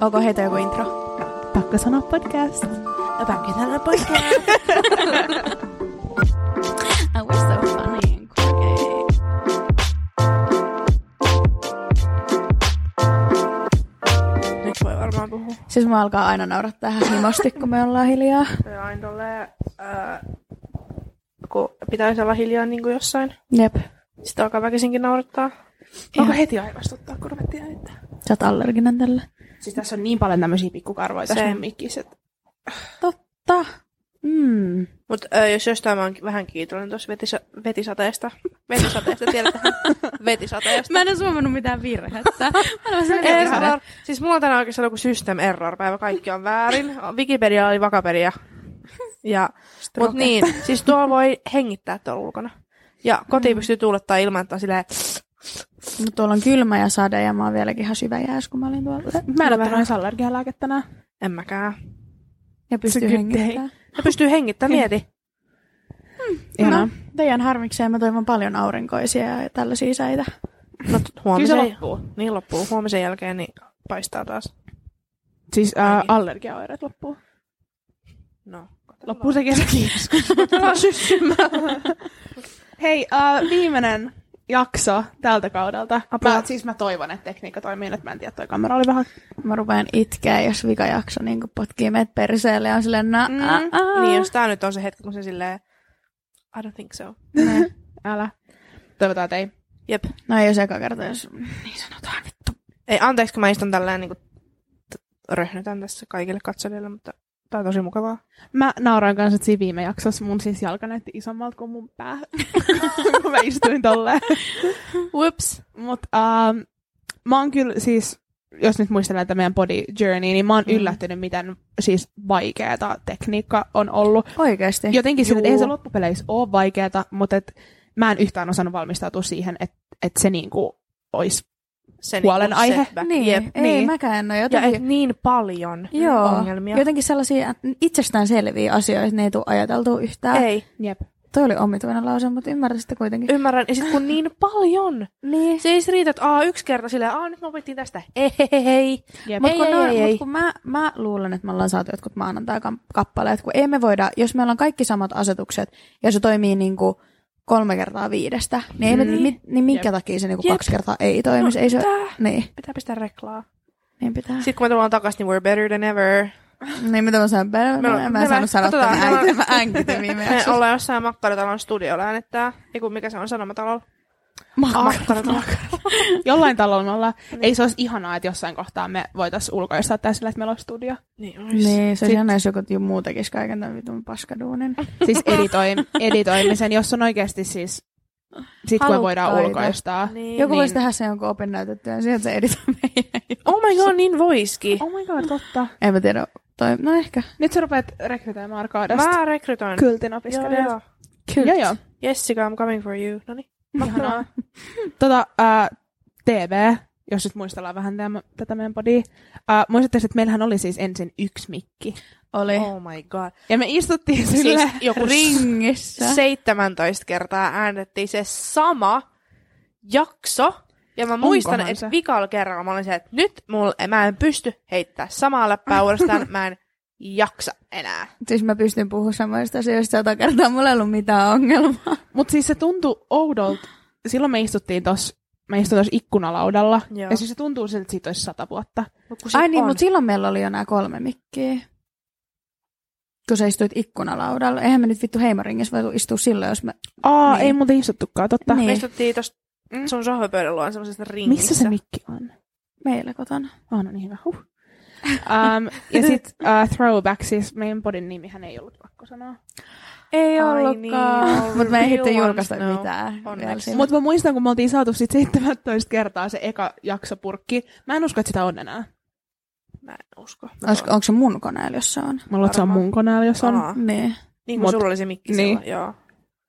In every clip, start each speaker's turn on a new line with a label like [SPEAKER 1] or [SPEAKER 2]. [SPEAKER 1] Och vad heter vår intro?
[SPEAKER 2] Pakkasana podcast.
[SPEAKER 3] No
[SPEAKER 1] Backhällarna podcast!
[SPEAKER 3] Oh, we're so funny and quirky.
[SPEAKER 1] Nyt voi varmaan puhua.
[SPEAKER 2] Siis mä alkaa aina naurattaa ihan himosti, kun me ollaan hiljaa.
[SPEAKER 1] Se aina tulee, ää, kun pitäisi olla hiljaa niin kuin jossain.
[SPEAKER 2] Jep.
[SPEAKER 1] Sitten alkaa väkisinkin naurattaa. Onko heti aivastuttaa, kun ruvettiin äänittää?
[SPEAKER 2] Sä oot allerginen tälle.
[SPEAKER 4] Siis tässä on niin paljon tämmöisiä pikkukarvoja tässä
[SPEAKER 1] Se.
[SPEAKER 4] mun mikissä. että-
[SPEAKER 2] Totta. Mm.
[SPEAKER 1] Mutta jos jostain mä oon vähän kiitollinen tuossa vetis- vetisateesta. Vetisateesta, tiedättehän? Vetisateesta.
[SPEAKER 3] Mä en ole suomannut mitään virhettä. Mä olen
[SPEAKER 1] Error. Siis mulla on tänään oikeastaan joku system error päivä. Kaikki on väärin. Wikipedia oli vakaperia. Ja, mut niin, siis tuolla voi hengittää tuolla ulkona. Ja koti pystyy tuulettaa ilman, että on silleen,
[SPEAKER 2] No, tuolla on kylmä ja sade ja mä oon vieläkin ihan syvä jääs, kun mä olin tuolla.
[SPEAKER 4] Mä en ole tarvitse allergialääkettä tänään.
[SPEAKER 1] en mäkään.
[SPEAKER 2] Ja pystyy
[SPEAKER 4] good day.
[SPEAKER 2] hengittämään.
[SPEAKER 1] Ja pystyy hengittämään, mieti.
[SPEAKER 2] No,
[SPEAKER 4] Ihanaa.
[SPEAKER 2] teidän harmikseen mä toivon paljon aurinkoisia ja tällaisia säitä.
[SPEAKER 1] No t-
[SPEAKER 4] Kyllä se
[SPEAKER 1] huomisen,
[SPEAKER 4] loppuu.
[SPEAKER 1] niin loppuu. Huomisen jälkeen niin paistaa taas.
[SPEAKER 4] Siis
[SPEAKER 1] Ai
[SPEAKER 4] äh,
[SPEAKER 1] niin.
[SPEAKER 4] allergiaoireet loppuu.
[SPEAKER 1] No.
[SPEAKER 4] Loppuu se kesä. Kiitos. Hei, äh, viimeinen jakso tältä kaudelta.
[SPEAKER 1] Apua.
[SPEAKER 4] Mä, siis mä toivon, että tekniikka toimii nyt. Mä en tiedä, toi kamera oli vähän...
[SPEAKER 2] Mä rupean itkeä, jos vikajakso niin potkii meidät perseelle ja on silleen na
[SPEAKER 1] Mm.
[SPEAKER 2] a, a.
[SPEAKER 1] Niin, jos tää nyt on se hetki, kun se silleen, I don't think so.
[SPEAKER 2] Mm-hmm.
[SPEAKER 4] Älä. Toivotaan, että ei.
[SPEAKER 1] Jep.
[SPEAKER 2] No ei jos eka kerta, jos niin sanotaan vittu.
[SPEAKER 1] Ei, anteeksi, kun mä istun tällään niin kuin, röhnötän tässä kaikille katsojille, mutta tää on tosi mukavaa.
[SPEAKER 4] Mä nauroin kanssa, että siinä viime jaksossa mun siis jalka näytti isommalta kuin mun pää, kun mä istuin tolleen.
[SPEAKER 1] Whoops.
[SPEAKER 4] Mut ähm, mä oon kyllä siis, jos nyt muistelen tätä meidän body journey, niin mä oon
[SPEAKER 1] Mm.
[SPEAKER 4] mm. yllättynyt, miten siis vaikeeta tekniikka on ollut.
[SPEAKER 2] Eh, Oikeesti.
[SPEAKER 4] Jotenkin sillä, että
[SPEAKER 1] Juu.
[SPEAKER 4] ei se loppupeleissä ole vaikeeta, mutta et mä en yhtään osannut valmistautua siihen, että et se niinku olisi.
[SPEAKER 1] Se
[SPEAKER 4] Huolenaihe.
[SPEAKER 1] niinku setback.
[SPEAKER 2] Niin,
[SPEAKER 1] Jep.
[SPEAKER 2] ei
[SPEAKER 4] niin.
[SPEAKER 2] mäkään en ole
[SPEAKER 1] Ja
[SPEAKER 2] jotenkin.
[SPEAKER 1] et niin paljon
[SPEAKER 2] Joo,
[SPEAKER 1] ongelmia.
[SPEAKER 2] jotenkin sellaisia itsestäänselviä asioita, että ne ei tule ajateltua yhtään.
[SPEAKER 1] Ei,
[SPEAKER 4] Jep.
[SPEAKER 2] Toi oli omituinen lause, mutta ymmärrän sitä kuitenkin.
[SPEAKER 1] ymmärrän. Ja sit kun niin paljon.
[SPEAKER 2] niin.
[SPEAKER 1] Se ei sit riitä, että aa, yksi kerta silleen, aa, nyt me opittiin tästä. Ei, hei, hei.
[SPEAKER 4] Jep.
[SPEAKER 2] Mutta
[SPEAKER 1] Ei,
[SPEAKER 2] kun,
[SPEAKER 1] ei,
[SPEAKER 2] nää-
[SPEAKER 1] ei,
[SPEAKER 2] mut
[SPEAKER 1] ei.
[SPEAKER 2] kun mä, mä luulen, että me ollaan saatu jotkut maanantai-kappaleet, kun ei me voida, jos meillä on kaikki samat asetukset ja se toimii niin kuin kolme kertaa viidestä, niin, ei me,
[SPEAKER 1] Mm.
[SPEAKER 2] mi, niin minkä
[SPEAKER 4] Jep.
[SPEAKER 2] takia se niin kuin
[SPEAKER 1] Jep. No,
[SPEAKER 2] kaksi kertaa ei toimisi? ei se,
[SPEAKER 1] Tää.
[SPEAKER 2] niin,
[SPEAKER 1] Pitää pistää reklaa.
[SPEAKER 2] niin pitää.
[SPEAKER 1] Sitten kun me tullaan takas, niin we're better than ever.
[SPEAKER 2] niin mitä mä sanon? Mä, mä, mä
[SPEAKER 1] No, me-
[SPEAKER 2] en saanut sanoa
[SPEAKER 1] katsotaan,
[SPEAKER 2] tämän
[SPEAKER 1] me-
[SPEAKER 2] ääntä, mä äänkitin viime
[SPEAKER 1] Me
[SPEAKER 2] jaksossa.
[SPEAKER 1] ollaan jossain makkaratalon studiolla äänettää. Ei kun mikä se on, sanomatalolla. Makkaratalo.
[SPEAKER 4] Jollain talolla me ollaan. Ei se olisi ihanaa, että jossain kohtaa me voitaisiin ulkoistaa tää sillä, että meillä olisi studio.
[SPEAKER 1] Niin, ois.
[SPEAKER 2] Niin, se
[SPEAKER 4] Sit-
[SPEAKER 2] olisi jännä, jos joku ju- muu tekisi kaiken tämän vitun paskaduunin.
[SPEAKER 1] Niin,
[SPEAKER 4] Siis editoim, editoimisen, jos on oikeasti siis... Sit kun me voidaan
[SPEAKER 2] Halukkaita.
[SPEAKER 4] ulkoistaa.
[SPEAKER 1] Niin.
[SPEAKER 2] Joku
[SPEAKER 4] Niin.
[SPEAKER 2] voisi tehdä sen jonkun opinnäytetyön, sieltä se editoi meidän.
[SPEAKER 1] Oh my god, niin voiski.
[SPEAKER 4] Oh my god, totta.
[SPEAKER 2] En mä tiedä, toi, no ehkä.
[SPEAKER 4] Nyt sä rupeat rekrytoimaan Arkaadasta.
[SPEAKER 1] Mä rekrytoin.
[SPEAKER 4] Kyltin
[SPEAKER 1] Joo,
[SPEAKER 4] opiskelijaa.
[SPEAKER 1] joo.
[SPEAKER 4] Joo, joo.
[SPEAKER 1] Jessica, I'm coming for you. No niin. Noniin.
[SPEAKER 4] Ihanaa. Tota, ää, TV, jos nyt muistellaan vähän tämä, tätä meidän podia. Ää, muistatteko, että meillähän oli siis ensin yksi mikki.
[SPEAKER 2] Oli.
[SPEAKER 1] Oh my god.
[SPEAKER 4] Ja me istuttiin sille.
[SPEAKER 1] Siis joku
[SPEAKER 2] Ringissä.
[SPEAKER 1] 17 kertaa äänettiin se sama jakso. Ja mä muistan,
[SPEAKER 4] Onkohan
[SPEAKER 1] että
[SPEAKER 4] se?
[SPEAKER 1] vikalla kerralla mä olin se, että nyt mul, mä en pysty heittää samaa läppää uudestaan. Mä en jaksa enää.
[SPEAKER 2] Siis mä pystyn puhumaan samoista asioista sata kertaa, mulla ei ollut mitään ongelmaa.
[SPEAKER 4] Mutta siis se tuntui oudolta. Silloin me istuttiin tossa, mä istuin tuossa ikkunalaudalla.
[SPEAKER 1] Joo.
[SPEAKER 4] Joo. Ja siis se tuntuu siltä, että siitä olisi sata vuotta.
[SPEAKER 1] Mut kun sit
[SPEAKER 2] Ai niin,
[SPEAKER 1] on.
[SPEAKER 2] mutta silloin meillä oli jo nämä kolme mikkiä. Kun sä istuit ikkunalaudalla. Eihän me nyt vittu heimoringissä voitu istua silloin, jos me...
[SPEAKER 4] Aa,
[SPEAKER 2] Niin.
[SPEAKER 4] niin. ei muuten istuttukaan, totta.
[SPEAKER 2] Niin.
[SPEAKER 4] Niin.
[SPEAKER 1] Me istuttiin tosta sun sohvapöydän luon semmoisessa ringissä.
[SPEAKER 4] Missä se mikki on?
[SPEAKER 2] Meillä kotona.
[SPEAKER 4] Oh, no niin hyvä, huh. Um, ja sitten uh, throwback, siis meidän podin nimihän ei ollut pakko sanoa.
[SPEAKER 2] Ei
[SPEAKER 1] Ai
[SPEAKER 2] ollutkaan.
[SPEAKER 1] niin, ollut
[SPEAKER 2] mutta me ei
[SPEAKER 1] real
[SPEAKER 2] hitto
[SPEAKER 1] ones,
[SPEAKER 2] julkaista
[SPEAKER 1] no.
[SPEAKER 2] mitään.
[SPEAKER 1] Onneksi.
[SPEAKER 2] vielä silloin.
[SPEAKER 4] Mutta mä muistan, kun me oltiin saatu sit 17 kertaa se eka jaksopurkki. Mä en usko, että sitä on enää.
[SPEAKER 1] Mä en usko. Mä
[SPEAKER 2] Olisiko- Onko se mun koneella, jos se on?
[SPEAKER 4] Mä luulen, että se on
[SPEAKER 1] Varmaan.
[SPEAKER 4] mun koneella, jos on.
[SPEAKER 1] Aa,
[SPEAKER 2] Niin.
[SPEAKER 1] Niin kuin
[SPEAKER 4] Mut-
[SPEAKER 1] sulla oli se mikki
[SPEAKER 4] niin.
[SPEAKER 1] silloin, joo.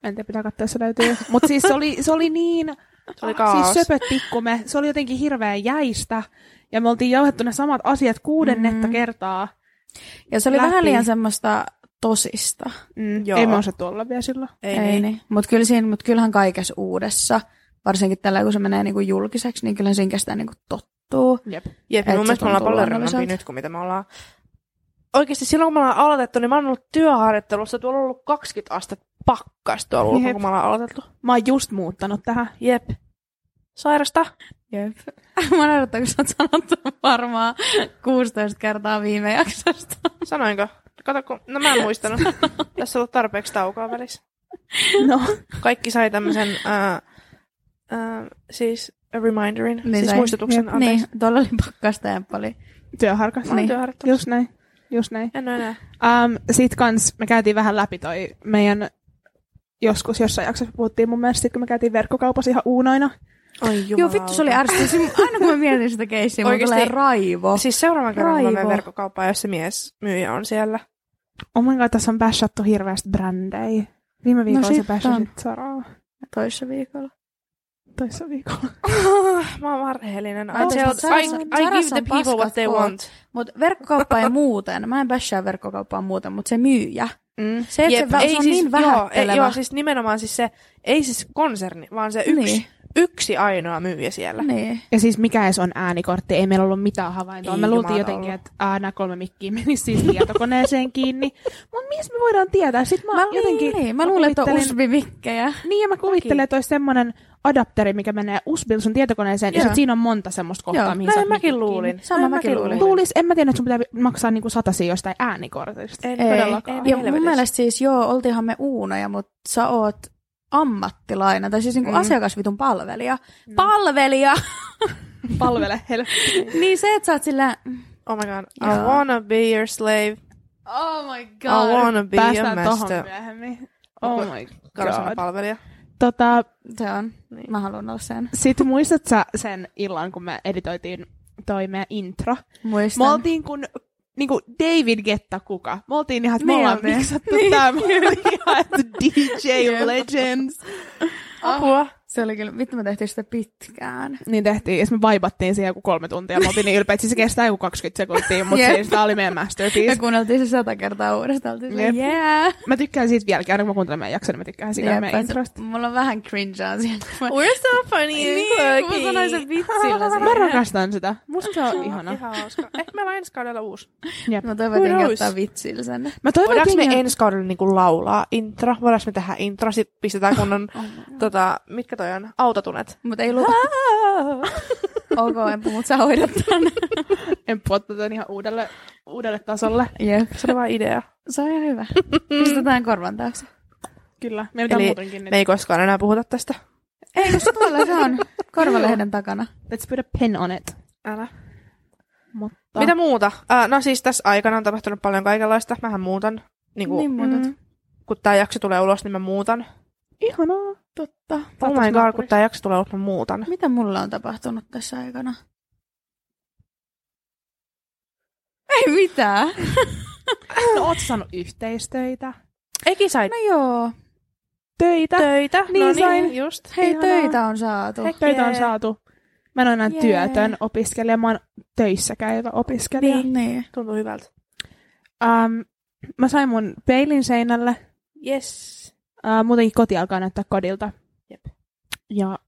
[SPEAKER 4] En tiedä, pitää katsoa, jos se löytyy. Mutta siis se oli, se oli niin...
[SPEAKER 1] Se oli
[SPEAKER 4] Ah,
[SPEAKER 1] kaos.
[SPEAKER 4] Siis söpöt pikkume. Se oli jotenkin hirveän jäistä. Ja me oltiin jauhettu ne samat asiat kuudennetta
[SPEAKER 2] Mm.
[SPEAKER 4] mm. kertaa.
[SPEAKER 2] Ja se oli
[SPEAKER 4] Läpi.
[SPEAKER 2] vähän liian semmoista tosista.
[SPEAKER 4] Mm.
[SPEAKER 1] Joo.
[SPEAKER 4] Ei mä osattu olla vielä silloin.
[SPEAKER 1] Ei, niin.
[SPEAKER 2] Mutta kyllä siinä, mut kyllähän kaikessa uudessa, varsinkin tällä kun se menee niinku julkiseksi, niin kyllähän siinä kestää niinku totta. juttua.
[SPEAKER 4] Jep.
[SPEAKER 1] Jep, niin
[SPEAKER 2] Et se
[SPEAKER 1] mun mielestä me ollaan
[SPEAKER 2] tuntuu
[SPEAKER 1] paljon rennompia
[SPEAKER 2] luonnolliselta.
[SPEAKER 1] nyt kuin mitä me ollaan. Oikeasti silloin, kun me ollaan aloitettu, niin mä oon ollut työharjoittelussa. Tuolla on ollut 20 astetta pakkasta tuolla ulkona,
[SPEAKER 4] Jep.
[SPEAKER 1] kun me ollaan aloitettu.
[SPEAKER 4] Mä oon just muuttanut tähän.
[SPEAKER 1] Jep. Sairasta.
[SPEAKER 2] Jep.
[SPEAKER 3] Mä naurattaa, kun sä oot sanottu varmaan 16 kertaa viime jaksosta.
[SPEAKER 1] Sanoinko? Kato, kun... No mä en muistanut. Tässä on ollut tarpeeksi taukoa välissä.
[SPEAKER 4] No.
[SPEAKER 1] Kaikki sai tämmöisen, äh, äh, siis a reminderin, niin siis
[SPEAKER 2] sai.
[SPEAKER 1] muistutuksen.
[SPEAKER 2] Jep.
[SPEAKER 1] Anteeksi.
[SPEAKER 2] Niin, tuolla oli pakkasta ja paljon.
[SPEAKER 4] Työharkas.
[SPEAKER 1] Mä oon
[SPEAKER 2] Niin.
[SPEAKER 1] työharjoittelussa.
[SPEAKER 4] Just näin. Just näin.
[SPEAKER 1] En oo enää.
[SPEAKER 4] Um, sit kans me käytiin vähän läpi toi meidän joskus jossain jaksossa puhuttiin mun mielestä, sit kun me käytiin verkkokaupassa ihan uunoina.
[SPEAKER 1] Ai
[SPEAKER 2] Joo, vittu, se oli ärsyttävä. Aina kun mä mietin sitä keissiä, mulla
[SPEAKER 1] Oikeesti.
[SPEAKER 2] tulee raivo.
[SPEAKER 1] Siis seuraavan kerran kun mä menen
[SPEAKER 2] Raivo.
[SPEAKER 1] verkkokauppaan, jos se mies myyjä on siellä.
[SPEAKER 4] Oh my god, tässä on bashattu hirveästi brändejä. Viime viikolla no, se
[SPEAKER 2] sit
[SPEAKER 4] bashasit Saraa.
[SPEAKER 2] Toissa viikolla.
[SPEAKER 4] Toissa viikolla.
[SPEAKER 2] Ah,
[SPEAKER 1] mä oon vaan rehellinen. I,
[SPEAKER 2] Ai,
[SPEAKER 1] tell,
[SPEAKER 2] mutta Sarassa-
[SPEAKER 1] I, I give
[SPEAKER 2] Sarassa
[SPEAKER 1] the
[SPEAKER 2] on
[SPEAKER 1] people what
[SPEAKER 2] paskat
[SPEAKER 1] they
[SPEAKER 2] koot.
[SPEAKER 1] want.
[SPEAKER 2] Mutta verkkokauppa ei muuten. Mä en bashaa verkkokauppaa muuten, mutta se myyjä.
[SPEAKER 4] Mm.
[SPEAKER 2] Se, että se, vä- se on siis, niin
[SPEAKER 1] joo,
[SPEAKER 2] vähättelevä.
[SPEAKER 1] ei, joo, siis nimenomaan siis se, ei siis konserni, vaan se yksi,
[SPEAKER 2] Niin.
[SPEAKER 1] yksi ainoa myyjä siellä.
[SPEAKER 2] Niin.
[SPEAKER 4] Ja siis mikä edes on äänikortti? Ei meillä ollut mitään havaintoa.
[SPEAKER 1] Ei
[SPEAKER 4] me luultiin
[SPEAKER 1] jumalauta
[SPEAKER 4] jotenkin, että äh, nämä kolme mikkiä menisi siis tietokoneeseen kiinni. Mutta mies me voidaan tietää? Sit mä,
[SPEAKER 2] Mä,
[SPEAKER 4] jotenkin...
[SPEAKER 2] niin, mä luulen, että on
[SPEAKER 4] kuvittelin-
[SPEAKER 2] usbimikkejä.
[SPEAKER 4] Niin, ja mä kuvittelen, että olisi semmoinen adapteri, mikä menee USBilla sun tietokoneeseen, ja
[SPEAKER 2] Joo.
[SPEAKER 4] sit siinä on monta semmoista kohtaa,
[SPEAKER 2] Joo,
[SPEAKER 4] mihin sä
[SPEAKER 1] Näin
[SPEAKER 4] oot
[SPEAKER 1] mäkin
[SPEAKER 4] mikit
[SPEAKER 1] luulin.
[SPEAKER 2] Sama
[SPEAKER 1] Näin
[SPEAKER 2] mäkin luulin.
[SPEAKER 4] kiinni. Luulis, en No mä tiedä, että sun pitää maksaa niinku satasia jostain äänikortista.
[SPEAKER 1] Ei,
[SPEAKER 2] Ei.
[SPEAKER 1] todellakaan.
[SPEAKER 2] Ja
[SPEAKER 1] Helvetissä.
[SPEAKER 2] mun mielestä siis joo, oltiinhan me uunoja, mutta sä oot ammattilainen, tai siis niinku
[SPEAKER 1] Mm.
[SPEAKER 2] asiakasvitun palvelija. Palvelija!
[SPEAKER 4] Palvele, hel.
[SPEAKER 2] niin se, että sä oot sillä...
[SPEAKER 1] Oh my god. I
[SPEAKER 2] Joo.
[SPEAKER 1] wanna be your slave.
[SPEAKER 3] Oh my god.
[SPEAKER 1] I wanna be your
[SPEAKER 4] Päästään tohon
[SPEAKER 1] master.
[SPEAKER 4] myöhemmin. Oh my
[SPEAKER 1] Karsanen
[SPEAKER 4] god.
[SPEAKER 1] palvelija.
[SPEAKER 4] Tota,
[SPEAKER 2] Se on.
[SPEAKER 1] Niin.
[SPEAKER 2] Mä haluan olla sen.
[SPEAKER 4] sit muistat sä sen illan, kun me editoitiin toi meidän intro? Me
[SPEAKER 2] Muistan.
[SPEAKER 4] oltiin kun niinku David Getta kuka. Me oltiin ihan, että me
[SPEAKER 2] Niin
[SPEAKER 4] ollaan
[SPEAKER 2] on ne.
[SPEAKER 4] miksattu tää. Me oltiin ihan, että DJ Legends.
[SPEAKER 1] Apua.
[SPEAKER 2] Se oli kyllä, vittu me tehtiin sitä pitkään.
[SPEAKER 4] Niin tehtiin, ja sit me vaibattiin siihen joku kolme tuntia. Me oltiin niin ylpeitä, siis se kestää joku 20 sekuntia, mutta
[SPEAKER 2] Jep.
[SPEAKER 4] siis tää oli meidän
[SPEAKER 2] Me
[SPEAKER 4] masterpiece.
[SPEAKER 2] kuunneltiin se sata kertaa uudestaan. Oltiin sillä,
[SPEAKER 4] Jep.
[SPEAKER 2] yeah.
[SPEAKER 4] Mä tykkään siitä vieläkin, aina kun mä kuuntelen meidän jakson, niin mä tykkään siitä
[SPEAKER 2] Jep,
[SPEAKER 4] meidän
[SPEAKER 2] se-
[SPEAKER 4] introsta.
[SPEAKER 2] Mulla on vähän cringea siellä. kun mä-
[SPEAKER 1] We're so funny
[SPEAKER 2] Niin, kun mä sanoin sen vitsillä.
[SPEAKER 4] Mä
[SPEAKER 2] siinä.
[SPEAKER 4] rakastan sitä. Musta se on ihana.
[SPEAKER 1] Ihan hauska. Ehkä meillä on ensi kaudella uusi.
[SPEAKER 4] Jep.
[SPEAKER 2] Mä toivon, että
[SPEAKER 1] knows?
[SPEAKER 2] jengi ottaa vitsillä sen.
[SPEAKER 4] Mä toivon,
[SPEAKER 1] Voidaanko
[SPEAKER 4] että
[SPEAKER 1] me
[SPEAKER 4] jengi-
[SPEAKER 1] ensi kaudella niinku laulaa intro? Voidaanko me tehdä intro? Sitten pistetään kunnon, tota, mitkä toi on? Autotunet.
[SPEAKER 2] Mutta ei lupa. ok, en puhu, mut sä hoidat tän.
[SPEAKER 4] en puhu tätä ihan uudelle, uudelle tasolle.
[SPEAKER 2] Jep.
[SPEAKER 1] Se oli vaan idea.
[SPEAKER 2] Se on ihan hyvä. Pistetään korvan taakse.
[SPEAKER 4] Kyllä, meidän pitää
[SPEAKER 1] Eli
[SPEAKER 4] muutenkin nyt.
[SPEAKER 1] me ei koskaan enää puhuta tästä.
[SPEAKER 2] Ei, kun se tuolla se on. Korvalehden takana.
[SPEAKER 4] Let's put a pin on it.
[SPEAKER 1] Älä.
[SPEAKER 4] Mutta...
[SPEAKER 1] Mitä muuta? Äh, no siis tässä aikana on tapahtunut paljon kaikenlaista. Mähän muutan. Niin kuin,
[SPEAKER 2] Niin muutat.
[SPEAKER 4] Mm.
[SPEAKER 1] Kun tämä jakso tulee ulos, niin mä muutan.
[SPEAKER 4] Ihanaa.
[SPEAKER 2] Totta.
[SPEAKER 1] Oh my god, kun tämä jakso tulee ulos, mä muutan.
[SPEAKER 2] Mitä mulla on tapahtunut tässä aikana? Ei mitään.
[SPEAKER 4] No, oot saanut yhteistöitä.
[SPEAKER 1] Eikin sai
[SPEAKER 2] No joo.
[SPEAKER 4] Töitä.
[SPEAKER 1] töitä.
[SPEAKER 4] Niin
[SPEAKER 1] no niin,
[SPEAKER 4] sain.
[SPEAKER 1] just.
[SPEAKER 2] Hei,
[SPEAKER 4] Ihanaa.
[SPEAKER 2] töitä on saatu.
[SPEAKER 1] Hei.
[SPEAKER 4] Töitä on
[SPEAKER 1] Jee.
[SPEAKER 4] saatu. Mä en ole enää
[SPEAKER 2] Jee.
[SPEAKER 4] työtön opiskelija, mä oon töissä käyvä opiskelija.
[SPEAKER 2] Niin. niin.
[SPEAKER 1] Tuntuu hyvältä.
[SPEAKER 4] Um, mä sain mun peilin seinälle.
[SPEAKER 1] Yes.
[SPEAKER 4] Uh, muutenkin koti alkaa näyttää kodilta.
[SPEAKER 1] Jep.
[SPEAKER 4] Ja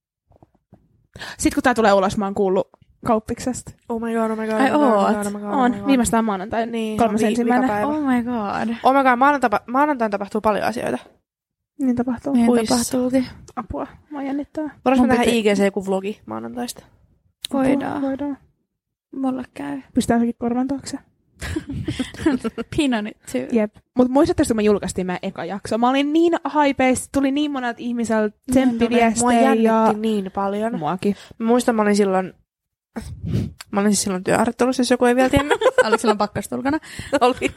[SPEAKER 4] sit kun tää tulee ulos, mä oon kuullut kauppiksesta.
[SPEAKER 1] Oh my god, oh my god.
[SPEAKER 2] Ai
[SPEAKER 1] oh my god,
[SPEAKER 2] oot.
[SPEAKER 1] Oh my god, oh my
[SPEAKER 4] on,
[SPEAKER 1] god.
[SPEAKER 4] viimeistään maanantai,
[SPEAKER 1] Niin,
[SPEAKER 4] niin,
[SPEAKER 1] vi-
[SPEAKER 4] kolmas ensimmäinen.
[SPEAKER 1] vikapäivä.
[SPEAKER 2] Oh my god.
[SPEAKER 1] Oh my god, maanantai, maanantain tapahtuu paljon asioita.
[SPEAKER 4] Niin tapahtuu.
[SPEAKER 2] Niin
[SPEAKER 1] Huissa.
[SPEAKER 2] tapahtuu.
[SPEAKER 4] Apua, mä jännittää.
[SPEAKER 1] Voidaanko
[SPEAKER 2] Mun
[SPEAKER 1] me tehdä
[SPEAKER 2] piti-
[SPEAKER 1] IGC joku vlogi maanantaista?
[SPEAKER 2] Voidaan.
[SPEAKER 4] Voidaan.
[SPEAKER 2] Mulla käy.
[SPEAKER 4] Pistää johonkin korvan taakse.
[SPEAKER 2] Pinonit too.
[SPEAKER 4] Jep. Mutta muistatteko, kun me julkaistiin meidän eka jakso? Mä olin niin hypeissa, tuli niin monelta ihmiseltä
[SPEAKER 1] Mua
[SPEAKER 4] tsemppiviestejä.
[SPEAKER 1] jännitti
[SPEAKER 4] ja...
[SPEAKER 1] niin paljon.
[SPEAKER 4] Muakin.
[SPEAKER 1] Mä muistan, mä olin silloin... Mä olin siis silloin työharjoittelussa, jos joku ei vielä tiennyt.
[SPEAKER 2] Oliko silloin pakkastulkana?
[SPEAKER 1] oli.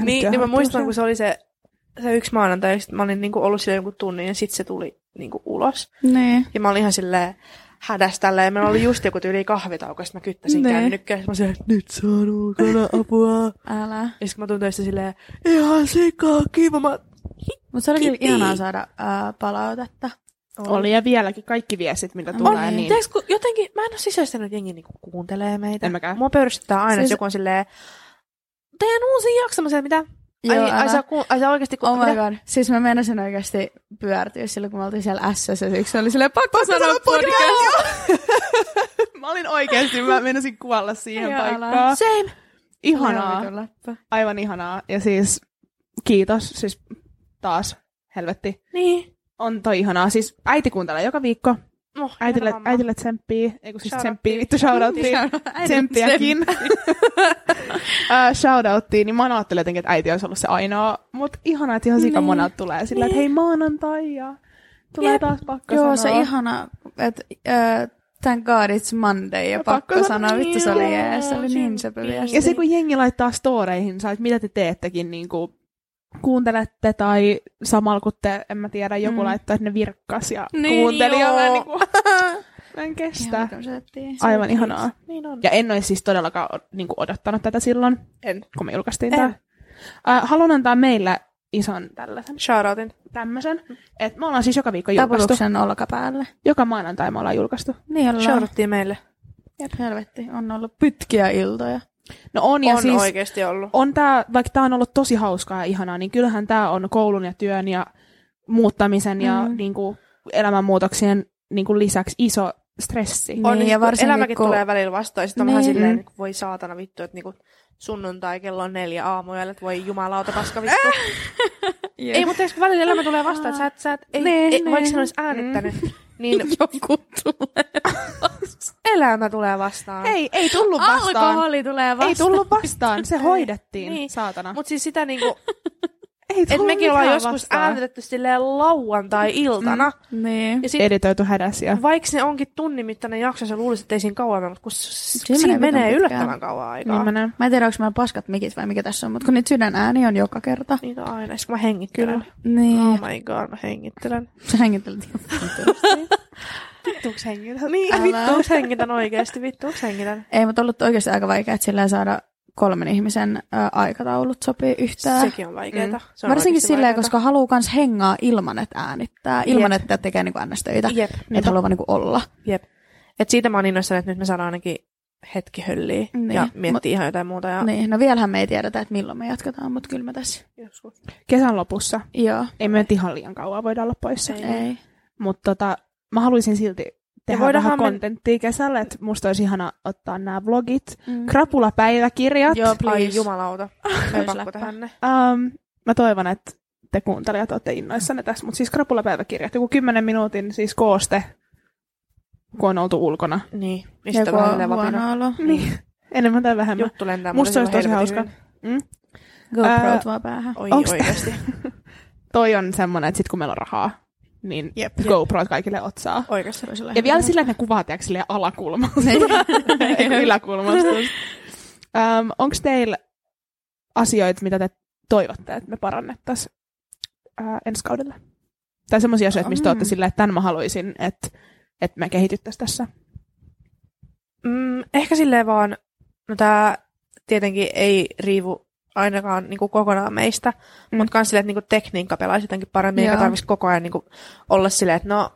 [SPEAKER 1] niin, niin mä muistan, kun se oli se, se yksi maanantai, ja sit mä olin niinku ollut siellä jonkun tunnin, ja sitten se tuli niinku ulos.
[SPEAKER 2] Niin.
[SPEAKER 1] Ja mä olin ihan silleen hädäs tällä, ja meillä oli just joku tyyli kahvitauko, ja sit mä kyttäsin
[SPEAKER 2] Nee.
[SPEAKER 1] kännykkää, ja sit mä sanoin, nyt se on ulkona apua.
[SPEAKER 2] Älä.
[SPEAKER 1] Ja sit mä tuntuin sitä silleen, ihan sikaa kiva, mä...
[SPEAKER 2] Mutta se oli kyllä
[SPEAKER 1] Kiitti.
[SPEAKER 2] ihanaa saada ää, palautetta.
[SPEAKER 4] Oli ja vieläkin kaikki viestit, mitä
[SPEAKER 2] On,
[SPEAKER 4] tulee.
[SPEAKER 1] On, niin.
[SPEAKER 4] niin...
[SPEAKER 1] tiiäks, kun jotenkin, mä en ole sisäistänyt, että jengi niinku kuuntelee meitä.
[SPEAKER 4] En mäkään.
[SPEAKER 1] Mua pöyristyttää aina, siis...
[SPEAKER 2] Siis-
[SPEAKER 1] jos joku on silleen, teidän uusi jakso, mä silleen, mitä? Joo, ai, ai,
[SPEAKER 2] älä.
[SPEAKER 1] sä, ku, ai sä oikeesti kun...
[SPEAKER 2] Oh my
[SPEAKER 1] mitä?
[SPEAKER 2] god. Siis mä meinasin oikeasti pyörtyä silloin, kun me oltiin siellä SS. Yksi oli silleen, pakko, pakko sanoa podcast.
[SPEAKER 4] Mä olin oikeasti, mä menisin kuolla siihen
[SPEAKER 3] Joo, älä.
[SPEAKER 4] paikkaan.
[SPEAKER 1] Same.
[SPEAKER 4] Ihanaa,
[SPEAKER 3] Joo, läppä.
[SPEAKER 4] aivan ihanaa. Ja siis kiitos, siis taas helvetti.
[SPEAKER 1] Niin.
[SPEAKER 4] On toi ihanaa. Siis äiti kuuntelee joka viikko.
[SPEAKER 1] Oh,
[SPEAKER 4] Äitille,
[SPEAKER 1] ihana
[SPEAKER 4] äitille tsemppii. Eiku siis
[SPEAKER 1] Shoutoutti.
[SPEAKER 4] tsemppii, vittu shoutouttiin. Tsemppiäkin. Äh, shoutouttiin, niin mä aina ajattelin jotenkin, että äiti olisi ollut se ainoa. Mutta ihanaa, että ihan sikamonat tulee sillä, että hei maanantai ja tulee
[SPEAKER 2] Niin. Jep.
[SPEAKER 4] taas pakko
[SPEAKER 2] Joo, se
[SPEAKER 4] sanoa.
[SPEAKER 2] ihana, että uh, thank god it's Monday ja pakko,
[SPEAKER 4] pakko
[SPEAKER 2] sanoa,
[SPEAKER 4] sanoa,
[SPEAKER 2] vittu se oli
[SPEAKER 1] joo,
[SPEAKER 2] jees, se oli niin
[SPEAKER 1] sinkin.
[SPEAKER 2] söpö
[SPEAKER 4] Ja se,
[SPEAKER 2] viesti.
[SPEAKER 4] kun jengi laittaa storeihin, sä, että mitä te teettekin, niin kuin kuuntelette tai samalla kun te, en mä tiedä, joku
[SPEAKER 2] Mm.
[SPEAKER 4] laittaa, että ne virkkas ja
[SPEAKER 3] Niin,
[SPEAKER 4] kuunteli ja
[SPEAKER 3] joo.
[SPEAKER 4] mä en, niin kuin, mä en kestä.
[SPEAKER 2] Ihan konserttiin.
[SPEAKER 4] Aivan ihanaa.
[SPEAKER 1] Niin on.
[SPEAKER 4] Ja en ole siis todellakaan o- niin kuin odottanut tätä silloin, en. kun me julkaistiin
[SPEAKER 1] En.
[SPEAKER 4] tämä. Äh, haluan antaa meillä ison tällaisen,
[SPEAKER 1] Shoutoutin.
[SPEAKER 4] tämmöisen, että me ollaan siis joka viikko julkaistu.
[SPEAKER 2] Taputuksen niin olkapäälle.
[SPEAKER 4] Joka maanantai me ollaan julkaistu.
[SPEAKER 2] Niin ollaan.
[SPEAKER 1] Shoutouttiin meille.
[SPEAKER 2] Jep, helvetti, on ollut pitkiä iltoja.
[SPEAKER 4] No on, ja
[SPEAKER 1] on
[SPEAKER 4] siis
[SPEAKER 1] oikeasti ollut.
[SPEAKER 4] on tää, vaikka tämä on ollut tosi hauskaa ja ihanaa, niin kyllähän tämä on koulun ja työn ja muuttamisen ja
[SPEAKER 2] Mm.
[SPEAKER 4] niin kuin, elämänmuutoksien niin kuin lisäksi iso stressi.
[SPEAKER 1] On,
[SPEAKER 2] Niin,
[SPEAKER 1] niin,
[SPEAKER 2] ja
[SPEAKER 1] ja
[SPEAKER 2] varsinkin,
[SPEAKER 1] elämäkin
[SPEAKER 2] kun-
[SPEAKER 1] kun... tulee välillä vastaan, ja sitten on
[SPEAKER 2] Niin.
[SPEAKER 1] vähän
[SPEAKER 4] Mm.
[SPEAKER 1] silleen, niin voi saatana vittu, että niinku sunnuntai kello on neljä aamuyöllä, että voi jumalauta paska vittu. ei, mutta eikö kun välillä elämä tulee vastaan, että sä et, sä et ei,
[SPEAKER 4] Niin,
[SPEAKER 1] ei,
[SPEAKER 4] niin.
[SPEAKER 1] vaikka sä olisi äänittänyt, niin
[SPEAKER 3] Joku tulee.
[SPEAKER 1] elämä tulee vastaan.
[SPEAKER 4] Ei, ei tullut vastaan.
[SPEAKER 3] Alkoholi tulee
[SPEAKER 4] Ei
[SPEAKER 3] vastaan.
[SPEAKER 4] tullut vastaan, se hoidettiin, niin.
[SPEAKER 1] Niin.
[SPEAKER 4] saatana.
[SPEAKER 1] Mutta siis sitä niinku,
[SPEAKER 4] ei
[SPEAKER 1] että
[SPEAKER 4] tullut
[SPEAKER 1] mekin ollaan
[SPEAKER 4] mitään
[SPEAKER 1] joskus
[SPEAKER 4] vastaan.
[SPEAKER 1] äänitetty silleen lauantai-iltana,
[SPEAKER 2] Niin.
[SPEAKER 1] ja sit,
[SPEAKER 4] Editoitu hädäsiä.
[SPEAKER 1] vaikka se onkin tunnin mittainen jakso, sä luulisit, että ei siinä kauan mene, mutta kun s-
[SPEAKER 2] Siinä
[SPEAKER 1] siinä, siinä
[SPEAKER 2] menee
[SPEAKER 1] menee
[SPEAKER 2] pitkään.
[SPEAKER 1] yllättävän kauan aikaa. Niin,
[SPEAKER 4] Niin
[SPEAKER 2] Mä en tiedä, onko meillä paskat mikit vai mikä tässä on, mutta kun niitä sydänääni on joka kerta.
[SPEAKER 1] Niitä on Niin aina, sit mä hengittelen. Kyllä.
[SPEAKER 2] Niin.
[SPEAKER 1] Oh my god, mä hengittelen.
[SPEAKER 2] Sä hengittelet ihan vittuusti.
[SPEAKER 4] Vittuuks hengiltä?
[SPEAKER 1] Niin,
[SPEAKER 2] Älä.
[SPEAKER 1] vittu, hengitän oikeesti, vittu, hengitän.
[SPEAKER 2] Ei, mutta ollut oikeasti aika vaikea, että sillä saada kolmen ihmisen ö, aikataulut sopii yhtään.
[SPEAKER 1] Sekin on vaikeeta. Mm. Se on
[SPEAKER 2] Varsinkin
[SPEAKER 1] oikeesti
[SPEAKER 2] silleen,
[SPEAKER 1] vaikeeta.
[SPEAKER 2] koska haluaa myös hengaa ilman, että äänittää, ilman,
[SPEAKER 1] Jep. Niin,
[SPEAKER 2] että tekee niinku ns. töitä.
[SPEAKER 1] Jep,
[SPEAKER 2] Että haluaa vaan niinku olla.
[SPEAKER 1] jep. Et siitä mä oon innoissani, että nyt me saadaan ainakin hetki hölliä
[SPEAKER 2] Niin.
[SPEAKER 1] niin. ja miettiä ihan jotain muuta. Ja...
[SPEAKER 2] Niin, no vielähän me ei tiedetä, että milloin me jatketaan, mutta kyllä me tässä.
[SPEAKER 1] Joskus.
[SPEAKER 4] Kesän lopussa.
[SPEAKER 2] Joo,
[SPEAKER 4] Ei me nyt ihan liian kauan voida olla poissa.
[SPEAKER 1] Ei.
[SPEAKER 2] ei.
[SPEAKER 4] Mutta tota, mä haluaisin silti tehdä
[SPEAKER 1] voidaanhan me-
[SPEAKER 4] vähän kontenttia kesällä, että musta olisi ihana ottaa nämä vlogit.
[SPEAKER 2] Mm.
[SPEAKER 4] Krapulapäiväkirjat.
[SPEAKER 2] Joo,
[SPEAKER 1] Ai
[SPEAKER 2] please.
[SPEAKER 1] jumalauta. Me on pakko
[SPEAKER 2] Läppä.
[SPEAKER 1] tehdä ne.
[SPEAKER 4] Um, mä toivon, että te kuuntelijat olette innoissanne tässä, mutta siis krapulapäiväkirjat, joku 10 minuutin siis kooste, kun on oltu ulkona.
[SPEAKER 1] Niin. Ja sitten
[SPEAKER 2] Joku
[SPEAKER 1] vähän
[SPEAKER 2] on
[SPEAKER 1] silleen vapina.
[SPEAKER 2] huono olo.
[SPEAKER 4] Niin. Enemmän tai vähemmän.
[SPEAKER 1] Juttu lentää
[SPEAKER 4] Musta se
[SPEAKER 1] mulle
[SPEAKER 4] olisi tosi
[SPEAKER 1] silloin
[SPEAKER 4] hauska.
[SPEAKER 1] helvetin
[SPEAKER 2] GoPro
[SPEAKER 4] Ää,
[SPEAKER 2] tuo päähän.
[SPEAKER 1] hyvin.
[SPEAKER 4] Onks
[SPEAKER 1] Oi oikeesti.
[SPEAKER 4] Toi on semmoinen, että sit kun meillä on rahaa, niin
[SPEAKER 2] Jep.
[SPEAKER 4] GoPro kaikille otsaa.
[SPEAKER 1] Oikeesti.
[SPEAKER 4] Ja vielä sillä, että ne kuvaa tiedätkö, silleen alakulmasta, Ei, kun yläkulmasta. um, Onko teillä asioita, mitä te toivotte, että me parannettaisiin uh, ensi kaudella? Tai semmoisia asioita, mistä
[SPEAKER 2] Mm.
[SPEAKER 4] mm. olette silleen, että tämän mä haluaisin, että, että me kehityttäisiin tässä.
[SPEAKER 1] Mm, ehkä silleen vaan, no tää tietenkin ei riivu ainakaan niinku kokonaan meistä,
[SPEAKER 4] Mm.
[SPEAKER 1] mm. mutta kans silleen, että niinku tekniikka pelaisi jotenkin paremmin,
[SPEAKER 2] Joo.
[SPEAKER 1] eikä tarvitsisi koko ajan niinku olla silleen, että no,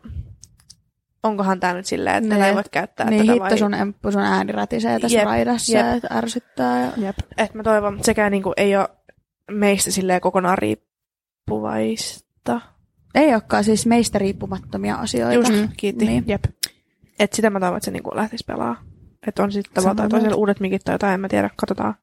[SPEAKER 1] onkohan tämä nyt silleen, että
[SPEAKER 2] Niin.
[SPEAKER 1] tätä ei voi käyttää.
[SPEAKER 2] Niin
[SPEAKER 1] tätä
[SPEAKER 2] hitto sun emppu, sun ääni rätisee tässä
[SPEAKER 1] Jep,
[SPEAKER 2] raidassa,
[SPEAKER 1] jep.
[SPEAKER 2] että ärsyttää.
[SPEAKER 4] Jep.
[SPEAKER 1] Et mä toivon, mutta sekään niinku ei ole meistä silleen kokonaan riippuvaista.
[SPEAKER 2] Ei olekaan siis meistä riippumattomia asioita.
[SPEAKER 1] Just,
[SPEAKER 2] Mm.
[SPEAKER 1] kiitti.
[SPEAKER 2] Niin.
[SPEAKER 4] Jep.
[SPEAKER 1] Et sitä mä toivon, että se niinku lähtisi pelaa. Että on sitten tavalla
[SPEAKER 2] Samaa
[SPEAKER 1] tai toisella
[SPEAKER 2] mieltä.
[SPEAKER 1] uudet mikit tai jotain, en mä tiedä, katsotaan.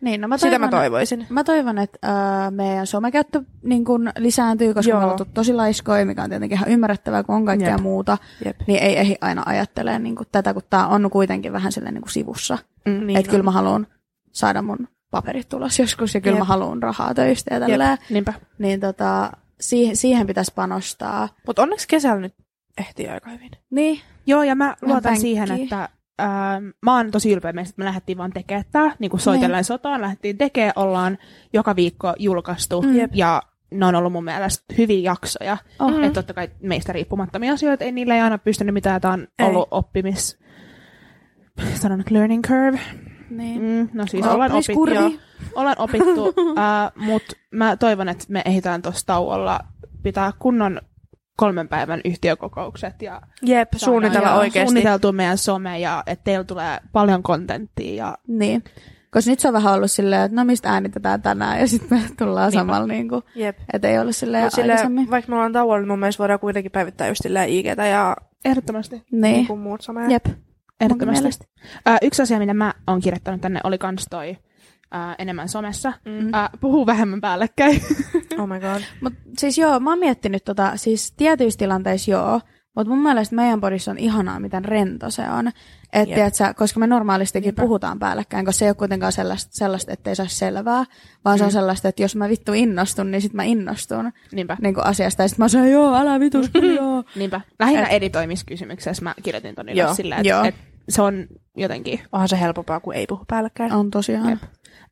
[SPEAKER 2] Niin, no mä
[SPEAKER 1] Sitä mä
[SPEAKER 2] toivon,
[SPEAKER 1] toivoisin.
[SPEAKER 2] Mä toivon, että äh, meidän somekäyttö niin kun lisääntyy, koska Joo.
[SPEAKER 1] Joo.
[SPEAKER 2] me ollaan tullut tosi laiskoja, mikä on tietenkin ihan ymmärrettävää, kun on kaikkea
[SPEAKER 4] Jep.
[SPEAKER 2] muuta.
[SPEAKER 1] Jep.
[SPEAKER 2] Niin ei ehdi aina ajattelee niin kun tätä, kun tämä on kuitenkin vähän silleen niin kun sivussa.
[SPEAKER 1] Mm,
[SPEAKER 2] Niin että
[SPEAKER 1] on.
[SPEAKER 2] kyllä mä haluan saada mun paperit tulos joskus ja kyllä Jep.
[SPEAKER 1] Jep.
[SPEAKER 2] mä haluan rahaa töistä ja tälleen.
[SPEAKER 4] Niinpä.
[SPEAKER 2] Niin tota, siihen, siihen pitäisi panostaa.
[SPEAKER 1] Mut onneksi kesällä nyt ehtii aika hyvin.
[SPEAKER 2] Niin,
[SPEAKER 4] Joo, ja mä luotan
[SPEAKER 2] pankkiin.
[SPEAKER 4] siihen, että ähm, mä oon tosi ylpeä meistä, että me lähdettiin vaan tekemään tää, niin kuin soitellaan sotaan, lähdettiin tekemään, ollaan joka viikko julkaistu,
[SPEAKER 2] Mm. Jep.
[SPEAKER 4] ja ne on ollut mun mielestä hyviä jaksoja.
[SPEAKER 2] Oh.
[SPEAKER 1] Mm.
[SPEAKER 4] Että totta kai meistä riippumattomia asioita, ei niillä ei aina pystynyt mitään, tää on
[SPEAKER 1] Ei.
[SPEAKER 4] ollut oppimis... Sanon nyt learning curve.
[SPEAKER 2] niin.
[SPEAKER 4] Mm, no siis
[SPEAKER 2] Oh,
[SPEAKER 4] ollaan
[SPEAKER 2] please,
[SPEAKER 4] opittu,
[SPEAKER 2] kurvi.
[SPEAKER 4] joo, ollaan opittu uh, mutta mä toivon, että me ehditään tuossa tauolla pitää kunnon kolmen päivän yhtiökokoukset ja
[SPEAKER 1] Jep, suunnitella
[SPEAKER 2] joo,
[SPEAKER 1] oikeesti.
[SPEAKER 4] Suunniteltu meidän some ja että teillä tulee paljon kontenttia. Ja...
[SPEAKER 2] Niin. Koska nyt se on vähän ollut silleen, että no mistä äänitetään tänään ja sitten me tullaan
[SPEAKER 4] Niinpä.
[SPEAKER 2] samalla niin kuin,
[SPEAKER 1] Jep.
[SPEAKER 2] että ei ollut silleen
[SPEAKER 1] Mut silleen,
[SPEAKER 2] aikaisemmin.
[SPEAKER 1] vaikka me ollaan tauolla, niin mun mielestä voidaan kuitenkin päivittää just silleen IGtä ja
[SPEAKER 4] Ehdottomasti.
[SPEAKER 1] niin.
[SPEAKER 2] Niin.
[SPEAKER 1] muut somea.
[SPEAKER 2] Jep.
[SPEAKER 4] Ehdottomasti.
[SPEAKER 2] mielestä.
[SPEAKER 4] Ö, yksi asia, mitä mä oon kirjoittanut tänne, oli kans toi ö, enemmän somessa.
[SPEAKER 1] Mm.
[SPEAKER 4] Ö, puhuu vähemmän päällekkäin.
[SPEAKER 1] Oh my god.
[SPEAKER 2] Mut siis joo, mä oon miettinyt tota, siis tietyissä tilanteissa joo, mutta mun mielestä meidän podissa on ihanaa, miten rento se on. Et,
[SPEAKER 1] Jep.
[SPEAKER 2] tiiätsä, koska me normaalistikin
[SPEAKER 1] Niinpä.
[SPEAKER 2] puhutaan päällekkäin, koska se ei ole kuitenkaan sellaista, sellaista ettei saa selvää, vaan se on sellaista, että jos mä vittu innostun, niin sit mä innostun
[SPEAKER 4] Niinpä.
[SPEAKER 2] niin asiasta. Ja sit mä sanon, joo, älä vitus, kun joo.
[SPEAKER 4] Niinpä. Lähinnä editoimiskysymyksessä mä kirjoitin ton
[SPEAKER 1] Joo,
[SPEAKER 4] ylös sillä,
[SPEAKER 2] joo.
[SPEAKER 4] että et se on jotenkin.
[SPEAKER 1] Onhan se helpompaa, kuin ei puhu päällekkäin.
[SPEAKER 2] On tosiaan.
[SPEAKER 4] Jep.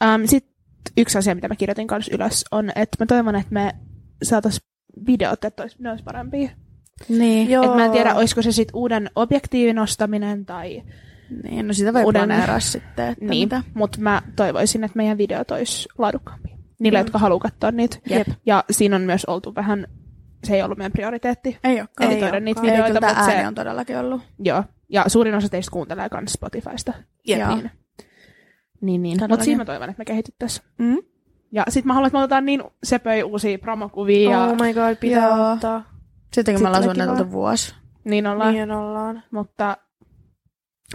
[SPEAKER 4] Um, Sitten yksi asia, mitä mä kirjoitin kans ylös, on, että mä toivon, että me saatais videot, että ois, ne olisi parempia.
[SPEAKER 2] Niin.
[SPEAKER 1] Joo.
[SPEAKER 4] Et mä en tiedä, olisiko se sit uuden objektiivin ostaminen tai
[SPEAKER 2] niin. No sitä voi
[SPEAKER 4] Uuden-
[SPEAKER 2] planeeraa sitten, että
[SPEAKER 4] niin,
[SPEAKER 2] mitä.
[SPEAKER 4] mutta mä toivoisin, että meidän videot olisi laadukkaampia. Niille, jotka haluaa katsoa niitä.
[SPEAKER 2] Jep.
[SPEAKER 4] Ja siinä on myös oltu vähän, se ei ollut meidän prioriteetti.
[SPEAKER 2] Ei olekaan.
[SPEAKER 4] Ei
[SPEAKER 2] Ei,
[SPEAKER 4] toida niitä
[SPEAKER 1] olekaan.
[SPEAKER 2] ei kyllä
[SPEAKER 4] videoita,
[SPEAKER 2] tää
[SPEAKER 4] mutta
[SPEAKER 2] ääni
[SPEAKER 4] se,
[SPEAKER 2] on todellakin ollut.
[SPEAKER 4] joo. Ja suurin osa teistä kuuntelee myös Spotifysta.
[SPEAKER 1] Jep.
[SPEAKER 2] Joo.
[SPEAKER 4] Niin. Niin, niin.
[SPEAKER 2] Todellakin.
[SPEAKER 4] Mutta siinä mä toivon, että me kehityttäisiin.
[SPEAKER 2] Mm?
[SPEAKER 4] Ja sit mä haluan, että me otetaan niin sepöi uusia promokuvia. Ja,
[SPEAKER 1] Oh my god, pitää
[SPEAKER 2] Joo.
[SPEAKER 1] ottaa.
[SPEAKER 2] Sittenkin me
[SPEAKER 4] Sitten
[SPEAKER 2] ollaan
[SPEAKER 4] näki vaan.
[SPEAKER 2] suunniteltu vuosi.
[SPEAKER 4] Niin ollaan.
[SPEAKER 1] Niin ollaan.
[SPEAKER 4] Mutta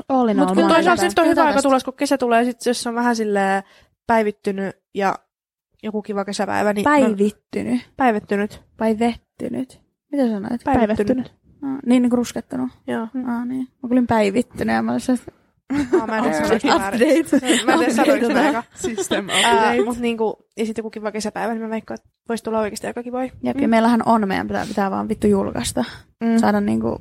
[SPEAKER 4] olin
[SPEAKER 2] Mut
[SPEAKER 1] Mutta
[SPEAKER 2] Varmaan
[SPEAKER 1] toisaalta
[SPEAKER 2] hyvä.
[SPEAKER 1] sitten on
[SPEAKER 2] Kyllä
[SPEAKER 1] hyvä aika
[SPEAKER 2] tästä.
[SPEAKER 1] tulla, kun kesä tulee, sit jos on vähän silleen päivittynyt ja joku kiva kesäpäivä, niin on
[SPEAKER 2] Päivittynyt.
[SPEAKER 1] päivittynyt.
[SPEAKER 2] Vai vettynyt? Mitä sanoit?
[SPEAKER 1] Päivittynyt.
[SPEAKER 2] Ah, niin, niin kuin ruskettunut.
[SPEAKER 1] Joo.
[SPEAKER 4] Mm.
[SPEAKER 2] Ah, niin. Mä kuulin päivittynyt ja mä olin sellaista
[SPEAKER 1] Ah, mä en
[SPEAKER 4] Oh,
[SPEAKER 1] tiedä, sanoinko mä väärin.
[SPEAKER 2] update.
[SPEAKER 1] Mä en tiedä, sanoinko mä aika.
[SPEAKER 4] System
[SPEAKER 1] Mutta niinku, ja sitten joku kiva kesäpäivä, niin mä veikkaan, että voisi tulla oikeasti aika kivoja.
[SPEAKER 2] Jep, ja meillähän on, meidän pitää, pitää vaan vittu julkaista.
[SPEAKER 4] Mm.
[SPEAKER 2] Saada niinku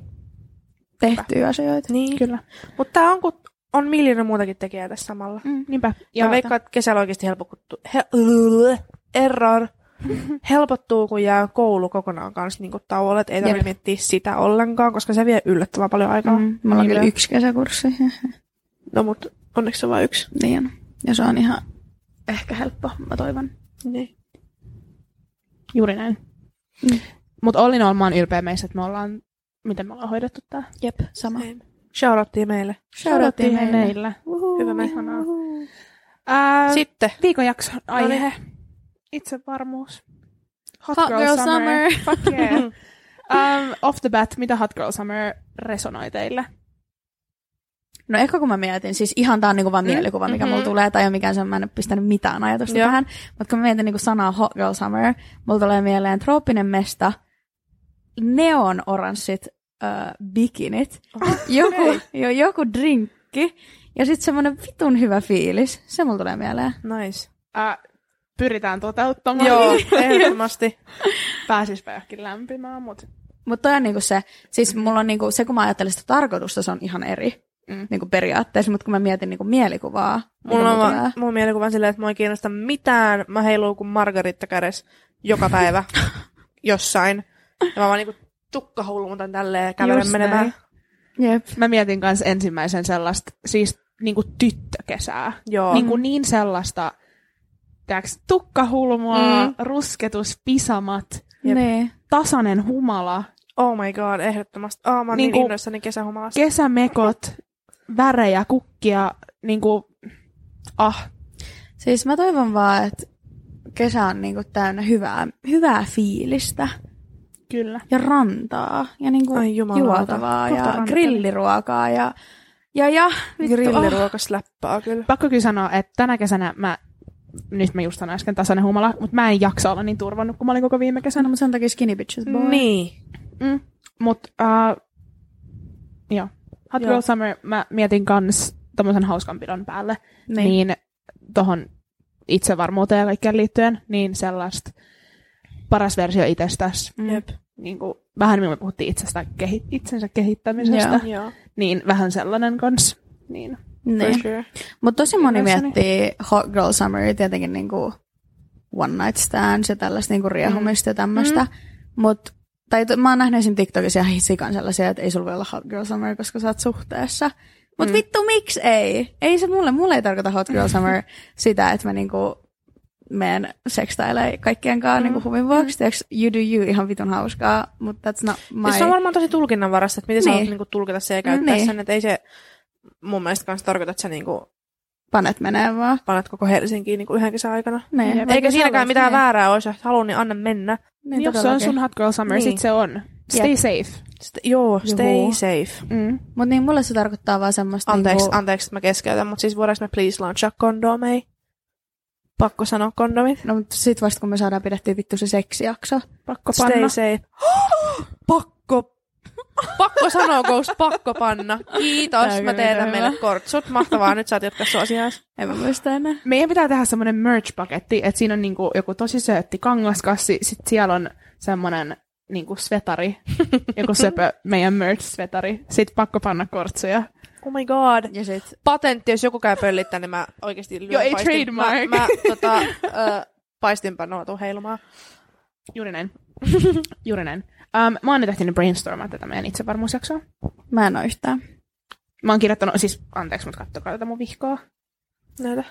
[SPEAKER 2] tehtyä asioita.
[SPEAKER 1] Niin.
[SPEAKER 4] Kyllä.
[SPEAKER 1] Mutta tää on, kun on miljoona muutakin tekijää tässä samalla.
[SPEAKER 4] Niinpä.
[SPEAKER 1] Ja mä veikkaan, että kesällä oikeasti helpottuu. He, error. Helpottuu, kun jää koulu kokonaan kanssa niin tauolle, että ei tarvitse
[SPEAKER 2] Jep.
[SPEAKER 1] miettiä sitä ollenkaan, koska se vie yllättävän paljon aikaa. Mm.
[SPEAKER 2] Mm. Mulla on
[SPEAKER 4] Niin
[SPEAKER 2] kyllä
[SPEAKER 4] me-
[SPEAKER 2] yksi kesäkurssi.
[SPEAKER 1] No mut onneksi se on vain yksi.
[SPEAKER 2] niin on. Ja se on ihan ehkä helppo, mä toivon.
[SPEAKER 1] Niin.
[SPEAKER 4] Juuri näin.
[SPEAKER 2] Mm.
[SPEAKER 4] Mutta Ollin olma on ylpeä meissä, että me ollaan, miten me ollaan hoidettu tää.
[SPEAKER 2] Jep, sama.
[SPEAKER 1] Shoutouttiin meille.
[SPEAKER 2] Shoutouttiin meille.
[SPEAKER 4] meillä.
[SPEAKER 1] Hyvä me.
[SPEAKER 4] Ihanaa. Ää, Sitten
[SPEAKER 1] Sitten.
[SPEAKER 4] viikon jakson aihe.
[SPEAKER 1] Noniin.
[SPEAKER 4] Itsevarmuus.
[SPEAKER 2] Hot girl summer.
[SPEAKER 4] Fuck yeah. um, off the bat, mitä Hot Girl Summer resonoi teille?
[SPEAKER 2] No ehkä kun mä mietin, siis ihan tää on niinku vaan
[SPEAKER 4] Mm.
[SPEAKER 2] mielikuva, mikä
[SPEAKER 1] Mhm.
[SPEAKER 2] mm-hmm. mulla tulee, tai ei ole mikään se, mä en ole pistänyt mitään ajatusta
[SPEAKER 1] Joo.
[SPEAKER 2] tähän. Mutta kun mä mietin niinku sanaa hot girl summer, mulla tulee mieleen trooppinen mesta, neon oranssit äh, bikinit, joku, jo, joku drinkki ja sitten semmonen vitun hyvä fiilis. Se mulla tulee mieleen.
[SPEAKER 1] Nice.
[SPEAKER 4] Uh, pyritään toteuttamaan.
[SPEAKER 1] Joo, ehdottomasti.
[SPEAKER 4] Pääsispä johonkin lämpimään, mutta
[SPEAKER 2] Mutta toi on niinku se, siis mulla on niinku, se kun mä ajattelen sitä tarkoitusta, se on ihan eri
[SPEAKER 4] Mm.
[SPEAKER 2] mm. niinku periaatteessa, mutta kun mä mietin niinku mielikuvaa,
[SPEAKER 1] Mulla on
[SPEAKER 2] mikä
[SPEAKER 1] vaan-
[SPEAKER 2] tulee-
[SPEAKER 1] mun mielikuva on silleen, että mua ei kiinnosta mitään. Mä heiluu kuin margaritta kädessä joka päivä jossain. Ja mä vaan niinku tukkahulmutan tälleen ja kävelen
[SPEAKER 4] Just
[SPEAKER 1] menemään.
[SPEAKER 4] näin.
[SPEAKER 2] Jep.
[SPEAKER 4] mä mietin kanssa ensimmäisen sellaista, siis niinku tyttökesää.
[SPEAKER 1] Joo.
[SPEAKER 4] Niinku niin sellaista, tiedäks, tukkahulmoa,
[SPEAKER 1] Mm.
[SPEAKER 4] mm. rusketus, pisamat,
[SPEAKER 1] Jep.
[SPEAKER 2] Niin.
[SPEAKER 4] tasainen humala,
[SPEAKER 1] Oh my god, ehdottomasti. Oh, mä oon niin,
[SPEAKER 4] Niinku-
[SPEAKER 1] niin innoissani kesähumalasta.
[SPEAKER 4] kesämekot, värejä, kukkia, niinku, ah,
[SPEAKER 2] Siis mä toivon vaan, että kesä on niinku täynnä hyvää, hyvää fiilistä
[SPEAKER 4] kyllä.
[SPEAKER 2] ja rantaa ja niinku
[SPEAKER 1] Ai jumalauta.
[SPEAKER 2] juotavaa
[SPEAKER 1] Kohta
[SPEAKER 2] ja
[SPEAKER 1] rantaa.
[SPEAKER 2] grilliruokaa ja, ja, ja vittu, oh,
[SPEAKER 1] Grilliruokas läppää kyllä.
[SPEAKER 4] Pakko kyllä sanoa, että tänä kesänä mä, nyt mä just sanoin äsken tasainen humala, mutta mä en jaksa olla niin turvannut, kun mä olin koko viime kesänä.
[SPEAKER 2] no, mutta sen takia skinny bitches boy.
[SPEAKER 1] Niin.
[SPEAKER 4] Mm. Mutta uh, joo, Hot
[SPEAKER 1] Joo.
[SPEAKER 4] Girl Summer mä mietin kans tommosen hauskanpidon päälle,
[SPEAKER 2] Niin.
[SPEAKER 4] niin, niin tohon itsevarmuuteen ja kaikkeen liittyen, niin sellaista paras versio itsestäsi,
[SPEAKER 2] Mm.
[SPEAKER 1] Jep.
[SPEAKER 4] niin kuin, vähän niin me puhuttiin itsestä, kehi, itsensä kehittämisestä,
[SPEAKER 2] Joo.
[SPEAKER 1] Joo.
[SPEAKER 4] niin vähän sellainen kans. Niin.
[SPEAKER 2] Niin.
[SPEAKER 1] sure.
[SPEAKER 2] Mutta tosi moni
[SPEAKER 1] no,
[SPEAKER 4] Innoissani.
[SPEAKER 2] miettii hot girl summeria tietenkin niinku one night stands ja tällaista niinku
[SPEAKER 1] Mm.
[SPEAKER 2] riehumista ja tämmöistä. Mut, tai to, mä oon nähnyt esim. TikTokissa ihan sikan sellaisia, että ei sulla voi olla hot girl summer, koska sä oot suhteessa. Mut
[SPEAKER 4] Mm.
[SPEAKER 2] vittu, miksi ei? Ei se mulle, mulle ei tarkoita hot girl summer sitä, että mä niinku meen sekstailee kaikkien kanssa
[SPEAKER 1] Mm.
[SPEAKER 2] niinku huvin vuoksi. Tiiäks, you do you, ihan vitun hauskaa, mutta that's not my...
[SPEAKER 1] Ja Siis se on varmaan tosi tulkinnanvarasta, että miten sä
[SPEAKER 2] Niin.
[SPEAKER 1] haluat niinku tulkita se ja käyttää
[SPEAKER 2] Niin.
[SPEAKER 1] niin. sen, että ei se mun mielestä kanssa tarkoita, että sä niinku
[SPEAKER 2] Panet menee vaan.
[SPEAKER 1] panet koko Helsinkiin niinku yhden kesän aikana.
[SPEAKER 2] Niin.
[SPEAKER 4] Jep.
[SPEAKER 1] Eikä siinäkään mitään
[SPEAKER 2] niin.
[SPEAKER 1] väärää olisi, jos haluaa, niin anna mennä.
[SPEAKER 2] Niin,
[SPEAKER 4] Jos se on
[SPEAKER 2] todellakin.
[SPEAKER 4] sun Hot Girl Summer, niin.
[SPEAKER 1] Niin.
[SPEAKER 4] sit se on. Stay safe.
[SPEAKER 1] St- joo, stay
[SPEAKER 2] Juu.
[SPEAKER 1] safe.
[SPEAKER 4] Mm.
[SPEAKER 2] Mutta niin mulle se tarkoittaa vaan semmoista...
[SPEAKER 1] Anteeksi,
[SPEAKER 2] niinku,
[SPEAKER 1] anteeksi, että mä keskeytän, mutta siis voidaanko me please launchaa kondomei? Pakko sanoa kondomit.
[SPEAKER 2] No mutta sit vasta kun me saadaan pidettyä vittu se seksijakso.
[SPEAKER 4] Pakko
[SPEAKER 1] Stay
[SPEAKER 4] panna.
[SPEAKER 1] safe. pakko. Pakko sanoa, Ghost, pakko panna. Kiitos,
[SPEAKER 2] Tääkö
[SPEAKER 1] mä teetän
[SPEAKER 2] mitä
[SPEAKER 1] meille
[SPEAKER 2] hyvää?
[SPEAKER 1] kortsut. Mahtavaa, nyt saat jatkaa sun asiaas.
[SPEAKER 2] En mä muista enää.
[SPEAKER 4] Meidän pitää tehdä semmoinen merch-paketti, että siinä on niinku joku tosi söötti kangaskassi, sit siellä on semmoinen niinku svetari, joku söpö meidän merch-svetari, sit pakko panna kortsuja.
[SPEAKER 1] Oh my god.
[SPEAKER 2] Ja sit
[SPEAKER 1] patentti, jos joku käy pöllittää, niin mä oikeasti lyön
[SPEAKER 4] Joo, ei
[SPEAKER 1] paistin.
[SPEAKER 4] trademark.
[SPEAKER 1] Mä, mä tota, ö, paistinpanoa tuun heilumaan.
[SPEAKER 4] Juuri näin. Juuri näin. Um, mä oon nyt ehtinyt brainstormaa tätä meidän itsevarmuusjaksoa.
[SPEAKER 2] mä en oo yhtään.
[SPEAKER 4] Mä oon kirjoittanut, siis anteeksi, mutta kattokaa tätä mun vihkoa.
[SPEAKER 1] Näytä.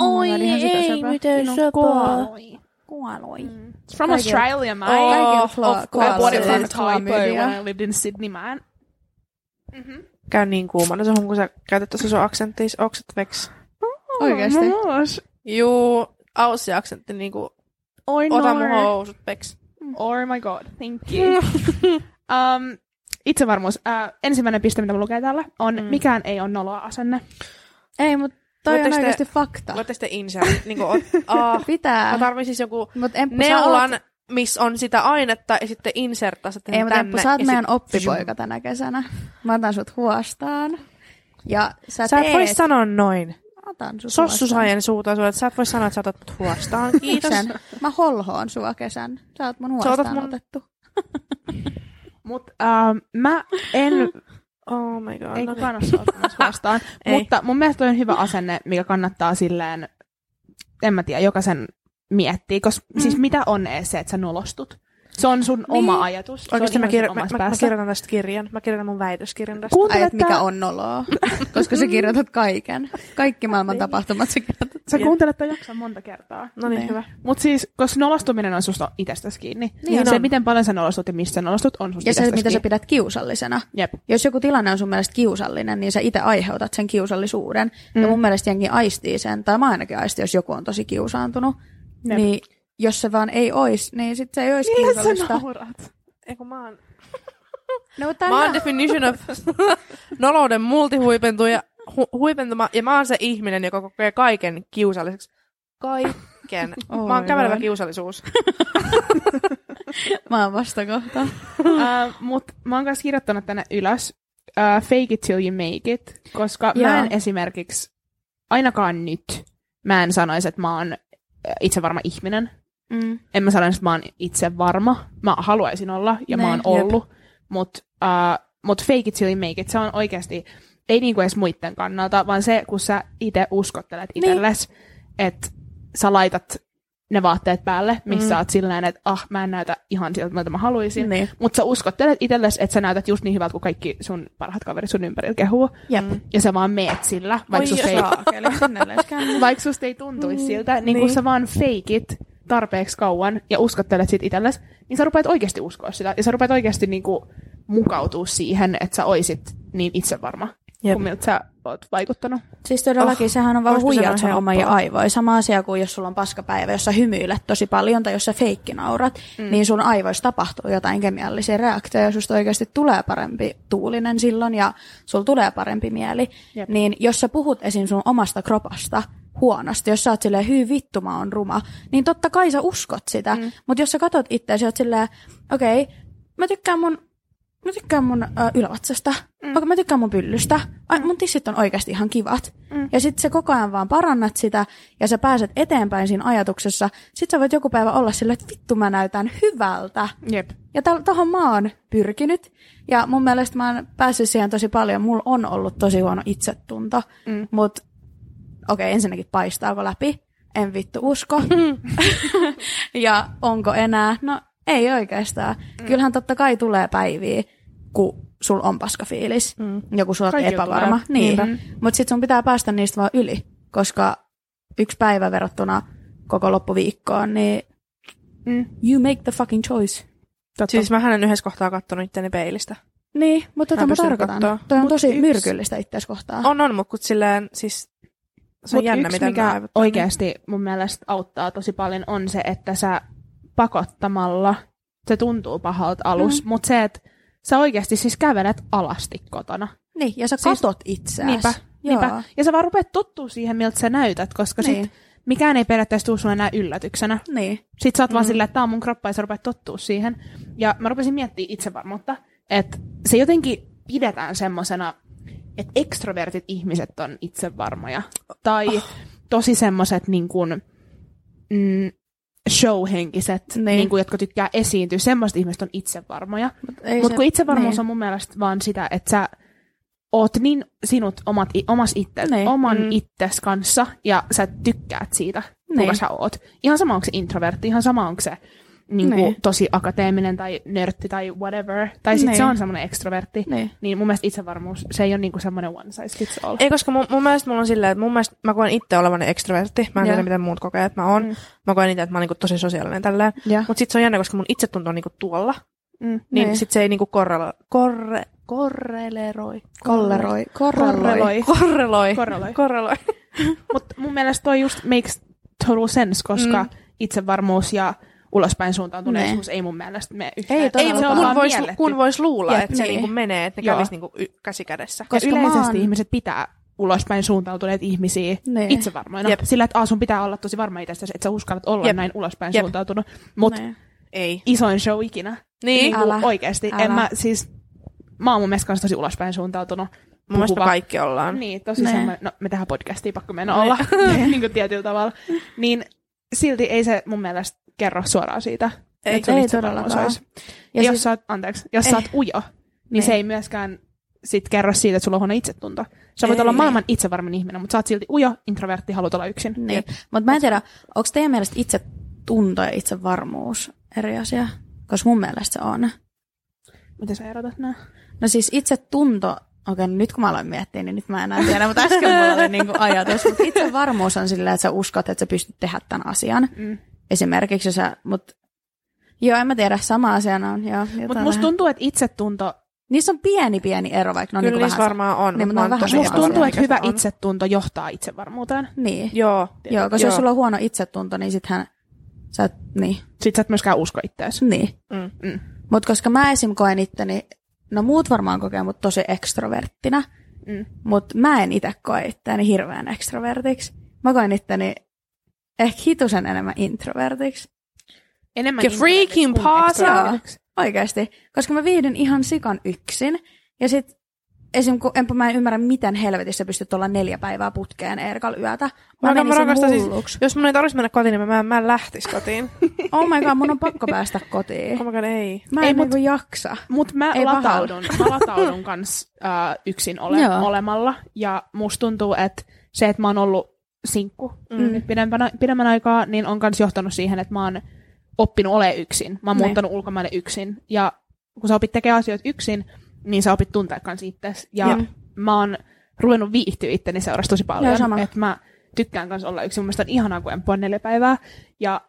[SPEAKER 2] Oi, ei,
[SPEAKER 1] miten
[SPEAKER 2] Kuoloi. Mm.
[SPEAKER 4] It's from
[SPEAKER 2] Kaikilla-
[SPEAKER 4] Australia, man.
[SPEAKER 1] Oh,
[SPEAKER 2] Kaikilla
[SPEAKER 1] of
[SPEAKER 2] flo-
[SPEAKER 1] course.
[SPEAKER 4] I bought it
[SPEAKER 2] kuolleilla
[SPEAKER 4] from
[SPEAKER 1] Absolutely.
[SPEAKER 4] Typo
[SPEAKER 2] chlamydia.
[SPEAKER 4] when I lived in Sydney, man.
[SPEAKER 1] Käy niin kuumana se on, kun sä käytät tuossa sun aksenttiis. Okset veks.
[SPEAKER 4] Oh
[SPEAKER 2] Oikeesti?
[SPEAKER 1] Juu, aussi aksentti niinku,
[SPEAKER 4] Oi,
[SPEAKER 1] ota mun
[SPEAKER 4] no.
[SPEAKER 1] housut veks.
[SPEAKER 4] Oh my god, thank you. um, itsevarmuus. Uh, ensimmäinen piste, mitä mä lukee täällä, on
[SPEAKER 1] Mm.
[SPEAKER 4] mm. mikään ei ole noloa asenne.
[SPEAKER 2] Ei, mut toi
[SPEAKER 1] Voitteko
[SPEAKER 2] on
[SPEAKER 1] te-
[SPEAKER 2] oikeesti fakta.
[SPEAKER 1] Luette sitten insert, niinku, ot, ah,
[SPEAKER 2] Pitää.
[SPEAKER 1] mä tarvin siis joku
[SPEAKER 2] Mut Emppu, sä oot...
[SPEAKER 1] neulan, missä on sitä ainetta, ja sitten inserttaa sitten
[SPEAKER 2] Ei, mut
[SPEAKER 1] tänne.
[SPEAKER 2] Emppu, sä oot
[SPEAKER 1] ja
[SPEAKER 2] meidän
[SPEAKER 1] sit-
[SPEAKER 2] oppipoika tänä kesänä. Mä otan sut huostaan. Ja sä,
[SPEAKER 1] Sä et
[SPEAKER 2] teet...
[SPEAKER 1] voi sanoa noin.
[SPEAKER 2] Mä otan sut
[SPEAKER 1] Sossu
[SPEAKER 2] huostaan.
[SPEAKER 1] sai en suuta sua, että sä et voi sanoa, että sä otat mut huostaan. Kiitos.
[SPEAKER 2] Sen. Mä holhoon sua kesän. Sä oot mun
[SPEAKER 1] Sä otat
[SPEAKER 2] huostaan
[SPEAKER 1] mun-
[SPEAKER 2] otettu.
[SPEAKER 4] Mut um, mä en,
[SPEAKER 1] Oh my god.
[SPEAKER 4] ei
[SPEAKER 1] no niin.
[SPEAKER 4] kukaan ole sua ottamassa vastaan,
[SPEAKER 1] Ei.
[SPEAKER 4] mutta mun mielestä toi on hyvä asenne, mikä kannattaa silleen, en mä tiedä, jokaisen miettii, koska mm. siis mitä on ees se, että sä nolostut? Se on sun niin. oma ajatus. Se on
[SPEAKER 1] Oikeasti mä,
[SPEAKER 4] ihan sun
[SPEAKER 1] kirjo- mä,
[SPEAKER 4] omassa
[SPEAKER 1] mä, mä,
[SPEAKER 4] päässä.
[SPEAKER 1] kirjoitan tästä kirjan. Mä kirjoitan mun väitöskirjan tästä.
[SPEAKER 2] Ai,
[SPEAKER 4] Kuuntele,
[SPEAKER 2] et mikä
[SPEAKER 4] tää-
[SPEAKER 2] on noloa. Koska sä kirjoitat kaiken. Kaikki maailman tapahtumat sä kirjoitat.
[SPEAKER 4] Sä kuuntelet tämän jakson monta kertaa.
[SPEAKER 1] No niin,
[SPEAKER 2] Niin.
[SPEAKER 1] hyvä.
[SPEAKER 4] Mutta siis, koska nolostuminen on susta itsestäsi kiinni,
[SPEAKER 1] Niin
[SPEAKER 4] niin se,
[SPEAKER 1] on.
[SPEAKER 4] miten paljon sä nolostut ja mistä sä nolostut, on susta
[SPEAKER 2] Ja se,
[SPEAKER 4] itsestäsi
[SPEAKER 2] mitä sä
[SPEAKER 4] kiinni.
[SPEAKER 2] pidät kiusallisena.
[SPEAKER 4] Jep.
[SPEAKER 2] Jos joku tilanne on sun mielestä kiusallinen, niin sä itse aiheutat sen kiusallisuuden. Mm. Ja mun mielestä jengi aistii sen, tai mä ainakin aistin, jos joku on tosi kiusaantunut.
[SPEAKER 4] Jep.
[SPEAKER 2] Niin jos se vaan ei ois, niin sit se ei ois kiusallista.
[SPEAKER 4] naurat?
[SPEAKER 1] Eiku mä oon...
[SPEAKER 2] No,
[SPEAKER 1] Mä oon
[SPEAKER 2] tänä...
[SPEAKER 1] definition of nolouden multihuipentuja, hu- huipentuma, ja mä oon se ihminen, joka kokee kaiken kiusalliseksi. Kaiken. mä oon
[SPEAKER 2] Aivan.
[SPEAKER 1] kävelevä kiusallisuus.
[SPEAKER 2] mä oon vastakohta.
[SPEAKER 4] uh, Mutta mä oon myös kirjoittanut tänne ylös uh, fake it till you make it, koska yeah. mä
[SPEAKER 2] Joo.
[SPEAKER 4] en esimerkiksi, ainakaan nyt, mä en sanoisi, että mä oon äh, itsevarma ihminen.
[SPEAKER 2] Mm.
[SPEAKER 4] En mä sanoisi, että mä oon itse varma. Mä haluaisin olla, ja
[SPEAKER 2] Ne,
[SPEAKER 4] mä oon
[SPEAKER 2] jep.
[SPEAKER 4] ollut. Mutta uh, mut fake it till you make it, se on oikeasti, ei niinku edes muiden kannalta, vaan se, kun sä itse uskottelet
[SPEAKER 2] Niin.
[SPEAKER 4] itsellesi, että sä laitat ne vaatteet päälle, missä
[SPEAKER 1] Mm.
[SPEAKER 4] sä oot silleen, että ah, mä en näytä ihan siltä, miltä mä haluaisin.
[SPEAKER 2] Niin.
[SPEAKER 4] Mutta sä uskottelet itsellesi, että sä näytät just niin hyvältä kuin kaikki sun parhaat kaverit sun ympärillä kehuu.
[SPEAKER 2] Jep.
[SPEAKER 1] Mm.
[SPEAKER 4] Ja sä vaan meet sillä,
[SPEAKER 1] Oi
[SPEAKER 4] vaikka susta ei,
[SPEAKER 1] saakeli.
[SPEAKER 4] vaikka susta ei tuntuisi siltä. Niin, kun
[SPEAKER 1] Niin.
[SPEAKER 4] sä vaan fake it tarpeeksi kauan ja uskottelet sit itsellesi, niin sä rupeat oikeasti uskoa sitä. Ja sä rupeat oikeasti niinku mukautua siihen, että sä oisit niin itsevarma,
[SPEAKER 1] Jep.
[SPEAKER 4] kun miltä sä oot vaikuttanut.
[SPEAKER 2] Siis todellakin, oh, sehän on vaan
[SPEAKER 1] olisiko se
[SPEAKER 2] huijat sun
[SPEAKER 1] vähän
[SPEAKER 2] omia
[SPEAKER 1] helppoa?
[SPEAKER 2] aivoja. Sama asia kuin jos sulla on paskapäivä, jossa hymyilet tosi paljon tai jos sä feikkinaurat, mm. niin sun aivoissa tapahtuu jotain kemiallisia reaktioita ja susta oikeasti tulee parempi tuulinen silloin ja sulla tulee parempi mieli.
[SPEAKER 4] Jep.
[SPEAKER 2] Jep. Niin jos sä puhut esim. sun omasta kropasta huonosti, jos sä oot silleen, hyy vittu mä oon ruma, niin totta kai sä uskot sitä. Mm. Mutta jos sä katot itseäsi ja oot silleen, okei, okay, mä tykkään mun mä tykkään mun ö, ylävatsasta, mm. mä tykkään mun pyllystä, Ai, mun tissit on oikeasti ihan kivat. Mm. Ja sitten sä koko ajan vaan parannat sitä, ja sä pääset eteenpäin siinä ajatuksessa. Sitten sä voit joku päivä olla silleen, että vittu mä näytän hyvältä.
[SPEAKER 4] Jep.
[SPEAKER 2] Ja täl- tohon mä oon pyrkinyt. Ja mun mielestä mä oon päässyt siihen tosi paljon. Mulla on ollut tosi huono itsetunto. Mm. Mutta okei, okay, ensinnäkin paistaako läpi? En vittu usko. Mm. ja onko enää? No ei oikeastaan. Mm. Kyllähän totta kai tulee päiviä, kun sul on paska fiilis. Mm. Joku sulla on
[SPEAKER 4] Kaikilla
[SPEAKER 2] epävarma.
[SPEAKER 4] tulee.
[SPEAKER 2] Niin.
[SPEAKER 4] Niinpä.
[SPEAKER 2] Mutta sit sun pitää päästä niistä vaan yli. Koska yksi päivä verrattuna koko loppuviikkoon, niin
[SPEAKER 4] Mm.
[SPEAKER 2] you make the fucking choice.
[SPEAKER 4] Totta.
[SPEAKER 1] Siis mähän en yhdessä kohtaa kattonut itteni peilistä.
[SPEAKER 2] Niin, mutta
[SPEAKER 1] Mä
[SPEAKER 2] tota mä
[SPEAKER 1] pystyn
[SPEAKER 2] tarkoitan.
[SPEAKER 1] kattoo.
[SPEAKER 2] Toi on
[SPEAKER 4] Mut
[SPEAKER 2] tosi
[SPEAKER 4] yksi-
[SPEAKER 2] yks... myrkyllistä itseäsi kohtaan.
[SPEAKER 1] On, on, mutta silleen, siis se on
[SPEAKER 4] Mut
[SPEAKER 1] jännä,
[SPEAKER 4] yksi,
[SPEAKER 1] miten
[SPEAKER 4] mikä
[SPEAKER 1] nämä aivot toimii.
[SPEAKER 4] oikeasti mun mielestä auttaa tosi paljon on se, että sä pakottamalla se tuntuu pahalta alus, mm. mutta se, että sä oikeasti siis kävelet alasti kotona.
[SPEAKER 2] Niin, ja sä
[SPEAKER 4] Siis-
[SPEAKER 2] katot itseäsi.
[SPEAKER 4] Niinpä,
[SPEAKER 2] Joo.
[SPEAKER 4] niinpä. Ja sä vaan rupeat tottua siihen, miltä sä näytät, koska niin.
[SPEAKER 2] Niin.
[SPEAKER 4] sit mikään ei periaatteessa tule sulle enää yllätyksenä.
[SPEAKER 2] Niin.
[SPEAKER 4] Sitten sä oot mm. vaan silleen, että tää on mun kroppa ja sä rupeat tottua siihen. Ja mä rupesin miettimään itsevarmuutta, että se jotenkin pidetään semmosena, että ekstrovertit ihmiset on itsevarmoja. Tai tosi semmoset niin kuin, mm, show-henkiset,
[SPEAKER 2] Niin.
[SPEAKER 4] niin. Niin kuin, jotka tykkää esiintyä. Semmoiset ihmiset on itsevarmoja.
[SPEAKER 2] Ei
[SPEAKER 4] Mutta
[SPEAKER 2] se-
[SPEAKER 4] kun itsevarmuus
[SPEAKER 2] niin.
[SPEAKER 4] on mun mielestä vaan sitä, että sä oot niin sinut omat, i- omas itte,
[SPEAKER 2] Niin.
[SPEAKER 4] oman
[SPEAKER 1] Mm.
[SPEAKER 4] mm. itses kanssa ja sä tykkäät siitä, kuka
[SPEAKER 2] Niin.
[SPEAKER 4] sä oot. Ihan sama onko se introvertti, ihan sama onko se niin kuin,
[SPEAKER 2] Niin.
[SPEAKER 4] tosi akateeminen tai nörtti tai whatever. Tai sitten
[SPEAKER 2] Niin.
[SPEAKER 4] se on semmoinen ekstrovertti.
[SPEAKER 2] Niin.
[SPEAKER 4] Niin mun mielestä itsevarmuus, se ei ole niinku semmoinen one size fits all.
[SPEAKER 1] Ei, koska mun, mun mielestä mulla on silleen, että mun mielestä mä koen itse olevani ekstrovertti. Mä en
[SPEAKER 4] Joo.
[SPEAKER 1] tiedä, miten muut kokee, että mä oon. Mm. Mä koen itse, että mä oon niinku tosi sosiaalinen tälleen.
[SPEAKER 4] Ja.
[SPEAKER 1] Mutta sitten se on jännä, koska mun itsetunto on niinku tuolla.
[SPEAKER 4] Mm.
[SPEAKER 1] Niin,
[SPEAKER 2] Niin.
[SPEAKER 1] niin. sitten se ei niinku korrelo... Korre... Korreleroi.
[SPEAKER 2] Kolleroi. Korreloi.
[SPEAKER 4] Korreloi.
[SPEAKER 1] Korreloi.
[SPEAKER 4] Korreloi.
[SPEAKER 1] Korreloi.
[SPEAKER 4] Mutta mun mielestä toi just makes total sense, koska
[SPEAKER 1] Mm.
[SPEAKER 4] mm. itsevarmuus ja ulospäin suuntaantuneisuus
[SPEAKER 2] Niin.
[SPEAKER 4] ei mun mielestä mene yhteen.
[SPEAKER 2] Ei
[SPEAKER 1] Ei,
[SPEAKER 2] todellakaan.
[SPEAKER 4] se
[SPEAKER 1] mutta
[SPEAKER 4] on
[SPEAKER 1] kun
[SPEAKER 4] vaan
[SPEAKER 1] vois,
[SPEAKER 4] mielletty.
[SPEAKER 1] kun vois luulla,
[SPEAKER 2] Jep,
[SPEAKER 1] että se
[SPEAKER 2] niin.
[SPEAKER 1] niinku menee, että ne
[SPEAKER 4] Joo.
[SPEAKER 1] kävis niinku y- käsi kädessä.
[SPEAKER 2] Koska
[SPEAKER 4] Koska ja yleisesti
[SPEAKER 2] mä oon-
[SPEAKER 4] ihmiset pitää ulospäin suuntautuneet ihmisiä
[SPEAKER 2] Niin.
[SPEAKER 4] niin. itsevarmoina.
[SPEAKER 1] Jep.
[SPEAKER 4] Jep. Sillä, että a, sun pitää olla tosi varma itsestäsi, että sä uskallat olla
[SPEAKER 1] Jep.
[SPEAKER 4] Jep. näin ulospäin
[SPEAKER 1] Jep.
[SPEAKER 4] Jep. suuntautunut. Mutta
[SPEAKER 2] Niin.
[SPEAKER 1] Ei.
[SPEAKER 4] isoin show ikinä.
[SPEAKER 1] Niin.
[SPEAKER 4] Niin kuin
[SPEAKER 2] Älä,
[SPEAKER 4] Oikeasti.
[SPEAKER 2] älä.
[SPEAKER 4] En mä siis... Mä oon mun mielestä kanssa tosi ulospäin suuntautunut.
[SPEAKER 1] Mun mielestä me
[SPEAKER 4] puhuva.
[SPEAKER 1] kaikki ollaan.
[SPEAKER 4] Niin, tosi
[SPEAKER 2] Ne.
[SPEAKER 4] semmoinen, no me tehdään podcastia, pakko meidän olla, niin kuin tietyllä tavalla. Niin silti ei se mun mielestä kerro suoraan siitä,
[SPEAKER 1] Ei.
[SPEAKER 4] että sun
[SPEAKER 2] Ei
[SPEAKER 4] itsevarmuus
[SPEAKER 2] todellakaan.
[SPEAKER 4] olisi.
[SPEAKER 2] Ja siis-
[SPEAKER 4] Ja jos
[SPEAKER 2] sit-
[SPEAKER 4] sä oot, anteeksi, jos sä oot ujo, niin,
[SPEAKER 2] Niin.
[SPEAKER 4] se ei myöskään sit kerro siitä, että sulla on huono itsetunto. Sä voit
[SPEAKER 2] Ei.
[SPEAKER 4] olla maailman itsevarmin ihminen, mutta sä oot silti ujo, introvertti, haluat olla yksin.
[SPEAKER 2] Niin. Mutta mä en tiedä, onko teidän mielestä itse tunto ja itsevarmuus eri asia? Koska mun mielestä se on.
[SPEAKER 4] Miten sä erotat nää?
[SPEAKER 2] No siis itse tunto, okei no nyt kun mä aloin miettiä, niin nyt mä enää tiedä, mutta äsken mulla oli niinku ajatus. Mutta itse varmuus on sillä, että sä uskot, että sä pystyt tehdä tämän asian.
[SPEAKER 4] Mm.
[SPEAKER 2] Esimerkiksi jos sä, mut, joo en mä tiedä, sama asiana on. Joo,
[SPEAKER 4] Mutta
[SPEAKER 2] jotain
[SPEAKER 4] musta
[SPEAKER 2] vähän.
[SPEAKER 4] tuntuu, että itsetunto,
[SPEAKER 2] Niissä on pieni pieni ero, vaikka ne on
[SPEAKER 1] Kyllä
[SPEAKER 2] niinku vähän
[SPEAKER 1] niissä varmaan on,
[SPEAKER 2] Niin,
[SPEAKER 1] mutta mä oon
[SPEAKER 2] mutta
[SPEAKER 1] tosi
[SPEAKER 2] ne on vähän
[SPEAKER 4] musta tuntuu,
[SPEAKER 2] epävarma,
[SPEAKER 4] että hyvä
[SPEAKER 1] on.
[SPEAKER 4] itsetunto johtaa itsevarmuuteen.
[SPEAKER 2] Niin,
[SPEAKER 1] Joo.
[SPEAKER 2] joo, koska jos sulla on huono itsetunto, niin sittenhän sä et, niin,
[SPEAKER 4] Sit sä et myöskään usko ittees.
[SPEAKER 2] niin.
[SPEAKER 1] Mm.
[SPEAKER 4] Mm.
[SPEAKER 2] Mutta koska mä esim. koen itteni, no muut varmaan kokee mut tosi ekstroverttina,
[SPEAKER 4] Mm.
[SPEAKER 2] mutta mä en itse koe itteeni hirveän ekstrovertiksi. Mä koen itteni ehkä hitusen enemmän introvertiksi.
[SPEAKER 4] Enemmän niinku-
[SPEAKER 1] Get
[SPEAKER 4] introvertiksi
[SPEAKER 1] freaking
[SPEAKER 4] kuin
[SPEAKER 1] pasa!
[SPEAKER 4] extrovertiksi.
[SPEAKER 2] Oikeasti. Koska mä viihdyn ihan sikan yksin. Ja sit esim. kun enpä mä en ymmärrä, miten helvetissä pystyt olla neljä päivää putkeen Erkal yötä. Mä
[SPEAKER 1] Mä, mä,
[SPEAKER 2] menisin
[SPEAKER 1] rakastan siis,
[SPEAKER 2] hulluksi.
[SPEAKER 1] jos mun ei tarvitsisi mennä kotiin, niin mä, mä en lähtisi kotiin.
[SPEAKER 2] Oh my god, mun on pakko päästä kotiin.
[SPEAKER 1] Oh my god, ei.
[SPEAKER 2] Mä en
[SPEAKER 4] Ei,
[SPEAKER 2] ei,
[SPEAKER 4] mut-
[SPEAKER 2] niinku jaksa.
[SPEAKER 4] Mut mä
[SPEAKER 2] Ei
[SPEAKER 4] Ei lataudun, mä lataudun kans äh, yksin ole,
[SPEAKER 2] Joo.
[SPEAKER 4] olemalla. Ja musta tuntuu, että se, että mä oon ollut sinkku
[SPEAKER 1] Mm.
[SPEAKER 4] mm. nyt pidempän, pidemmän aikaa, niin on kans johtanut siihen, että mä oon oppinut ole yksin. Mä oon
[SPEAKER 2] Niin.
[SPEAKER 4] muuttanut ulkomaille yksin. Ja kun sä opit tekemään asioita yksin, niin sä opit tuntea kans itses. Ja
[SPEAKER 2] Jep.
[SPEAKER 4] mm. mä oon ruvennut viihtyä itteni seurassa tosi
[SPEAKER 2] Joo,
[SPEAKER 4] paljon.
[SPEAKER 2] sama.
[SPEAKER 4] että mä tykkään kans olla yksin. Mun mielestä on ihanaa, kun en puhu neljä päivää. Ja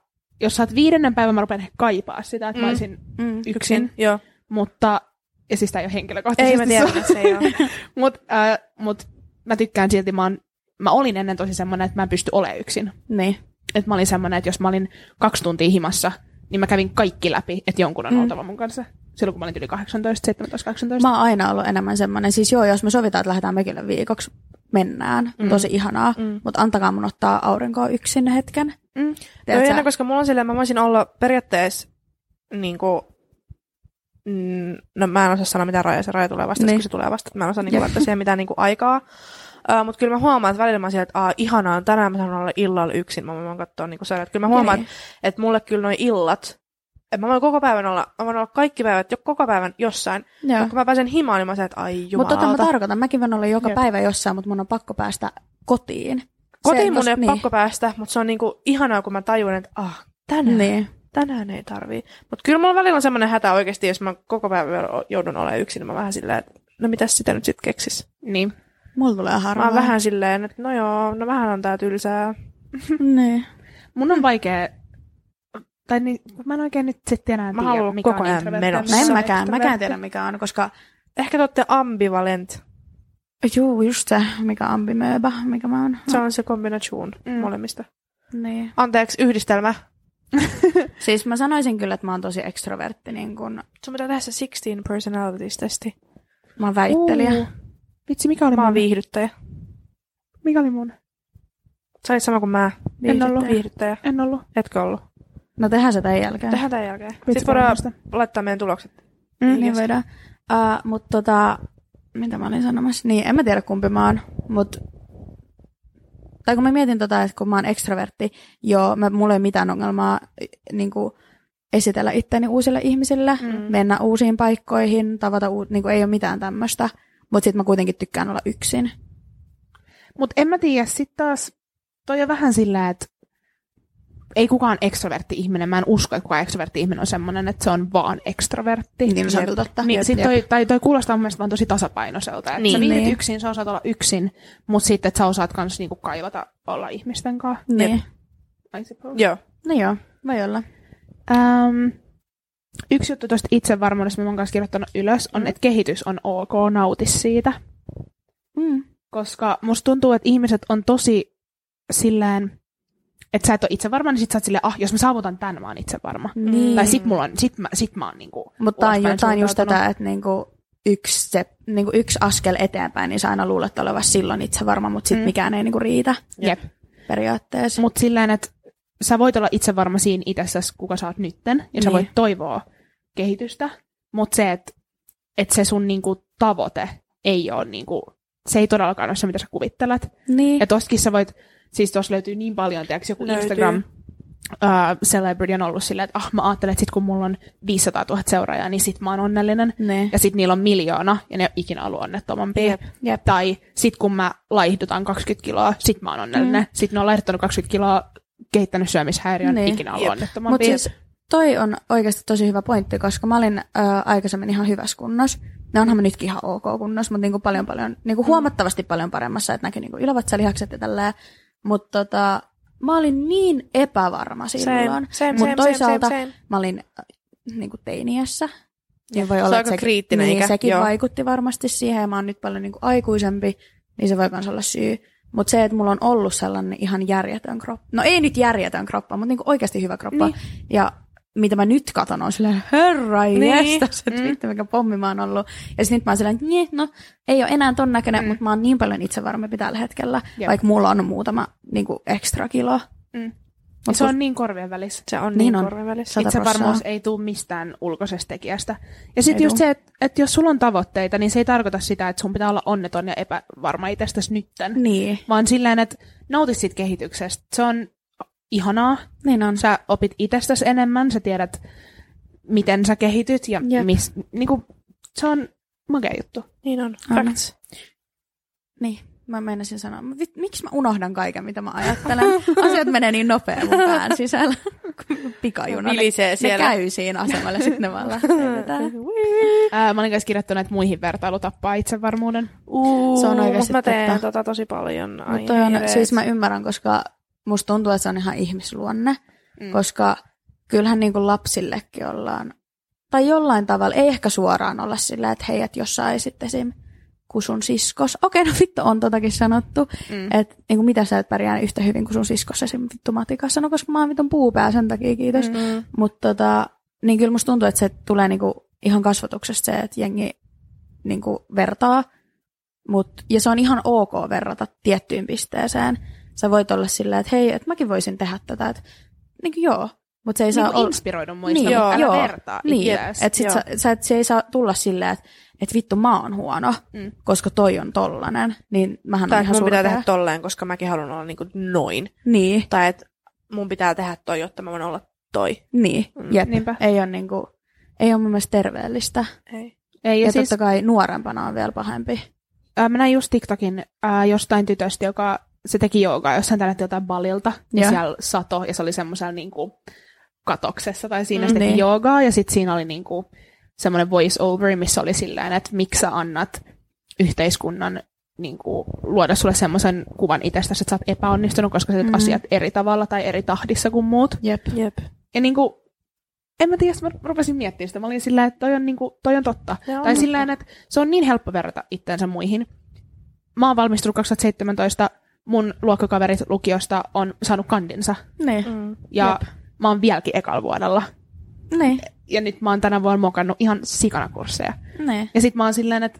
[SPEAKER 4] jos sä oot viidennen päivän, mä rupean ehkä kaipaa sitä, että mm.
[SPEAKER 1] Mm.
[SPEAKER 4] mä olisin
[SPEAKER 2] Mm.
[SPEAKER 4] yksin
[SPEAKER 1] Joo.
[SPEAKER 4] mutta, ja siis tämä ei ole henkilökohtaisesti
[SPEAKER 1] Ei mä tiedä, että se ei ole.
[SPEAKER 4] mutta äh, mut mä tykkään silti, mä, oon, mä olin ennen tosi semmoinen, että mä en pysty olemaan yksin.
[SPEAKER 2] Niin.
[SPEAKER 4] Että mä olin semmoinen, että jos mä olin kaksi tuntia himassa, niin mä kävin kaikki läpi, että jonkun on
[SPEAKER 2] Mm.
[SPEAKER 4] mm. oltava mun kanssa. Silloin kun mä olin yli 18, 17, 18.
[SPEAKER 2] Mä oon aina ollut enemmän semmoinen, siis joo, jos me sovitaan, että lähdetään mökille viikoksi, mennään, mm.
[SPEAKER 4] Mm.
[SPEAKER 2] tosi ihanaa, mm.
[SPEAKER 1] Mm.
[SPEAKER 2] mutta antakaa mun ottaa aurinkoa yksin hetken.
[SPEAKER 4] Mm.
[SPEAKER 1] Joo,
[SPEAKER 2] Tiedätkö,
[SPEAKER 1] jännä, koska mulla on silleen, mä voisin olla periaatteessa niin kuin, no mä en osaa sanoa mitä raja, se raja tulee vasta,
[SPEAKER 2] Niin.
[SPEAKER 1] niin. kun se tulee vasta. Mä en osaa niin
[SPEAKER 2] Jep.
[SPEAKER 1] kuin, laittaa siihen mitään niin kuin, aikaa. Uh, mutta kyllä mä huomaan, että välillä mä oon siellä, että Aa, ihanaa, tänään mä saan olla illalla yksin, mä voin katsoa niin sarjat. Kyllä mä huomaan,
[SPEAKER 2] Niin.
[SPEAKER 1] että, että mulle kyllä noi illat, että mä voin koko päivän olla, mä voin olla kaikki päivät, jo koko päivän jossain.
[SPEAKER 2] Joo.
[SPEAKER 1] Mutta kun mä pääsen himaan, niin mä sanon, että ai
[SPEAKER 2] Mutta tota mä
[SPEAKER 1] jumalauta.
[SPEAKER 2] tarkoitan, mäkin voin olla joka
[SPEAKER 4] Jep.
[SPEAKER 2] päivä jossain, mutta mun on pakko päästä kotiin.
[SPEAKER 1] Kotiin mun ei ole
[SPEAKER 2] niin.
[SPEAKER 1] pakko päästä, mutta se on niin kuin, ihanaa, kun mä tajun, että ah, tänään
[SPEAKER 2] Niin.
[SPEAKER 1] tänään ei tarvii. Mutta kyllä mulla välillä on semmoinen hätä oikeasti, jos mä koko päivän joudun olemaan yksin, niin mä vähän silleen, että no mitäs sitä nyt sit keksis.
[SPEAKER 4] Niin.
[SPEAKER 2] Mulla tulee
[SPEAKER 1] Mä
[SPEAKER 2] harmaa.
[SPEAKER 1] oon vähän silleen, että no joo, no vähän on tää tylsää.
[SPEAKER 2] Niin.
[SPEAKER 4] Mun on vaikea, tai niin, mä en oikein nyt sitten enää
[SPEAKER 1] Mä
[SPEAKER 4] tiedä,
[SPEAKER 1] haluan
[SPEAKER 4] mikä
[SPEAKER 1] koko
[SPEAKER 4] on
[SPEAKER 1] ajan
[SPEAKER 4] introvertti.
[SPEAKER 1] menossa.
[SPEAKER 2] No en
[SPEAKER 1] Se on
[SPEAKER 2] mäkään,
[SPEAKER 4] extrovertti.
[SPEAKER 2] mäkään en tiedä mikä on, koska
[SPEAKER 1] Ehkä te ootte ambivalent.
[SPEAKER 2] juu, just se, mikä ambimööbä, mikä mä oon.
[SPEAKER 1] Mm. Se on se kombination
[SPEAKER 4] Mm.
[SPEAKER 1] molemmista.
[SPEAKER 2] Niin.
[SPEAKER 1] Anteeksi, yhdistelmä.
[SPEAKER 2] siis mä sanoisin kyllä, että mä oon tosi ekstrovertti, niin kun
[SPEAKER 1] Sun pitää tehdä se 16 personalities-testi.
[SPEAKER 2] mä oon väittelijä.
[SPEAKER 4] Uu. Vitsi, mikä oli
[SPEAKER 1] Mä oon
[SPEAKER 4] mun?
[SPEAKER 1] viihdyttäjä.
[SPEAKER 4] Mikä oli mun?
[SPEAKER 1] Sä olit sama kuin mä.
[SPEAKER 4] ollut.
[SPEAKER 1] Viihdyttäjä.
[SPEAKER 4] En ollut.
[SPEAKER 1] Etkö ollut?
[SPEAKER 2] No tehdään se tämän jälkeen.
[SPEAKER 1] Tehdään tämän jälkeen.
[SPEAKER 4] Vitsi,
[SPEAKER 1] Sitten voidaan
[SPEAKER 4] varmasti.
[SPEAKER 1] laittaa meidän tulokset.
[SPEAKER 2] Mm, niin voidaan. Uh, mutta tota, mitä mä olin sanomassa? Niin, en mä tiedä kumpi mä oon, mut... Tai kun mä mietin tota, että kun mä oon ekstrovertti, joo, mä, mulla ei mitään ongelmaa niin kuin, esitellä itseäni uusille ihmisille, mm. mennä uusiin paikkoihin, tavata, uu, niin kuin, ei ole mitään tämmöistä. Mutta sitten mä kuitenkin tykkään olla yksin.
[SPEAKER 4] Mut en mä tiedä, sit taas toi on vähän sillä, että ei kukaan ekstrovertti ihminen, mä en usko, että kukaan ekstrovertti ihminen on semmoinen, että se on vaan ekstrovertti.
[SPEAKER 2] Niin, no, se on kyllä totta.
[SPEAKER 4] Niin,
[SPEAKER 2] Jep,
[SPEAKER 4] sit
[SPEAKER 2] jep.
[SPEAKER 4] toi, tai toi kuulostaa mun mielestä vaan tosi tasapainoiselta. Että niin, sä
[SPEAKER 2] Niin.
[SPEAKER 4] viihdyt
[SPEAKER 2] Niin.
[SPEAKER 4] yksin, sä osaat olla yksin, mutta sitten että sä osaat kans niinku kaivata olla ihmisten kanssa.
[SPEAKER 2] Niin.
[SPEAKER 4] I suppose.
[SPEAKER 1] Joo.
[SPEAKER 2] No joo, voi olla.
[SPEAKER 4] Öm, yksi juttu tuosta itsevarmuudesta, mitä mä oon kanssa kirjoittanut ylös, on, että kehitys on ok, nauti siitä.
[SPEAKER 2] Mm.
[SPEAKER 4] Koska musta tuntuu, että ihmiset on tosi sillään, että sä et ole itsevarma, niin sit sä oot silleen, ah, jos mä saavutan tän, mä oon itsevarma.
[SPEAKER 2] Niin.
[SPEAKER 4] Tai sit, mulla on, sit, mä, sit mä oon niinku
[SPEAKER 2] Mutta tämä on, ju-
[SPEAKER 4] ulospäin
[SPEAKER 2] tää on just
[SPEAKER 4] suuntautunut.
[SPEAKER 2] tätä, että niinku yksi, se, niinku yksi askel eteenpäin, niin sä aina luulet olevasi silloin itse varma, mutta sitten
[SPEAKER 4] Mm.
[SPEAKER 2] mm. mikään ei niinku riitä
[SPEAKER 4] Jep.
[SPEAKER 2] periaatteessa.
[SPEAKER 4] Mutta silleen, että sä voit olla itsevarma siinä itsessäsi, kuka sä oot nytten, ja niin. sä
[SPEAKER 2] Niin.
[SPEAKER 4] voit toivoa kehitystä, mutta se, että et se sun niinku, tavoite ei ole, niinku, se ei todellakaan ole se, mitä sä kuvittelet.
[SPEAKER 2] Niin.
[SPEAKER 4] Ja tostakin sä voit, siis tuossa löytyy niin paljon, tiedätkö, joku
[SPEAKER 1] Löytyy.
[SPEAKER 4] Instagram uh, celebrity on ollut silleen, että ah, mä ajattelen, että sit kun mulla on 500 000 seuraajaa, niin sit mä oon onnellinen.
[SPEAKER 2] niin.
[SPEAKER 4] Ja sit niillä on miljoona, ja ne ei ole ikinä ollut onnettomampi.
[SPEAKER 1] Jep.
[SPEAKER 2] Jep.
[SPEAKER 4] Tai sit kun mä laihdutan 20 kiloa, sit mä oon onnellinen. Mm. Sit ne on laihduttanut 20 kiloa, kehittänyt syömishäiriön, niin.
[SPEAKER 2] Niin.
[SPEAKER 4] ikinä ollut
[SPEAKER 1] Jep.
[SPEAKER 4] onnettomampi.
[SPEAKER 2] Mutta siis toi on oikeasti tosi hyvä pointti, koska mä olin ö, aikaisemmin ihan hyvässä kunnossa. No onhan mä nytkin ihan ok kunnossa, mutta niinku paljon, paljon, niinku
[SPEAKER 4] Mm.
[SPEAKER 2] huomattavasti paljon paremmassa, että näki niinku ylävatsalihakset ja tälleen. Mutta tota, mä olin niin epävarma silloin.
[SPEAKER 1] same,
[SPEAKER 2] Mut
[SPEAKER 1] same,
[SPEAKER 2] toisaalta
[SPEAKER 1] same, same, same.
[SPEAKER 2] mä olin äh, niin kuin teiniässä. Ja
[SPEAKER 1] Se
[SPEAKER 2] voi
[SPEAKER 1] on
[SPEAKER 2] olla,
[SPEAKER 1] aika
[SPEAKER 2] että
[SPEAKER 1] kriittinen
[SPEAKER 2] niin,
[SPEAKER 1] ikä,
[SPEAKER 2] sekin
[SPEAKER 1] joo.
[SPEAKER 2] vaikutti varmasti siihen, ja mä oon nyt paljon niin kuin aikuisempi, niin se voi myös olla syy. Mutta se, että mulla on ollut sellainen ihan järjetön kroppa, no ei nyt järjetön kroppa, mutta niin oikeasti hyvä kroppa. Niin. Ja mitä mä nyt katon, on silleen, herra
[SPEAKER 1] Niin.
[SPEAKER 2] niin. että
[SPEAKER 1] Mm.
[SPEAKER 2] vittu mikä pommi mä oon ollut. Ja sitten nyt mä oon silleen, että "Nyeh, no ei ole enää ton näköinen, mm. mutta mä oon niin paljon itsevarmempi tällä hetkellä,
[SPEAKER 4] Jep.
[SPEAKER 2] vaikka mulla on muutama niin kuin ekstra kilo.
[SPEAKER 4] Mm.
[SPEAKER 2] Mut
[SPEAKER 4] se
[SPEAKER 2] kun-
[SPEAKER 4] on niin korvien välissä.
[SPEAKER 1] Se on niin,
[SPEAKER 2] Niin
[SPEAKER 1] niin
[SPEAKER 2] on.
[SPEAKER 1] korven välissä.
[SPEAKER 2] Sata
[SPEAKER 4] Itsevarmuus
[SPEAKER 2] prossaa.
[SPEAKER 4] ei tule mistään ulkoisesta tekijästä. Ja sitten
[SPEAKER 2] Ei
[SPEAKER 4] just
[SPEAKER 2] tuu.
[SPEAKER 4] se, että et jos sulla on tavoitteita, niin se ei tarkoita sitä, että sun pitää olla onneton ja epävarma itsestäsi nytten.
[SPEAKER 2] Niin,
[SPEAKER 4] Vaan silleen, että nautit siitä kehityksestä. Se on ihanaa.
[SPEAKER 2] niin on.
[SPEAKER 4] Sä opit itsestäsi enemmän, sä tiedät, miten sä kehityt ja
[SPEAKER 2] Jep.
[SPEAKER 4] mis, niinku, se on makea juttu.
[SPEAKER 1] Niin on.
[SPEAKER 2] On.
[SPEAKER 1] Facts.
[SPEAKER 2] Niin, mä meinasin sanoa, mut vit- miksi mä unohdan kaiken, mitä mä ajattelen? Asiat menee niin nopea mun pään sisällä, kun pikajuna. Ne,
[SPEAKER 1] Vilisee
[SPEAKER 2] ne
[SPEAKER 1] siellä.
[SPEAKER 2] käy siinä asemalla, sitten ne vaan lähtee vetämään.
[SPEAKER 4] Ää, mä olin kanssa kirjoittanut, että muihin vertailu tappaa itsevarmuuden.
[SPEAKER 2] Niin,
[SPEAKER 1] Uu,
[SPEAKER 2] Se on oikeasti
[SPEAKER 1] Mä teen
[SPEAKER 2] totta.
[SPEAKER 1] tota tosi paljon. Ai
[SPEAKER 2] Mutta on,
[SPEAKER 1] hirveet.
[SPEAKER 2] siis mä ymmärrän, koska musta tuntuu, että se on ihan ihmisluonne,
[SPEAKER 4] Mm.
[SPEAKER 2] mm. koska kyllähän niin kuin lapsillekin ollaan, tai jollain tavalla, ei ehkä suoraan olla sillä, että hei, että jos saisit esim. kun sun siskos, okei, no vittu, on totakin sanottu,
[SPEAKER 4] Mm.
[SPEAKER 2] että niin kuin, mitä sä et pärjää yhtä hyvin kuin sun siskos esim. vittu matikassa, no koska mä oon vitun puupää sen takia, kiitos. Mm.
[SPEAKER 1] Mm.
[SPEAKER 2] Mutta tota, niin kyllä musta tuntuu, että se tulee niinku ihan kasvatuksesta se, että jengi niinku vertaa. Mut, ja se on ihan ok verrata tiettyyn pisteeseen. Sä voit olla silleen, että hei, että mäkin voisin tehdä tätä. Et, niinku joo, mutta se ei saa
[SPEAKER 4] Niinku
[SPEAKER 2] olla...
[SPEAKER 4] inspiroidu muista,
[SPEAKER 2] Niin,
[SPEAKER 4] niin, mutta
[SPEAKER 2] joo.
[SPEAKER 4] älä vertaa
[SPEAKER 2] Niin,
[SPEAKER 4] itseäsi.
[SPEAKER 2] että sit
[SPEAKER 1] niinku joo.
[SPEAKER 2] sä, sä, et, se ei saa tulla silleen, että et vittu mä oon huono,
[SPEAKER 4] Mm.
[SPEAKER 2] mm. koska toi on tollanen. Niin mähän
[SPEAKER 1] Tai
[SPEAKER 2] on
[SPEAKER 1] että
[SPEAKER 2] ihan
[SPEAKER 1] mun
[SPEAKER 2] surkea.
[SPEAKER 1] pitää tehdä tolleen, koska mäkin haluan olla niinku noin.
[SPEAKER 2] Niin,
[SPEAKER 1] Tai että mun pitää tehdä toi, jotta mä voin olla toi.
[SPEAKER 2] niin,
[SPEAKER 1] Mm.
[SPEAKER 2] jep.
[SPEAKER 4] Niinpä.
[SPEAKER 2] Ei ole niinku, ei ole mun mielestä terveellistä.
[SPEAKER 1] Ei.
[SPEAKER 4] Ei,
[SPEAKER 2] Ja,
[SPEAKER 4] ja
[SPEAKER 2] ja
[SPEAKER 4] siis,
[SPEAKER 2] totta kai nuorempana on vielä pahempi.
[SPEAKER 4] ää, mä näin just TikTokin ää, jostain tytöstä, joka se teki joogaa jossain tällä jotain balilta, ja,
[SPEAKER 2] Joo.
[SPEAKER 4] siellä sato, ja se oli semmoisella niinku, katoksessa, tai siinä
[SPEAKER 1] Mm,
[SPEAKER 4] mm, se teki
[SPEAKER 2] niin.
[SPEAKER 4] joogaa, ja sitten siinä oli niinku, semmoinen voice over, missä oli silleen, että miksi sä annat yhteiskunnan niinku, luoda sulle semmoisen kuvan itsestäsi, että sä oot epäonnistunut, koska sä teet
[SPEAKER 2] Mm.
[SPEAKER 4] asiat eri tavalla tai eri tahdissa kuin muut.
[SPEAKER 2] Jep.
[SPEAKER 1] Jep.
[SPEAKER 4] Ja niinku, en mä tiedä, mä rupesin miettimään sitä. Mä olin sillä, että toi on, niinku, toi on totta.
[SPEAKER 1] Ne on
[SPEAKER 4] Tai
[SPEAKER 1] totta.
[SPEAKER 4] sillä että se on niin helppo verrata itteensä muihin. Mä oon valmistunut 2017, mun luokkakaverit lukiosta on saanut kandinsa.
[SPEAKER 2] Niin.
[SPEAKER 1] Mm.
[SPEAKER 4] Ja Jep. mä oon vieläkin ekalla vuodella.
[SPEAKER 2] Niin,
[SPEAKER 4] Ja nyt mä oon tänä vuonna mokannut ihan sikana kursseja.
[SPEAKER 2] niin.
[SPEAKER 4] Ja sit mä oon silleen, että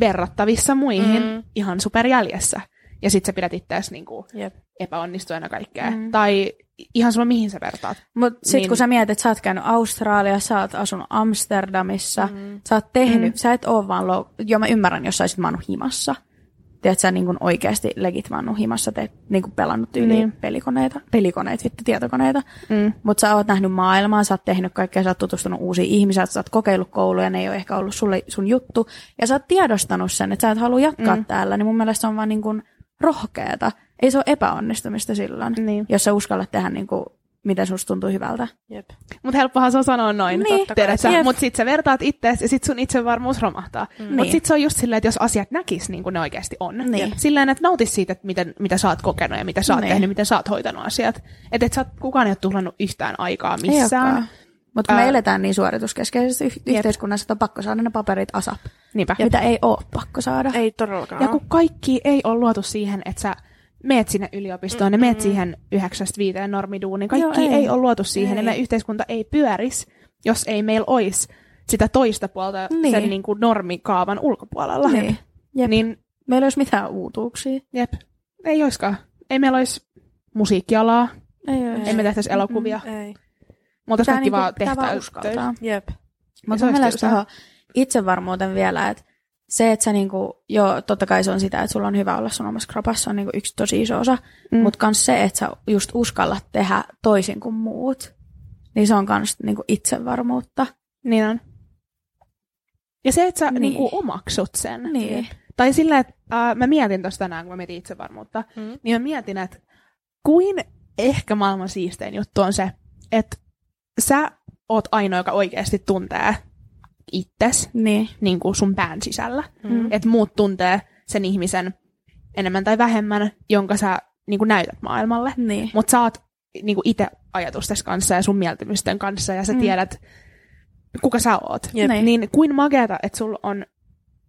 [SPEAKER 4] verrattavissa muihin
[SPEAKER 1] Mm.
[SPEAKER 4] mm. ihan superjäljessä. Ja sit sä pidät itseäsi niinku
[SPEAKER 1] Jep.
[SPEAKER 4] epäonnistuneena kaikkea.
[SPEAKER 2] Mm.
[SPEAKER 4] Mm. Tai ihan sama mihin sä vertaat.
[SPEAKER 2] Mut sit niin.
[SPEAKER 4] Niin.
[SPEAKER 2] kun sä mietit, että sä oot käynyt Australiassa, sä oot asunut Amsterdamissa, mm. sä oot tehnyt, mm. sä et oo vaan, lou... joo mä ymmärrän, jos sä olisit maannut himassa. Tiedät sä niin oikeasti legit maannut himassa, te niin pelannut yli niin.
[SPEAKER 4] Niin.
[SPEAKER 2] pelikoneita, pelikoneita, vittu, tietokoneita.
[SPEAKER 4] Mm.
[SPEAKER 2] Mutta sä oot nähnyt maailmaa, sä oot tehnyt kaikkea, sä oot tutustunut uusiin ihmisiin, sä oot kokeillut kouluja, ne ei ole ehkä ollut sulle sun juttu. Ja sä oot tiedostanut sen, että sä et halua jatkaa mm. täällä, niin mun mielestä se on vaan niin kuin rohkeeta. Ei se ole epäonnistumista silloin,
[SPEAKER 4] Niin.
[SPEAKER 2] jos sä uskallat tehdä niin kuin, mitä susta tuntuu hyvältä.
[SPEAKER 1] Jep.
[SPEAKER 4] Mut helppohan se on sanoa noin,
[SPEAKER 2] Niin.
[SPEAKER 4] niin, tiedät
[SPEAKER 2] Totta kai.
[SPEAKER 4] sä.
[SPEAKER 2] Jep.
[SPEAKER 4] Mut sit sä vertaat itseäsi ja sit sun itsevarmuus romahtaa. Mm. Mut
[SPEAKER 2] Niin.
[SPEAKER 4] sit se on just silleen, että jos asiat näkis niin kuin ne oikeasti on.
[SPEAKER 2] Niin.
[SPEAKER 4] Silleen, että nautis siitä, että miten, mitä sä oot kokenut ja mitä sä oot
[SPEAKER 2] Niin.
[SPEAKER 4] niin. tehnyt, miten sä oot hoitanut asiat. Että et sä oot, kukaan ei ole tuhlannut yhtään aikaa
[SPEAKER 2] olekaan.
[SPEAKER 4] missään.
[SPEAKER 2] Mutta kun me
[SPEAKER 4] Ää.
[SPEAKER 2] eletään niin suorituskeskeisessä yh- yhteiskunnassa, että on pakko saada ne paperit asap,
[SPEAKER 4] Niinpä.
[SPEAKER 2] mitä ei ole pakko saada.
[SPEAKER 1] Ei todellakaan.
[SPEAKER 4] Ja kun kaikki ei ole luotu siihen, että sä meet sinne yliopistoon ja meet siihen yhdeksästä viiteen normiduuniin. Kaikki
[SPEAKER 2] Joo,
[SPEAKER 4] Joo,
[SPEAKER 2] ei.
[SPEAKER 4] ei. ei ole luotu
[SPEAKER 2] Ei.
[SPEAKER 4] siihen ei. ja meidän yhteiskunta ei pyöris, jos ei meillä olisi sitä toista puolta
[SPEAKER 2] Niin.
[SPEAKER 4] niin. sen niin kuin normikaavan ulkopuolella.
[SPEAKER 2] Niin. Jep.
[SPEAKER 4] Niin
[SPEAKER 2] Meillä ei olisi mitään uutuuksia.
[SPEAKER 4] jep, ei oiskaan. Ei meillä olisi musiikkialaa,
[SPEAKER 2] Ei, ei,
[SPEAKER 4] ei me tehtäisi elokuvia. Mm.
[SPEAKER 1] Ei.
[SPEAKER 4] Me oltaisiin
[SPEAKER 2] Tää
[SPEAKER 4] kaikki
[SPEAKER 2] niinku,
[SPEAKER 4] vaan
[SPEAKER 2] tää vaan
[SPEAKER 4] tehtävä.
[SPEAKER 2] uskaltaa.
[SPEAKER 1] Jep.
[SPEAKER 2] Mutta
[SPEAKER 4] se
[SPEAKER 2] mun
[SPEAKER 4] olisi
[SPEAKER 2] mielestä
[SPEAKER 4] tylsää.
[SPEAKER 2] tuohon itsevarmuuteen vielä, että se, että sä niinku, joo, totta kai se on sitä, että sulla on hyvä olla sun omassa kropassa, on niinku yksi tosi iso osa, mm.
[SPEAKER 4] Mm.
[SPEAKER 2] mutta kans se, että sä just uskallat tehdä toisin kuin muut, niin se on kans niinku itsevarmuutta.
[SPEAKER 4] Niin on. Ja se, että sä
[SPEAKER 2] Niin.
[SPEAKER 4] niin. Niin kuin omaksut sen.
[SPEAKER 2] Niin.
[SPEAKER 4] Tai sillä, että äh, mä mietin tuossa tänään, kun mä mietin itsevarmuutta,
[SPEAKER 1] Mm.
[SPEAKER 4] mm. niin mä mietin, että kuin ehkä maailman siistein juttu on se, että sä oot ainoa, joka oikeasti tuntee itses
[SPEAKER 2] Niin.
[SPEAKER 4] niin kuin sun pään sisällä.
[SPEAKER 1] Mm.
[SPEAKER 4] Että muut tuntee sen ihmisen enemmän tai vähemmän, jonka sä niin kuin näytät maailmalle.
[SPEAKER 2] Niin.
[SPEAKER 4] Mutta sä oot niin kuin itse ajatustesi kanssa ja sun mieltymysten kanssa ja sä
[SPEAKER 2] Mm.
[SPEAKER 4] tiedät, kuka sä oot.
[SPEAKER 1] Jep.
[SPEAKER 2] Niin.
[SPEAKER 4] Niin kuin mageata, että sulla on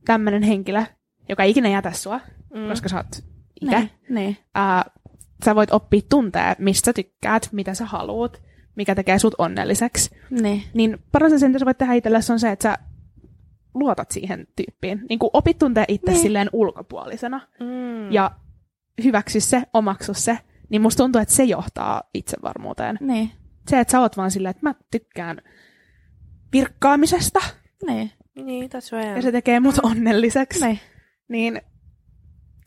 [SPEAKER 4] tämmöinen henkilö, joka ei ikinä jätä sua,
[SPEAKER 1] Mm.
[SPEAKER 4] koska sä oot itse.
[SPEAKER 2] Niin. niin.
[SPEAKER 4] Ää, sä voit oppia tuntea, mistä sä tykkäät, mitä sä haluut, mikä tekee sut onnelliseksi.
[SPEAKER 2] Niin.
[SPEAKER 4] Niin paras asia, mitä sä voit tehdä itsellesi, on se, että sä luotat siihen tyyppiin. Niin kuin opit tuntea itse
[SPEAKER 2] Niin.
[SPEAKER 4] niin. silleen ulkopuolisena
[SPEAKER 1] Mm.
[SPEAKER 4] ja hyväksy se, omaksu se. Niin musta tuntuu, että se johtaa itsevarmuuteen.
[SPEAKER 2] Niin.
[SPEAKER 4] Se, että sä oot vaan silleen, että mä tykkään virkkaamisesta
[SPEAKER 2] Niin.
[SPEAKER 1] Niin, that's where I am.
[SPEAKER 4] ja se tekee mut onnelliseksi.
[SPEAKER 2] Mm. Niin.
[SPEAKER 4] niin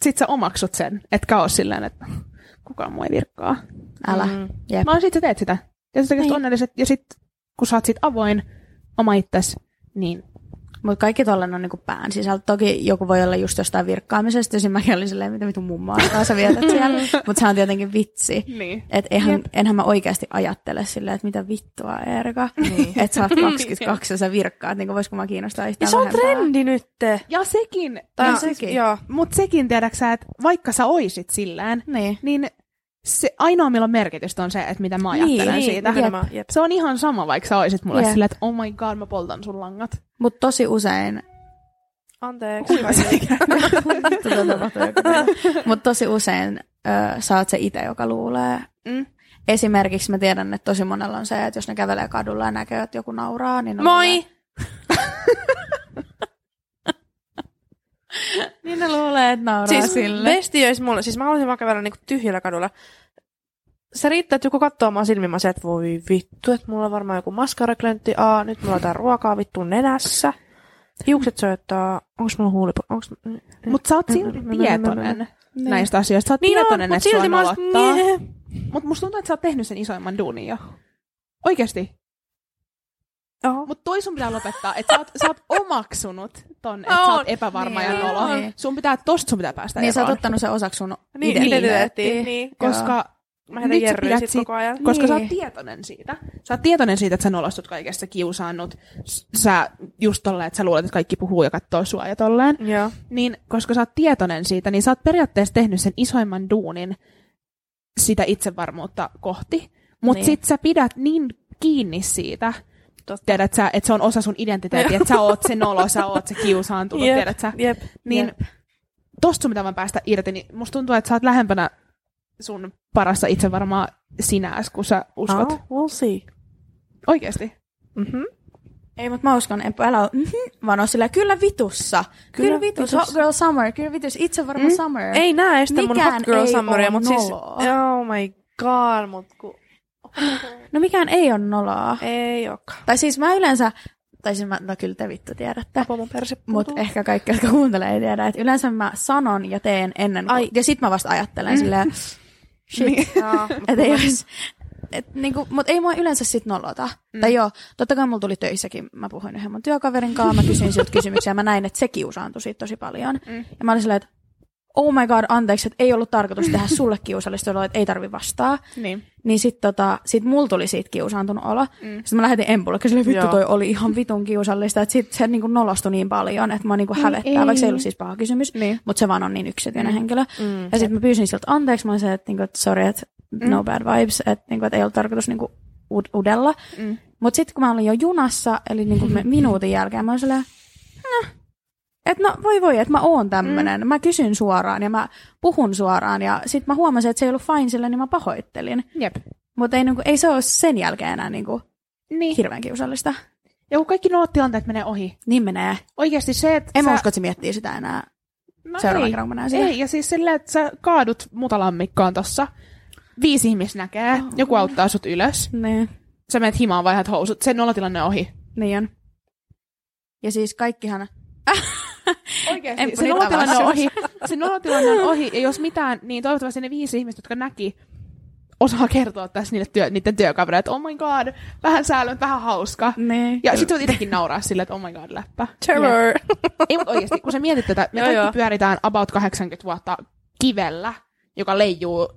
[SPEAKER 4] sit sä omaksut sen, etkä oo silleen, että kukaan muu ei virkkaa.
[SPEAKER 2] Älä. Mm.
[SPEAKER 1] Mm.
[SPEAKER 2] Jep.
[SPEAKER 4] Vaan sit sä teet sitä. Ja sä teet
[SPEAKER 2] Niin.
[SPEAKER 4] onnelliset, ja sit kun sä oot sit avoin oma itses, niin
[SPEAKER 2] Mutta kaikki tollen on niinku pään sisällä. Toki joku voi olla just jostain virkkaamisesta, ja sit mäkin olin silleen, mitä vitun mummaa aikaa sä vietät siellä. Mutta se on tietenkin vitsi.
[SPEAKER 4] Niin.
[SPEAKER 2] Että eihän, enhän mä oikeasti ajattele silleen, että mitä vittua Erika, niin. että sä oot 22 ja sä virkkaat, niin voisiko mä kiinnostaa
[SPEAKER 1] Ja
[SPEAKER 2] yhtään
[SPEAKER 1] se on
[SPEAKER 2] vähempää.
[SPEAKER 1] trendi nytte.
[SPEAKER 4] Ja sekin,
[SPEAKER 1] Tai
[SPEAKER 2] Joo,
[SPEAKER 1] se-
[SPEAKER 2] sekin.
[SPEAKER 1] Joo.
[SPEAKER 4] mut sekin tiedäksä, että vaikka sä oisit sillään,
[SPEAKER 2] Niin,
[SPEAKER 4] niin se ainoa millä on merkitystä on se, että mitä mä ajattelen
[SPEAKER 1] niin,
[SPEAKER 4] siitä.
[SPEAKER 1] nimenomaan, jep.
[SPEAKER 4] Se on ihan sama, vaikka sä oisit mulle
[SPEAKER 2] Jep.
[SPEAKER 4] silleen, että oh my god, mä poltan sun langat.
[SPEAKER 2] mutta tosi usein,
[SPEAKER 1] Anteeksi.
[SPEAKER 2] mutta tosi usein ö, sä oot se itse, joka luulee.
[SPEAKER 4] Mm.
[SPEAKER 2] Esimerkiksi mä tiedän, että tosi monella on se, että jos ne kävelee kadulla ja näkee, että joku nauraa, niin ne
[SPEAKER 1] Moi!
[SPEAKER 2] luulee-
[SPEAKER 3] Niin ne luulee, että nauraa
[SPEAKER 1] Siis
[SPEAKER 3] sille.
[SPEAKER 1] besti olisi mulle. Siis mä haluaisin vaan kävellä niinku tyhjällä kadulla. Se riittää, että joku katsoo mua silmiin, mä se, että voi vittu, että mulla on varmaan joku maskaraklöntti. Aa, nyt mulla on tää ruokaa vittu nenässä. Hiukset soittaa, onks mulla huulipu, onks...
[SPEAKER 4] Mut sä oot silti
[SPEAKER 1] Mm, mm, mm, mm,
[SPEAKER 4] tietoinen näistä asioista. Sä oot tietoinen,
[SPEAKER 1] Niin mut
[SPEAKER 4] että sua
[SPEAKER 1] mä olisin-
[SPEAKER 4] nolottaa.
[SPEAKER 1] Niin.
[SPEAKER 4] Mutta musta tuntuu, että sä oot tehnyt sen isoimman duunin jo. Oikeesti.
[SPEAKER 1] Joo.
[SPEAKER 4] Mutta toi sun pitää lopettaa, että sä oot, sä oot omaksunut ton, että sä
[SPEAKER 1] On.
[SPEAKER 4] oot epävarma
[SPEAKER 2] Niin
[SPEAKER 4] ja nolo.
[SPEAKER 2] on.
[SPEAKER 4] Sun pitää, tosta sun pitää päästä
[SPEAKER 2] Niin sä oot
[SPEAKER 4] eroon.
[SPEAKER 2] ottanut sen osaksi sun
[SPEAKER 1] Niin,
[SPEAKER 2] identiteettiä.
[SPEAKER 1] identiteettiin. Niin.
[SPEAKER 4] Koska,
[SPEAKER 1] Mä heitän
[SPEAKER 4] Nyt sä
[SPEAKER 1] jerryä
[SPEAKER 4] pidät
[SPEAKER 1] sit
[SPEAKER 4] siitä-
[SPEAKER 1] koko ajan.
[SPEAKER 4] koska sä
[SPEAKER 2] Niin.
[SPEAKER 4] oot tietoinen siitä. Sä oot tietoinen siitä, että sä nolostut kaikesta, sä kiusaannut. s- Sä just tolleen, että sä luulet, että kaikki puhuu ja katsoo sua ja tolleen.
[SPEAKER 1] Joo.
[SPEAKER 4] Niin, koska sä oot tietoinen siitä, niin sä oot periaatteessa tehnyt sen isoimman duunin sitä itsevarmuutta kohti. Mutta
[SPEAKER 2] Niin.
[SPEAKER 4] niin. sit sä pidät niin kiinni siitä,
[SPEAKER 1] Totta.
[SPEAKER 4] tiedät sä, että se on osa sun identiteettiä, että sä oot se nolo, sä oot se kiusaantunut,
[SPEAKER 1] Jep,
[SPEAKER 4] tiedät sä.
[SPEAKER 1] Jep.
[SPEAKER 4] Niin
[SPEAKER 1] jep.
[SPEAKER 4] tosta sun pitää vaan päästä irti, niin musta tuntuu, että sä oot lähempänä sun parassa itse varmaan sinäs, kun sä uskot. Oh.
[SPEAKER 1] Ah, we'll see.
[SPEAKER 4] Oikeesti.
[SPEAKER 1] Mm-hmm.
[SPEAKER 2] Ei, mutta mä uskon, en älä oo, mhm, vaan on sillä kyllä vitussa. Kyllä,
[SPEAKER 1] Kyllä
[SPEAKER 2] kyllä vitus.
[SPEAKER 1] vitussa.
[SPEAKER 2] Hot girl summer, kyllä vitus. Itse varma
[SPEAKER 4] Mm.
[SPEAKER 2] summer.
[SPEAKER 1] Ei näe sitä mun
[SPEAKER 2] Mikään
[SPEAKER 1] hot girl
[SPEAKER 2] ei
[SPEAKER 1] summeria,
[SPEAKER 2] oo
[SPEAKER 1] mutta siis...
[SPEAKER 2] noloa.
[SPEAKER 1] Oh my god, mut ku...
[SPEAKER 2] No mikään ei ole noloa.
[SPEAKER 1] Ei ookaan.
[SPEAKER 2] Tai siis mä yleensä, tai siis mä, no kyllä te vittu tiedätte.
[SPEAKER 1] Apua mun perse
[SPEAKER 2] Mutta
[SPEAKER 1] putoaa.
[SPEAKER 2] ehkä kaikki, jotka kuuntelee, ei tiedä, että yleensä mä sanon ja teen ennen. Ai. Mm.
[SPEAKER 1] Ai.
[SPEAKER 2] Ja sit mä vasta ajattelen silleen, shit, niin.
[SPEAKER 1] Jaa, mut
[SPEAKER 2] että ei olisi. Et niinku, mut ei mua yleensä sit nolota. Mm. Tai joo, totta kai mulla tuli töissäkin, mä puhuin yhden mun työkaverin kanssa, mä kysyin siltä kysymyksiä ja mä näin, että se kiusaantui siitä tosi paljon. Mm. Ja mä olin silleen, että oh my god, anteeksi, että ei ollut tarkoitus tehdä sulle kiusallista, jolloin että ei tarvi vastaa.
[SPEAKER 4] Niin.
[SPEAKER 2] Niin sit, tota, sit mulla tuli siitä kiusaantunut olo. Mm. Sitten mä lähetin Empulle, kyllä silleen, vittu
[SPEAKER 1] Joo.
[SPEAKER 2] toi oli ihan vitun kiusallista. Että sit se niinku nolostui niin paljon, että mä niinku hävettää,
[SPEAKER 4] ei.
[SPEAKER 2] vaikka se ei ollut siis paha kysymys.
[SPEAKER 4] Niin.
[SPEAKER 2] Mutta se vaan on niin yksityinen mm. henkilö.
[SPEAKER 1] Mm.
[SPEAKER 2] Ja sitten mä pyysin siltä anteeksi, mä olin se, että niinku, et, sorry, että no bad vibes, että niinku, et ei ollut tarkoitus niinku, ud- udella.
[SPEAKER 4] Mm.
[SPEAKER 2] Mutta sitten kun mä olin jo junassa, eli niinku me- minuutin jälkeen, mä olin silleen, että no voi voi, että mä oon tämmönen. Mm. Mä kysyn suoraan ja mä puhun suoraan ja sit mä huomasin, että se ei ollut fine sille, niin mä pahoittelin.
[SPEAKER 4] Jep.
[SPEAKER 2] Mutta ei, niinku, ei se ole sen jälkeen enää niinku,
[SPEAKER 4] Niin.
[SPEAKER 2] hirveän kiusallista.
[SPEAKER 4] Ja kun kaikki nolot tilanteet menee ohi.
[SPEAKER 2] Niin menee.
[SPEAKER 4] Oikeasti se, että
[SPEAKER 2] En mä
[SPEAKER 4] sä...
[SPEAKER 2] usko, että se miettii sitä enää
[SPEAKER 4] No
[SPEAKER 2] seuraavan
[SPEAKER 4] ei.
[SPEAKER 2] kerran, kun mä näen sitä.
[SPEAKER 4] Ei, ja siis sillä, että sä kaadut mutalammikkoon tossa. Viisi ihmistä näkee, oh. joku auttaa sut ylös.
[SPEAKER 2] Niin.
[SPEAKER 4] Sä menet himaan, vaihdat housut. Sen nolotilanne on ohi.
[SPEAKER 2] Niin on. Ja siis kaikkihan... niinku
[SPEAKER 4] Oikeasti.
[SPEAKER 1] Niin,
[SPEAKER 2] Enpä
[SPEAKER 4] se
[SPEAKER 2] nyt
[SPEAKER 4] nolotilanne
[SPEAKER 2] avaa
[SPEAKER 4] on ohi. Se nolotilanne on ohi. Ja jos mitään, niin toivottavasti ne viisi ihmistä, jotka näki, osaa kertoa tässä niille työ, niiden työkavereille, että oh my god, vähän säälöt, vähän hauska.
[SPEAKER 2] Niin.
[SPEAKER 4] Ja sit sä voit itsekin nauraa silleen, että oh my god, läppä.
[SPEAKER 1] Terror.
[SPEAKER 4] Ei, mutta oikeasti, kun sä mietit tätä, me
[SPEAKER 1] Joo,
[SPEAKER 4] kaikki
[SPEAKER 1] joo.
[SPEAKER 4] pyöritään about 80 vuotta kivellä, joka leijuu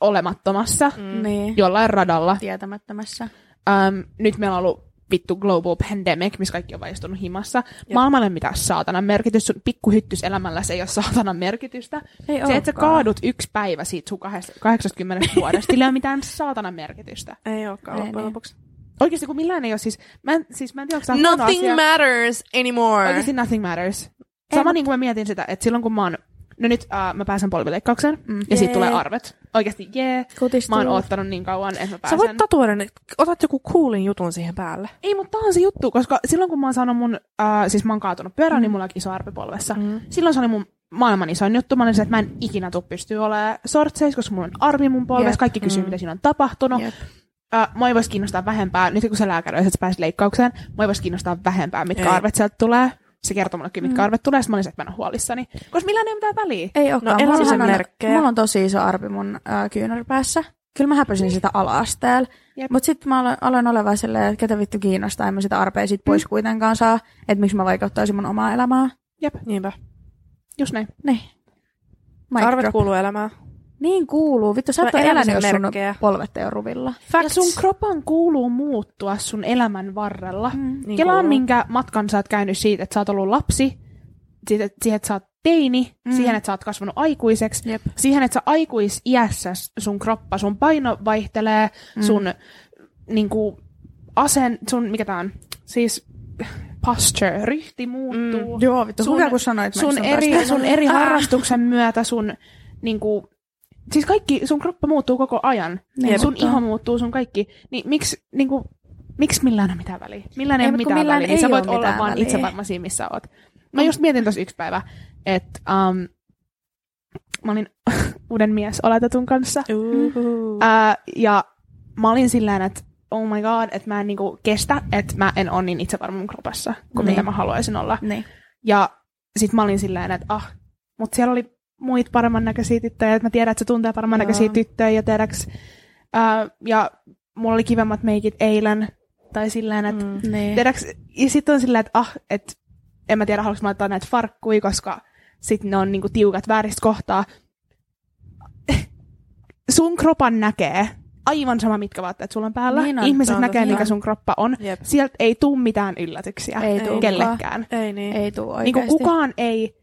[SPEAKER 4] olemattomassa
[SPEAKER 1] Mm.
[SPEAKER 2] Niin.
[SPEAKER 4] jollain radalla.
[SPEAKER 2] Tietämättömässä.
[SPEAKER 4] Öm, nyt meillä on ollut vittu global pandemic, missä kaikki on vaan istunut himassa. Maailmalle ei ole mitään saatanan merkitys, sun pikkuhyttys elämälläsi ei ole saatanan merkitystä.
[SPEAKER 2] Ei
[SPEAKER 4] Se, että sä
[SPEAKER 2] olekaan.
[SPEAKER 4] kaadut yksi päivä siitä sun kahdesta- 80 vuodesta, sillä ei ole mitään saatanan merkitystä.
[SPEAKER 1] Ei ookaan
[SPEAKER 2] Ei
[SPEAKER 1] loppujen
[SPEAKER 2] niin.
[SPEAKER 1] lopuksi.
[SPEAKER 4] Oikeasti kun millään ei ole siis, mä en, siis mä en tiedä, onko tää huono
[SPEAKER 1] Nothing
[SPEAKER 4] asia.
[SPEAKER 1] matters anymore.
[SPEAKER 4] Oikeasti nothing matters. Sama niin kuin mä mietin sitä, että silloin kun mä oon, no nyt äh, mä pääsen polvileikkaukseen, mm. ja siitä
[SPEAKER 1] Jee.
[SPEAKER 4] tulee arvet. Oikeasti jee, yeah.
[SPEAKER 2] Kutista
[SPEAKER 4] mä oon oottanut niin kauan, että mä
[SPEAKER 1] Sä
[SPEAKER 4] pääsen.
[SPEAKER 1] voit tatuoida, ne- otat joku coolin jutun siihen päälle.
[SPEAKER 4] Ei, mutta tää on se juttu, koska silloin kun mä oon saanut mun, äh, siis mä oon kaatunut pyörään, mm. niin mulla on iso arpi polvessa. Mm. Silloin se oli mun maailman isoin juttu. Mä olin se, että mä en ikinä tuu pystyä olemaan sortseissa, koska mulla on arvi mun polvessa.
[SPEAKER 2] Jep.
[SPEAKER 4] Kaikki kysyy, mm. mitä siinä on tapahtunut.
[SPEAKER 2] Jep.
[SPEAKER 4] Äh, mua ei voisi kiinnostaa vähempää. Nyt kun sä lääkäri olisit, että sä pääsit leikkaukseen, mua ei voisi kiinnostaa vähempää, mitkä
[SPEAKER 1] Ei.
[SPEAKER 4] arvet sieltä tulee. Se kertoo mulle kyllä, mitkä arvet tulee, sit mä olin se, että mä en ole huolissani. Koska millään ei ole mitään väliä.
[SPEAKER 2] Ei olekaan.
[SPEAKER 1] No, elämisen
[SPEAKER 2] Mullahan on-
[SPEAKER 1] merkkejä.
[SPEAKER 2] Mulla on tosi iso arpi mun äh, kyynärpäässä. Kyllä mä häpysin sitä ala-asteella.
[SPEAKER 4] Jep.
[SPEAKER 2] Mutta sitten mä aloin, aloin olevan silleen, että ketä vittu kiinnostaa, en mä sitä arpea sit pois mm. kuitenkaan saa. Että miksi mä vaikeuttaisin mun omaa elämää.
[SPEAKER 4] Jep,
[SPEAKER 1] Niinpä.
[SPEAKER 4] just näin.
[SPEAKER 2] Niin. Mic
[SPEAKER 1] Arvet
[SPEAKER 2] drop.
[SPEAKER 1] kuuluu elämään.
[SPEAKER 2] Niin kuuluu. Vittu, sä
[SPEAKER 1] Mä
[SPEAKER 2] et ole
[SPEAKER 1] elämisen
[SPEAKER 2] elänyt, jos sun
[SPEAKER 1] merkkejä.
[SPEAKER 2] polvet ei ole ruvilla.
[SPEAKER 4] Ja sun kropan kuuluu muuttua sun elämän varrella. Mm, niin
[SPEAKER 1] niin
[SPEAKER 4] Kelaa,
[SPEAKER 1] kuuluu.
[SPEAKER 4] minkä matkan sä oot käynyt siitä, että sä oot ollut lapsi, siitä, että- siihen, että sä oot teini, mm. siihen, että sä oot kasvanut aikuiseksi,
[SPEAKER 2] Jep.
[SPEAKER 4] siihen, että sä aikuisiässä s- sun kroppa, sun paino vaihtelee, mm. sun niinku, asen, sun, mikä tää on, siis posture, ryhti muuttuu. Mm.
[SPEAKER 2] Joo, vittu.
[SPEAKER 4] Sun-
[SPEAKER 2] Hyvä, kun sanoit. mä
[SPEAKER 4] Sun,
[SPEAKER 2] istun
[SPEAKER 4] eri,
[SPEAKER 2] tästä.
[SPEAKER 4] sun eri harrastuksen myötä sun niinku, Siis kaikki, sun kroppa muuttuu koko ajan.
[SPEAKER 2] Niin,
[SPEAKER 4] sun
[SPEAKER 2] mutta-
[SPEAKER 4] iho muuttuu, sun kaikki. Niin miksi, niinku, miksi millään on mitään väliä? Millään ei,
[SPEAKER 2] Ei,
[SPEAKER 4] ei ole
[SPEAKER 2] mut kun
[SPEAKER 4] mitään
[SPEAKER 2] millään
[SPEAKER 4] väliä. Niin sä
[SPEAKER 2] ei
[SPEAKER 4] voit
[SPEAKER 2] oo
[SPEAKER 4] olla
[SPEAKER 2] mitään
[SPEAKER 4] vaan
[SPEAKER 2] väliä.
[SPEAKER 4] itse varma siinä, missä oot. Mä just mietin tuossa yksi päivä, että um, mä olin uuden mies oletetun kanssa.
[SPEAKER 1] Uhuhu.
[SPEAKER 4] Ää, ja mä olin sillään, että oh my god, että mä en niinku kestä, että mä en ole niin itsevarma mun kropassa kuin
[SPEAKER 2] Niin.
[SPEAKER 4] mitä mä haluaisin olla.
[SPEAKER 2] Niin.
[SPEAKER 4] Ja sit mä olin sillään, että ah, mut siellä oli muit paremman näköisiä tyttöjä, että mä tiedän, että se tuntee paremman
[SPEAKER 1] Joo.
[SPEAKER 4] näköisiä tyttöjä ja tiedäks, ää, ja mulla oli kivemmat meikit eilen, tai sillään, että mm.
[SPEAKER 2] Niin.
[SPEAKER 4] tiedäks, ja sit on sillään, että ah, että en mä tiedä, haluanko mä laittaa näitä farkkuja, koska sit ne on niinku tiukat vääristä kohtaa. sun kropan näkee aivan sama, mitkä vaatteet sulla on päällä.
[SPEAKER 2] Niin on, se
[SPEAKER 4] Ihmiset
[SPEAKER 1] on
[SPEAKER 4] näkee,
[SPEAKER 1] totta.
[SPEAKER 4] mikä sun kroppa on.
[SPEAKER 1] Jep.
[SPEAKER 4] Sieltä ei tuu mitään yllätyksiä
[SPEAKER 2] Ei
[SPEAKER 1] Ei
[SPEAKER 2] tuu
[SPEAKER 4] kellekään.
[SPEAKER 1] Ei niin.
[SPEAKER 2] Ei tuu
[SPEAKER 4] Niin
[SPEAKER 2] oikeesti.
[SPEAKER 4] kuin kukaan ei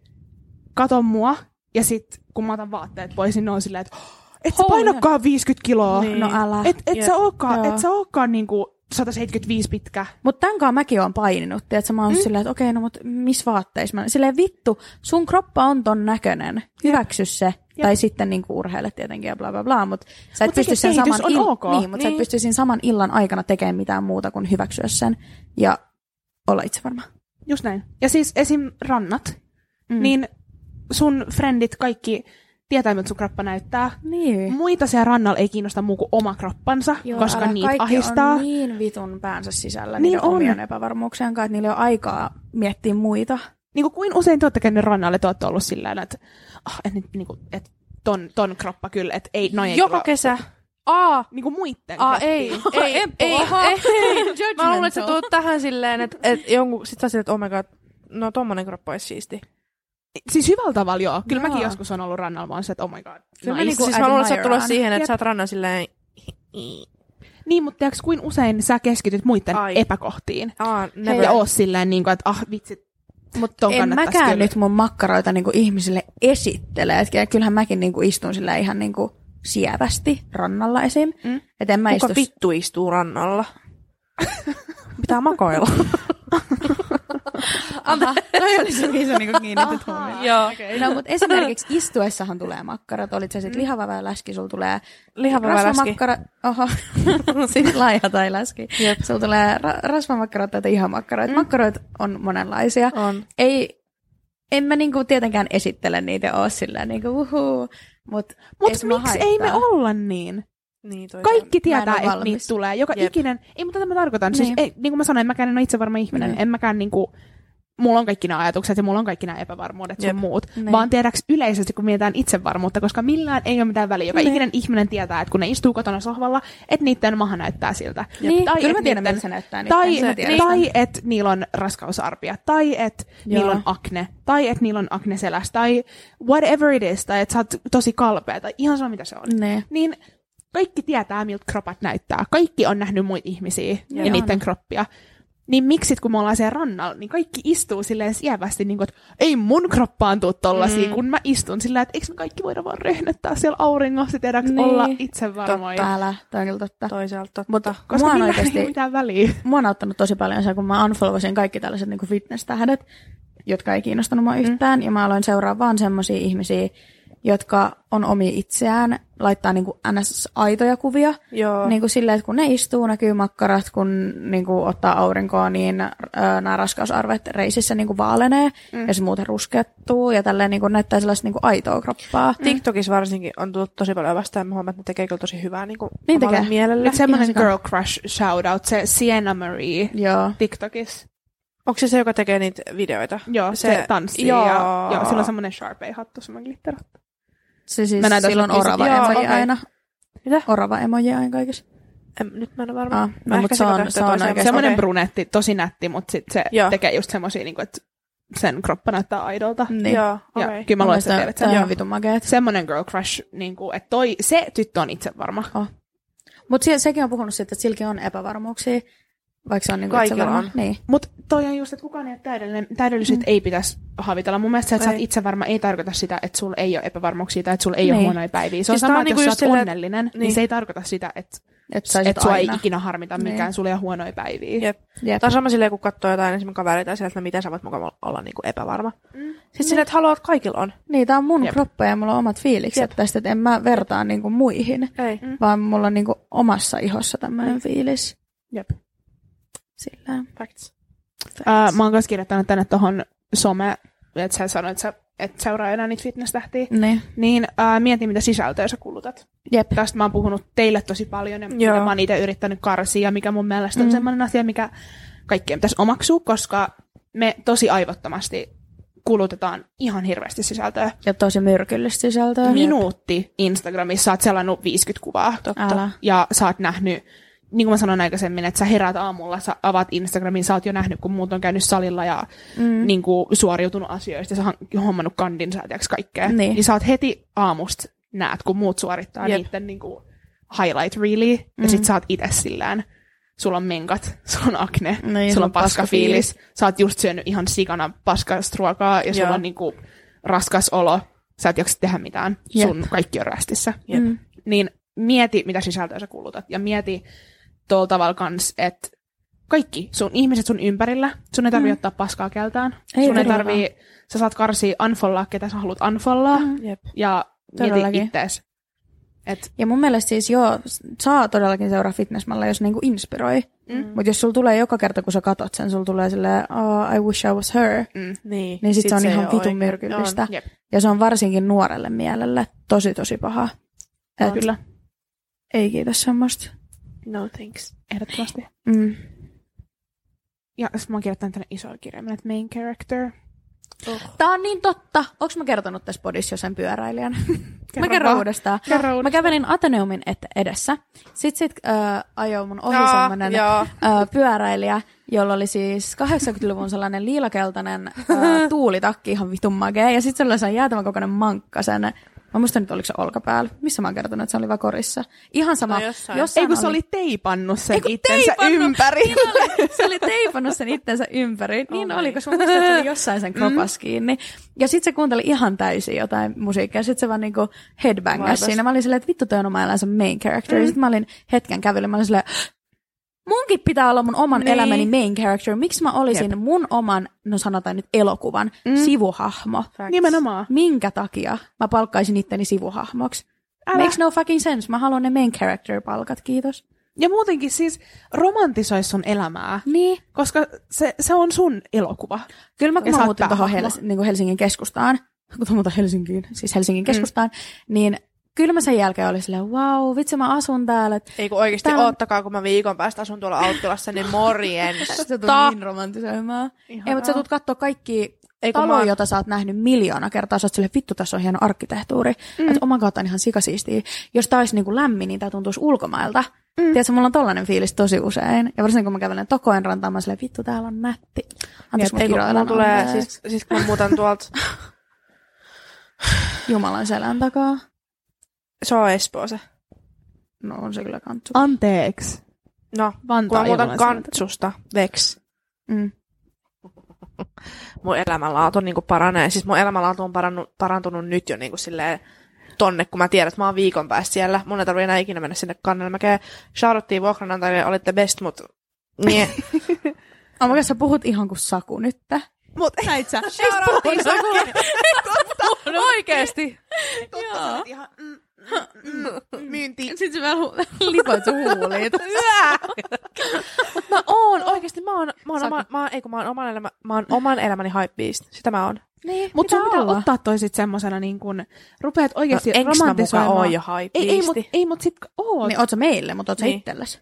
[SPEAKER 4] kato mua, ja sit kun mä otan vaatteet pois, niin ne on silleen, että et sä
[SPEAKER 2] Holy-
[SPEAKER 4] painokaan 50 kiloa.
[SPEAKER 1] Niin.
[SPEAKER 2] No älä.
[SPEAKER 4] Et, et,
[SPEAKER 1] Jep.
[SPEAKER 4] sä ookaan,
[SPEAKER 2] Joo.
[SPEAKER 4] et sä ookaan niinku 175 pitkä.
[SPEAKER 2] Mutta tämänkaan mäkin oon paininut, tiedätkö, mä oon mm. silleen, että okei, no mut missä vaatteissa mä... Silleen vittu, sun kroppa on ton näköinen, hyväksy se. Tai sitten niinku urheile tietenkin ja bla bla bla, mutta sä et
[SPEAKER 4] Mut
[SPEAKER 2] pysty
[SPEAKER 4] sekin
[SPEAKER 2] sen
[SPEAKER 4] kehitys
[SPEAKER 2] saman,
[SPEAKER 4] on ok.
[SPEAKER 2] niin, mut sä et
[SPEAKER 1] Niin.
[SPEAKER 2] pysty siinä saman illan aikana tekemään mitään muuta kuin hyväksyä sen ja olla itse varma.
[SPEAKER 4] Just näin. Ja siis esim. rannat,
[SPEAKER 2] Mm.
[SPEAKER 4] niin sun frendit kaikki tietää, miltä sun kroppa näyttää.
[SPEAKER 2] Niin.
[SPEAKER 4] Muita siellä rannalla ei kiinnosta muu kuin oma kroppansa, Joo, koska
[SPEAKER 2] älä,
[SPEAKER 4] niitä
[SPEAKER 2] kaikki
[SPEAKER 4] ahistaa.
[SPEAKER 2] on niin vitun päänsä sisällä
[SPEAKER 4] Niin
[SPEAKER 2] niin niiden
[SPEAKER 4] on.
[SPEAKER 2] omien epävarmuuksien kanssa, että niillä ei ole aikaa miettiä muita.
[SPEAKER 4] Niin kuin, kuin usein te olette käyneet rannalle, te olette ollut sillä tavalla, että oh, et, nyt, niin kuin, et, ton, ton kroppa kyllä, että ei, noin ei
[SPEAKER 1] Joka
[SPEAKER 4] kyllä.
[SPEAKER 1] kesä. Aa,
[SPEAKER 4] Niin kuin muitten
[SPEAKER 2] Ah,
[SPEAKER 1] aa
[SPEAKER 4] kroppi.
[SPEAKER 1] ei, ei, ei, ei, ei. Mä luulen, että sä
[SPEAKER 3] Judgmental.
[SPEAKER 1] tulet tähän silleen, että et jonkun, sit sä silleen, että oh my god, no tommonen kroppa olisi siisti.
[SPEAKER 4] Siis hyvällä tavalla joo. Kyllä
[SPEAKER 2] Joo.
[SPEAKER 4] mäkin joskus on ollut rannalla, mä oon se, että oh my god.
[SPEAKER 1] Kyllä
[SPEAKER 2] No
[SPEAKER 1] mä,
[SPEAKER 2] ei
[SPEAKER 1] niinku,
[SPEAKER 2] kun
[SPEAKER 1] siis mä luulen, että sä oot
[SPEAKER 2] admirean.
[SPEAKER 1] tulossa siihen,
[SPEAKER 2] Jep.
[SPEAKER 1] että sä oot rannan silleen...
[SPEAKER 4] Niin, mutta tiiäks, kuin usein sä keskityt muiden
[SPEAKER 1] Ai.
[SPEAKER 4] epäkohtiin.
[SPEAKER 1] Aa,
[SPEAKER 4] Never. Ja oo silleen, niin kuin, että ah vitsi, mutta ton
[SPEAKER 2] en
[SPEAKER 4] kannattais
[SPEAKER 2] mäkään
[SPEAKER 4] kyllä.
[SPEAKER 2] nyt mun makkaroita niinku ihmisille esittele. Et ky- kyllähän mäkin niinku istun sillä ihan niinku sievästi rannalla esim.
[SPEAKER 4] Mm.
[SPEAKER 2] Mm. Et en mä
[SPEAKER 1] Kuka
[SPEAKER 2] istu...
[SPEAKER 1] vittu istuu rannalla? Pitää makoilla.
[SPEAKER 2] Toi oli se, mihin sä niinku kiinnitit
[SPEAKER 1] Joo.
[SPEAKER 2] No, mutta esimerkiksi istuessahan tulee makkarat. Olit sä sitten lihava vai läski, sulla tulee...
[SPEAKER 1] Lihava vai läski?
[SPEAKER 2] Rasvamakkara... Oho, siis laiha tai läski. Jep. Sulla tulee ra- rasvamakkarat tai ihan makkaroita. Mm. Makkaroita on monenlaisia.
[SPEAKER 1] On.
[SPEAKER 2] Ei, en mä niinku tietenkään esittele niitä oo sillä niinku uhuu. Mut,
[SPEAKER 4] Mut
[SPEAKER 2] ei se mua
[SPEAKER 4] miksi ei me
[SPEAKER 2] haittaa.
[SPEAKER 4] olla niin?
[SPEAKER 1] Niin, toi
[SPEAKER 4] Kaikki
[SPEAKER 2] Mä en
[SPEAKER 4] tietää,
[SPEAKER 2] oo
[SPEAKER 4] että
[SPEAKER 2] valmis.
[SPEAKER 4] niitä tulee. Joka
[SPEAKER 1] Jep.
[SPEAKER 4] ikinen. Ei, mutta tätä mä tarkoitan. Niin. Siis,
[SPEAKER 2] Niin.
[SPEAKER 4] ei, niin kuin mä sanoin, mäkään en ole itse varma ihminen.
[SPEAKER 2] Niin.
[SPEAKER 4] En mäkään niinku, mulla on kaikki nämä ajatukset ja mulla on kaikki nämä epävarmuudet sun
[SPEAKER 1] Jep.
[SPEAKER 4] muut.
[SPEAKER 2] Niin.
[SPEAKER 4] Vaan tiedäks yleisesti, kun mietitään itsevarmuutta, koska millään ei ole mitään väliä. Joka
[SPEAKER 2] Niin.
[SPEAKER 4] ikinen ihminen tietää, että kun ne istuu kotona sohvalla, että niiden maha näyttää siltä.
[SPEAKER 2] Niin,
[SPEAKER 4] Tai
[SPEAKER 2] kyllä mä
[SPEAKER 4] et
[SPEAKER 2] tiedän,
[SPEAKER 4] niitten-
[SPEAKER 2] miltä se näyttää. nyt.
[SPEAKER 4] tai,
[SPEAKER 2] Sen mä
[SPEAKER 4] niin.
[SPEAKER 2] tiedän.
[SPEAKER 4] tai että niillä on raskausarpia, tai että
[SPEAKER 2] Joo.
[SPEAKER 4] niillä on akne, tai että niillä on akne selässä, tai whatever it is, tai että sä oot tosi kalpea, tai ihan sama mitä se on.
[SPEAKER 2] Ne.
[SPEAKER 4] Niin kaikki tietää, miltä kropat näyttää. Kaikki on nähnyt muita ihmisiä ja,
[SPEAKER 2] Joo.
[SPEAKER 4] niiden kroppia. Niin miksi sit, kun me ollaan siellä rannalla, niin kaikki istuu silleen sievästi, niin kuin, että ei mun kroppaan tuu tollasia, mm. kun mä istun sillä, että eikö me kaikki voida vaan röhnöttää siellä auringossa, tiedäks,
[SPEAKER 2] Niin.
[SPEAKER 4] niin. olla itsevarmoja.
[SPEAKER 2] Älä, toi on kyllä totta.
[SPEAKER 1] Toisaalta.
[SPEAKER 2] Mutta
[SPEAKER 4] Koska
[SPEAKER 2] mua on
[SPEAKER 4] millään ei ole
[SPEAKER 2] oikeasti,
[SPEAKER 4] mitään väliä.
[SPEAKER 2] mua on auttanut tosi paljon se, kun mä unfollowasin kaikki tällaiset niin fitness-tähdet, jotka ei kiinnostanut mua yhtään, ja mä aloin seuraa vaan semmoisia ihmisiä, jotka on omi itseään, laittaa niin kuin ns-aitoja kuvia,
[SPEAKER 1] Joo.
[SPEAKER 2] niin kuin silleen, että kun ne istuu, näkyy makkarat, kun niin kuin ottaa aurinkoa, niin ö, nämä raskausarvet reisissä niin kuin vaalenee, mm. ja se muuten ruskettuu, ja tälleen niin kuin näyttää sellaista niin kuin aitoa kroppaa.
[SPEAKER 1] TikTokissa Mm. varsinkin on tullut tosi paljon vastaan. Mä huomaan, että ne tekee kyllä tosi hyvää niin kuin
[SPEAKER 2] Niin
[SPEAKER 1] omalle
[SPEAKER 2] tekee.
[SPEAKER 1] mielelle.
[SPEAKER 4] Nyt semmoinen
[SPEAKER 2] sikana.
[SPEAKER 4] girl crush shoutout, se Sienna Marie
[SPEAKER 2] Joo.
[SPEAKER 4] TikTokissa.
[SPEAKER 1] Onko se se, joka tekee niitä videoita?
[SPEAKER 4] Joo, se,
[SPEAKER 1] Se-
[SPEAKER 4] se tanssii
[SPEAKER 1] joo.
[SPEAKER 4] joo. ja joo, sillä on semmoinen sharpei hattu, semmoinen glitterhattu.
[SPEAKER 2] Se siis
[SPEAKER 4] Mä näytän
[SPEAKER 2] silloin
[SPEAKER 4] sulle
[SPEAKER 2] orava
[SPEAKER 1] biisit. Joo,
[SPEAKER 2] emoji
[SPEAKER 1] okei.
[SPEAKER 2] aina.
[SPEAKER 1] Mitä?
[SPEAKER 2] Orava emoji aina kaikessa.
[SPEAKER 1] En, nyt mä en ole varma.
[SPEAKER 2] Ah,
[SPEAKER 1] Mä
[SPEAKER 2] no,
[SPEAKER 1] ehkä
[SPEAKER 2] mutta se on,
[SPEAKER 1] sekoitan
[SPEAKER 2] se on
[SPEAKER 1] toiseen.
[SPEAKER 2] oikeasti.
[SPEAKER 4] Semmoinen
[SPEAKER 1] Okei.
[SPEAKER 4] okay. brunetti, tosi nätti, mutta sit se
[SPEAKER 1] Joo.
[SPEAKER 4] joo. tekee just semmoisia, niinku, että sen kroppa näyttää aidolta. Mm.
[SPEAKER 2] Niin.
[SPEAKER 1] Joo, okei.
[SPEAKER 4] Ja, kyllä mä
[SPEAKER 2] Mun
[SPEAKER 4] luulen, että
[SPEAKER 2] mielestä
[SPEAKER 4] sä tiedät
[SPEAKER 2] tää
[SPEAKER 4] sen.
[SPEAKER 2] on
[SPEAKER 4] Joo.
[SPEAKER 2] ihan vitun makeet.
[SPEAKER 4] Semmoinen girl crush, niinku, että toi, se tyttö on itse varma.
[SPEAKER 2] Mutta sekin on puhunut siitä, että silläkin on epävarmuuksia, vaikka se on niinku
[SPEAKER 1] Kaikilla
[SPEAKER 2] itsevarma.
[SPEAKER 1] on.
[SPEAKER 2] Niin.
[SPEAKER 4] Mutta toi on just, että kukaan ei ole täydellinen. Täydellisyyttä mm. ei pitäisi havitella. Mun mielestä se, että sä oot
[SPEAKER 1] Ei.
[SPEAKER 4] itse varma, ei tarkoita sitä, että sulla ei ole epävarmuuksia tai että sulla ei
[SPEAKER 2] Niin.
[SPEAKER 4] ole huonoja päiviä. Se on
[SPEAKER 1] Siis tää
[SPEAKER 4] sama,
[SPEAKER 1] on
[SPEAKER 4] että
[SPEAKER 1] niinku
[SPEAKER 4] jos
[SPEAKER 1] just
[SPEAKER 4] sä oot
[SPEAKER 1] silleen, että-
[SPEAKER 4] onnellinen, niin.
[SPEAKER 1] niin.
[SPEAKER 4] niin se ei tarkoita sitä, että
[SPEAKER 2] Että saisit
[SPEAKER 4] että sua ei
[SPEAKER 2] aina.
[SPEAKER 4] ikinä harmita
[SPEAKER 2] Niin.
[SPEAKER 4] mikään, sulla ei ole huonoja päiviä.
[SPEAKER 1] Jep.
[SPEAKER 2] Jep.
[SPEAKER 1] Tämä on sama silleen, kun katsoo jotain esimerkiksi kavereita ja sieltä, että no miten sä voit mukaan olla niin kuin epävarma. Mm. Sitten silleen, että haluat, että kaikilla on.
[SPEAKER 2] Niin, tää on mun
[SPEAKER 4] Jep.
[SPEAKER 2] kroppa ja mulla on omat fiilikset
[SPEAKER 1] Jep.
[SPEAKER 2] tästä, että en mä vertaa niinku muihin,
[SPEAKER 1] Ei.
[SPEAKER 2] vaan mulla on niinku omassa ihossa tämmöinen fiilis.
[SPEAKER 4] Jep.
[SPEAKER 2] Sillä
[SPEAKER 1] Facts.
[SPEAKER 4] Ää, mä oon myös kirjoittanut tänne tuohon some, että sä sanoit, että sä et seuraa enää niitä fitness-tähtiä.
[SPEAKER 2] Niin.
[SPEAKER 4] Niin ää, mieti, mitä sisältöä sä kulutat.
[SPEAKER 2] Jep.
[SPEAKER 4] Tästä mä oon puhunut teille tosi paljon ja mitä
[SPEAKER 1] Joo.
[SPEAKER 4] mä oon itse yrittänyt karsia, mikä mun mielestä on
[SPEAKER 2] Mm.
[SPEAKER 4] sellainen asia, mikä kaikkien pitäisi omaksua, koska me tosi aivottomasti kulutetaan ihan hirveästi sisältöä.
[SPEAKER 2] Ja tosi myrkyllistä sisältöä.
[SPEAKER 4] Minuutti Instagramissa sä oot selannut 50 kuvaa.
[SPEAKER 2] Älä.
[SPEAKER 4] ja sä oot nähnyt, niin kuin mä sanoin aikaisemmin, että sä herät aamulla, sä avaat Instagramin, sä oot jo nähnyt, kun muut on käynyt salilla ja mm. niin kuin, suoriutunut asioista, sä on hommannut kandin, sä tiedätkö kaikkea.
[SPEAKER 2] Niin.
[SPEAKER 4] niin sä oot heti aamusta näet, kun muut suorittaa
[SPEAKER 1] Jep.
[SPEAKER 4] Jep. niiden niin kuin, highlight reeli, mm. ja sit sä oot itse sillään. Sulla on menkat, sulla on akne,
[SPEAKER 2] No ja
[SPEAKER 4] sulla on paska fiilis, sä oot just syönyt ihan sikana paskasta ruokaa ja sulla
[SPEAKER 1] Joo.
[SPEAKER 4] on niin kuin, raskas olo, sä et jaksa tehdä mitään,
[SPEAKER 2] Jep.
[SPEAKER 4] sun kaikki on rästissä
[SPEAKER 1] Jep.
[SPEAKER 2] Mm.
[SPEAKER 4] niin mieti, mitä sisältöä sä kulutat, ja mieti, tuolla tavalla kans, että kaikki sun ihmiset sun ympärillä, sun ei tarvii
[SPEAKER 2] Mm.
[SPEAKER 4] mm. ottaa paskaa keltään.
[SPEAKER 2] Ei
[SPEAKER 4] Ei sun ei
[SPEAKER 2] todellakaan.
[SPEAKER 4] tarvii, sä saat karsia unfollaa, ketä sä haluat unfollaa, mm.
[SPEAKER 1] Jep.
[SPEAKER 4] ja mieti
[SPEAKER 2] Todellakin.
[SPEAKER 4] ittees. Et,
[SPEAKER 2] Ja mun mielestä siis joo, s- saa todellakin seuraa fitnessmalla, jos niinku inspiroi.
[SPEAKER 4] Mm.
[SPEAKER 2] Mutta jos sulla tulee joka kerta, kun sä katot sen, sulla tulee silleen, oh, I wish I was her.
[SPEAKER 4] mm.
[SPEAKER 1] Niin,
[SPEAKER 2] Niin sit, se on
[SPEAKER 1] ei
[SPEAKER 2] ihan
[SPEAKER 1] oo
[SPEAKER 2] vitun
[SPEAKER 1] oikein.
[SPEAKER 2] myrkyllistä.
[SPEAKER 4] On, jep.
[SPEAKER 2] ja se on varsinkin nuorelle mielelle tosi tosi paha. Et,
[SPEAKER 4] Kyllä,
[SPEAKER 2] Ei kiitos semmoista.
[SPEAKER 1] Joo, No thanks.
[SPEAKER 4] ehdottomasti.
[SPEAKER 2] Mm.
[SPEAKER 4] Ja sit mä oon kirjoittanut tänne isoa kirjaimen, että main character.
[SPEAKER 2] Tää on niin totta. Onks mä kertonut tässä podissa jo sen pyöräilijän? mä
[SPEAKER 4] Kerro
[SPEAKER 2] kerron
[SPEAKER 4] vaan.
[SPEAKER 2] uudestaan.
[SPEAKER 4] Kerro
[SPEAKER 2] Mä
[SPEAKER 4] uudestaan.
[SPEAKER 2] kävelin Ateneumin et- edessä. Sitten sit, äh, ajoi mun ohi
[SPEAKER 1] Jaa,
[SPEAKER 2] semmonen
[SPEAKER 1] jaa.
[SPEAKER 2] ö, pyöräilijä, jolla oli siis 80-luvun sellainen liilakeltainen ö, tuulitakki, ihan vitun makea, ja sitten sellaisen jäätävän kokoinen mankka sen. Mä muistan nyt, oliko se olkapäällä. Missä mä oon kertonut, että se oli vakorissa. Ihan sama.
[SPEAKER 1] No jossain.
[SPEAKER 4] Ei kun se oli teipannut sen
[SPEAKER 2] Ei, kun
[SPEAKER 4] itsensä
[SPEAKER 2] teipannut.
[SPEAKER 4] ympäri.
[SPEAKER 2] Niin oli, se oli teipannut sen itsensä ympäri. Niin
[SPEAKER 1] Oh
[SPEAKER 2] oh
[SPEAKER 1] my.
[SPEAKER 2] oli, koska mä muistan, että se oli jossain sen kropas mm. kiinni. Ja sitten se kuunteli ihan täysin jotain musiikkia. Sitten se vaan niinku headbangas
[SPEAKER 1] Vaipas.
[SPEAKER 2] siinä. Mä olin silleen, että vittu toi on oma elämänsä main character. Mm. Sitten mä olin hetken kävely, mä olin silleen, munkin pitää olla mun oman
[SPEAKER 1] Niin.
[SPEAKER 2] niin. elämäni main character. Miksi mä olisin Jep. mun oman, no sanotaan nyt elokuvan, mm. sivuhahmo?
[SPEAKER 1] Facts.
[SPEAKER 4] Nimenomaan.
[SPEAKER 2] Minkä takia mä palkkaisin itteni sivuhahmoksi?
[SPEAKER 4] Älä.
[SPEAKER 2] Makes no fucking sense. Mä haluan ne main character palkat, kiitos.
[SPEAKER 4] Ja muutenkin siis romantisoi sun elämää,
[SPEAKER 2] Niin.
[SPEAKER 4] koska se, se on sun elokuva.
[SPEAKER 2] Kyllä mä,
[SPEAKER 4] Ja
[SPEAKER 2] kun
[SPEAKER 4] sä
[SPEAKER 2] mä
[SPEAKER 4] oot
[SPEAKER 2] muutin tuohon
[SPEAKER 4] päähahmo.
[SPEAKER 2] Hels- niin Helsingin keskustaan, kun mä muutin Helsinkiin, siis Helsingin keskustaan, mm. niin kyllä mä sen jälkeen olin silleen, wow, vitsi mä asun täällä.
[SPEAKER 1] Ei kun oikeesti
[SPEAKER 2] Tää on-
[SPEAKER 1] oottakaa, kun mä viikon päästä asun tuolla Auttilassa, niin morjens.
[SPEAKER 2] Se
[SPEAKER 1] Ta-
[SPEAKER 2] tuli niin romantisoimaan. Ei, mutta sä tulet katsoa kaikki
[SPEAKER 1] Ei,
[SPEAKER 2] Ei,
[SPEAKER 1] kun
[SPEAKER 2] taloja,
[SPEAKER 1] mä-
[SPEAKER 2] jota sä oot nähnyt miljoona kertaa. Sä oot silleen, vittu, tässä on hieno arkkitehtuuri. Mm. Että oman kautta on ihan sikasiistiä. Jos tää olisi niin kuin lämmin, niin tää tuntuisi ulkomailta. Mm. Tiedätkö, mulla on tollainen fiilis tosi usein. Ja varsinkin kun mä kävelen Tokoen rantaan, mä oon silleen, vittu, täällä on nätti. Anteeksi, mä
[SPEAKER 1] Ei, kun mulla
[SPEAKER 2] kiroilen.
[SPEAKER 1] tulee,
[SPEAKER 2] anteeksi.
[SPEAKER 1] siis, siis kun mä muutan tuolta,
[SPEAKER 2] Jumalan selän takaa.
[SPEAKER 1] se on Espoo se.
[SPEAKER 2] No on se kyllä kantsu.
[SPEAKER 4] Anteeksi.
[SPEAKER 1] No, kun
[SPEAKER 4] Vantaa
[SPEAKER 1] mä muutan
[SPEAKER 4] Jumalan sanota.
[SPEAKER 1] kantsusta, veks.
[SPEAKER 2] Mm.
[SPEAKER 1] Mun elämänlaatu niin paranee. Siis mun elämänlaatu on parannut, parantunut nyt jo niin kuin silleen tonne, kun mä tiedän, että mä oon viikon päästä siellä. Mun ei tarvi enää ikinä mennä sinne kannelmäkeen. Shoutouttiin vuokranantajille, olitte best, mut... niin- Nie.
[SPEAKER 2] Amaka, sä puhut ihan kuin Saku nyt.
[SPEAKER 4] Mut näit sä?
[SPEAKER 1] Shoutouttiin Sakulle. Oikeesti.
[SPEAKER 4] Totta, sä oot ihan mm, mm, mm, myynti.
[SPEAKER 2] Sitten sä vielä hu- lipoit sun huuliit.
[SPEAKER 1] Mä oon oikeesti, mä oon, mä oon,
[SPEAKER 2] Saku.
[SPEAKER 1] oma, mä oon, ei kun mä oon oman, elämä, mä oon oman elämäni hype beast. Sitä mä oon.
[SPEAKER 2] niin,
[SPEAKER 4] Mut sun pitää
[SPEAKER 2] olla?
[SPEAKER 4] ottaa toi sit semmosena niin kun rupeat
[SPEAKER 1] No,
[SPEAKER 4] oikeesti
[SPEAKER 1] enks mä muka
[SPEAKER 4] romantisoimaan.
[SPEAKER 1] oon jo hype
[SPEAKER 4] ei, ei, mut,
[SPEAKER 1] beasti?
[SPEAKER 4] ei, mut sit oot.
[SPEAKER 2] Niin oot sä meille, mutta oot sä
[SPEAKER 1] Niin.
[SPEAKER 2] niin. itsellesi.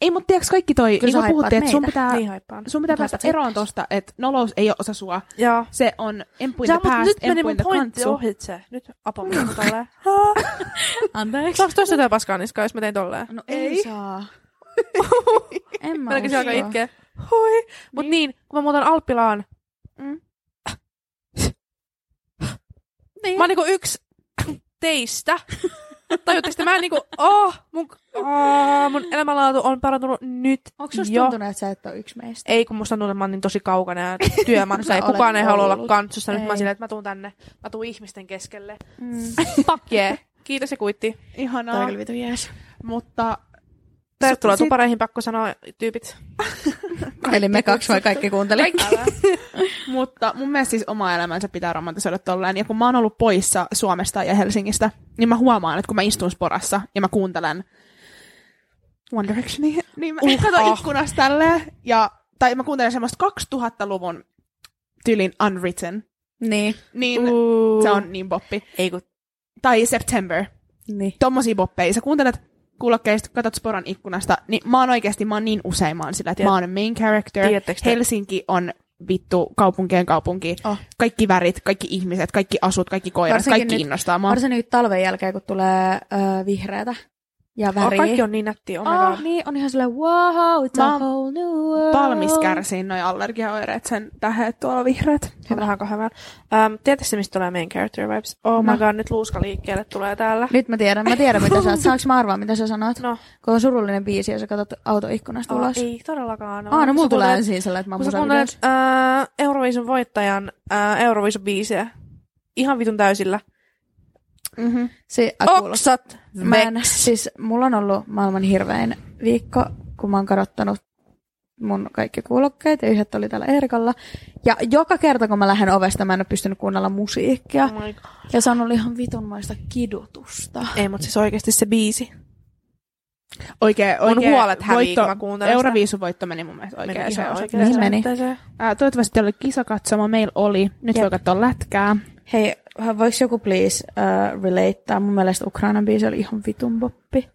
[SPEAKER 4] ei, mut tiiäks kaikki toi,
[SPEAKER 2] Kyllä
[SPEAKER 4] niin
[SPEAKER 2] sä
[SPEAKER 4] kuin
[SPEAKER 2] haippaat
[SPEAKER 4] puhuttiin, että sun
[SPEAKER 2] meitä.
[SPEAKER 4] pitää,
[SPEAKER 1] Niin haippaan.
[SPEAKER 4] sun pitää
[SPEAKER 2] Mut
[SPEAKER 4] päästä
[SPEAKER 2] haipaat
[SPEAKER 4] eroon
[SPEAKER 2] itseäsi.
[SPEAKER 4] tosta, että nolous ei oo osa sua.
[SPEAKER 1] Joo.
[SPEAKER 4] Se on empuin
[SPEAKER 1] Sä,
[SPEAKER 4] the
[SPEAKER 1] mut
[SPEAKER 4] past,
[SPEAKER 1] nyt meni mun
[SPEAKER 4] empuin the
[SPEAKER 1] pointti
[SPEAKER 4] kantsu.
[SPEAKER 1] ohitse. Nyt apo minun tolleen.
[SPEAKER 2] Anteeksi.
[SPEAKER 1] Saaks tosta jotain paskaa niskaa, jos mä tein tolleen?
[SPEAKER 2] No ei,
[SPEAKER 4] Ei.
[SPEAKER 2] saa. en mä
[SPEAKER 1] Melkein se alkaa
[SPEAKER 2] usko.
[SPEAKER 1] itkeä. Hui. Mut niin, kun mä muutan Alppilaan,
[SPEAKER 2] Mm. Niin.
[SPEAKER 1] mä oon niinku yksi teistä. Tajuutteko te? Mä en niinku, oh, mun, oh, mun elämänlaatu on parantunut nyt
[SPEAKER 2] Onko susta
[SPEAKER 1] jo.
[SPEAKER 2] tuntunut, että sä et ole yksi meistä?
[SPEAKER 1] Ei, kun musta tuntuu, että mä oon niin tosi kaukana ja työmatka.
[SPEAKER 2] No
[SPEAKER 1] ei,
[SPEAKER 2] sä olet
[SPEAKER 1] kukaan ei halua olla
[SPEAKER 2] ollut.
[SPEAKER 1] kantsussa. Nyt mä oon
[SPEAKER 2] Ei.
[SPEAKER 1] silleen, että mä tuun tänne. Mä tuun ihmisten keskelle.
[SPEAKER 2] Mm.
[SPEAKER 1] Fuck yeah. Kiitos ja kuitti.
[SPEAKER 2] Tää on
[SPEAKER 4] Ihanaa,
[SPEAKER 2] kyllä vitu jees.
[SPEAKER 4] mutta
[SPEAKER 1] Tervetuloa
[SPEAKER 4] Sit- sit-
[SPEAKER 1] tupareihin, pakko sanoa, tyypit.
[SPEAKER 2] Eli me kaksi vai kaikki kuunteli?
[SPEAKER 4] Mutta mun mielestä siis oma elämänsä pitää romantisoida tolleen. Ja kun mä oon ollut poissa Suomesta ja Helsingistä, niin mä huomaan, että kun mä istun sporassa ja mä kuuntelen One Directionia, niin mä
[SPEAKER 1] Uha.
[SPEAKER 4] uh katon ikkunasta tälleen. Ja, tai mä kuuntelen semmoista 2000-luvun tyylin Unwritten.
[SPEAKER 2] niin.
[SPEAKER 4] Niin
[SPEAKER 1] Uh.
[SPEAKER 4] se on niin boppi.
[SPEAKER 1] Ei kun...
[SPEAKER 4] Tai September.
[SPEAKER 2] Niin.
[SPEAKER 4] Tommosia boppeja. Sä kuuntelet kuulokkeista, katot sporan ikkunasta, niin mä oon oikeasti, mä oon niin usein, mä oon sillä, että
[SPEAKER 1] Tiet-
[SPEAKER 4] mä oon main character.
[SPEAKER 1] Tiedättekö te-
[SPEAKER 4] Helsinki on vittu kaupunkien kaupunki.
[SPEAKER 2] Oh.
[SPEAKER 4] Kaikki värit, kaikki ihmiset, kaikki asut, kaikki koirat,
[SPEAKER 2] Varsinkin
[SPEAKER 4] kaikki
[SPEAKER 2] nyt-
[SPEAKER 4] innostaa mua.
[SPEAKER 2] No. Varsinkin nyt talven jälkeen, kun tulee ö, vihreätä ja väriä.
[SPEAKER 1] Oh, kaikki on niin nätti, oh my god.
[SPEAKER 2] niin, on ihan silleen, wow, it's
[SPEAKER 4] Mä
[SPEAKER 2] a
[SPEAKER 4] oon
[SPEAKER 2] whole new world.
[SPEAKER 4] Valmis kärsiin noi allergiaoireet sen tähän, tuolla vihreät.
[SPEAKER 1] Hyvä. Vähän kahvaan. Um, Tiedätkö mistä tulee main character vibes? Oh no. my
[SPEAKER 2] No.
[SPEAKER 1] god, nyt luuska liikkeelle tulee täällä.
[SPEAKER 2] Nyt mä tiedän, mä tiedän mitä sä oot. Saanko mä arvaa mitä sä sanot?
[SPEAKER 1] No.
[SPEAKER 2] Kun on surullinen biisi ja sä katsot autoikkunasta
[SPEAKER 1] Oh,
[SPEAKER 2] ulos.
[SPEAKER 1] ei todellakaan ole.
[SPEAKER 2] Aa, no mulla
[SPEAKER 1] Sä
[SPEAKER 2] tulee
[SPEAKER 1] kuuntelet-
[SPEAKER 2] ensin sellainen, että mä oon
[SPEAKER 1] Kun sä kuuntelet
[SPEAKER 2] musavideossa.
[SPEAKER 1] äh, Euroviisun voittajan äh, Euroviisun biisejä. Ihan vitun täysillä.
[SPEAKER 4] Mm-hmm.
[SPEAKER 2] Si- a- kuulostaa.
[SPEAKER 1] Oksat!
[SPEAKER 2] Mä en,
[SPEAKER 1] Veks.
[SPEAKER 2] siis mulla on ollut maailman hirvein viikko, kun mä oon kadottanut mun kaikki kuulokkeet ja yhdet oli täällä Erikalla. Ja joka kerta, kun mä lähden ovesta, mä en ole pystynyt kuunnella musiikkia.
[SPEAKER 1] Oh my God.
[SPEAKER 2] Ja se on ollut ihan vitunmaista kidutusta.
[SPEAKER 1] Ei, mutta siis oikeasti se biisi.
[SPEAKER 4] Oikein,
[SPEAKER 1] Mun
[SPEAKER 4] oikein
[SPEAKER 1] huolet hävii, kun
[SPEAKER 4] voitto,
[SPEAKER 1] mä kuuntelen sitä.
[SPEAKER 4] Euroviisun voitto meni mun mielestä
[SPEAKER 1] Meni
[SPEAKER 4] oikein. Se
[SPEAKER 1] ihan
[SPEAKER 4] on
[SPEAKER 1] oikeaan
[SPEAKER 2] Niin meni.
[SPEAKER 1] osoitteeseen.
[SPEAKER 4] Ää, toivottavasti teillä oli kisakatsoma. Meillä oli. Nyt
[SPEAKER 2] Jep.
[SPEAKER 4] voi katsoa lätkää.
[SPEAKER 2] Hei, voiko joku please uh, relatea? Mun mielestä Ukrainan biisi oli ihan vitun poppi.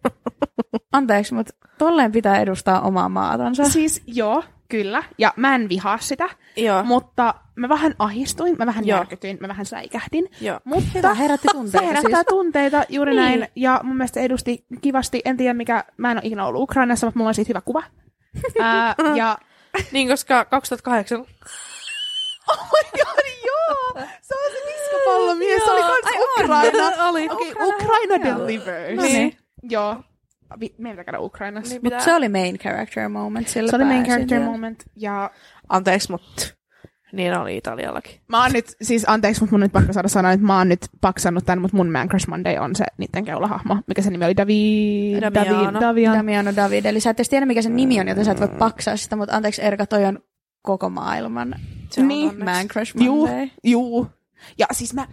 [SPEAKER 2] Anteeksi, mutta tolleen pitää edustaa omaa maatansa.
[SPEAKER 4] Siis joo, kyllä. Ja mä en vihaa sitä.
[SPEAKER 1] Joo.
[SPEAKER 4] Mutta mä vähän ahistuin, mä vähän
[SPEAKER 1] Joo.
[SPEAKER 4] järkytyin, mä vähän säikähdin.
[SPEAKER 1] Joo.
[SPEAKER 4] Mutta
[SPEAKER 2] Hyvä, herätti tunteita
[SPEAKER 4] se herättää
[SPEAKER 2] siis.
[SPEAKER 4] tunteita juuri
[SPEAKER 2] Niin.
[SPEAKER 4] niin. näin. Ja mun mielestä se edusti kivasti, en tiedä mikä, mä en ole ikinä ollut Ukrainassa, mutta mulla on siitä hyvä kuva. Ää, ja
[SPEAKER 1] Niin, koska 2008...
[SPEAKER 4] joo, se on se diskopallomies, se oli kans Ukraina. oli. Okei, Ukraina delivers.
[SPEAKER 2] No niin.
[SPEAKER 4] Joo. Vi- meidän pitää käydä Ukrainassa.
[SPEAKER 1] Niin
[SPEAKER 2] Mutta
[SPEAKER 1] pitää...
[SPEAKER 2] se oli main character moment. Sillä
[SPEAKER 4] Se oli main
[SPEAKER 2] pääsin
[SPEAKER 4] character
[SPEAKER 2] vielä.
[SPEAKER 4] moment. Ja
[SPEAKER 1] Anteeksi, mutta niin oli Italiallakin.
[SPEAKER 4] mä oon nyt, siis anteeksi, mutta mun on nyt pakko saada sanoa, että mä oon nyt paksannut tämän, mutta mun Man Crush Monday on se niiden keulahahmo. Mikä se nimi oli? Davi...
[SPEAKER 1] Damiano.
[SPEAKER 4] Davi... Davian.
[SPEAKER 2] Damiano David. Eli sä et edes tiedä, mikä sen nimi on, joten sä et voi paksaa sitä, mutta anteeksi Erika, toi on koko maailman
[SPEAKER 1] Se on
[SPEAKER 4] Niin,
[SPEAKER 1] onneksi.
[SPEAKER 2] Man Crush
[SPEAKER 4] Juu,
[SPEAKER 2] Monday.
[SPEAKER 4] juu. Ja siis mä,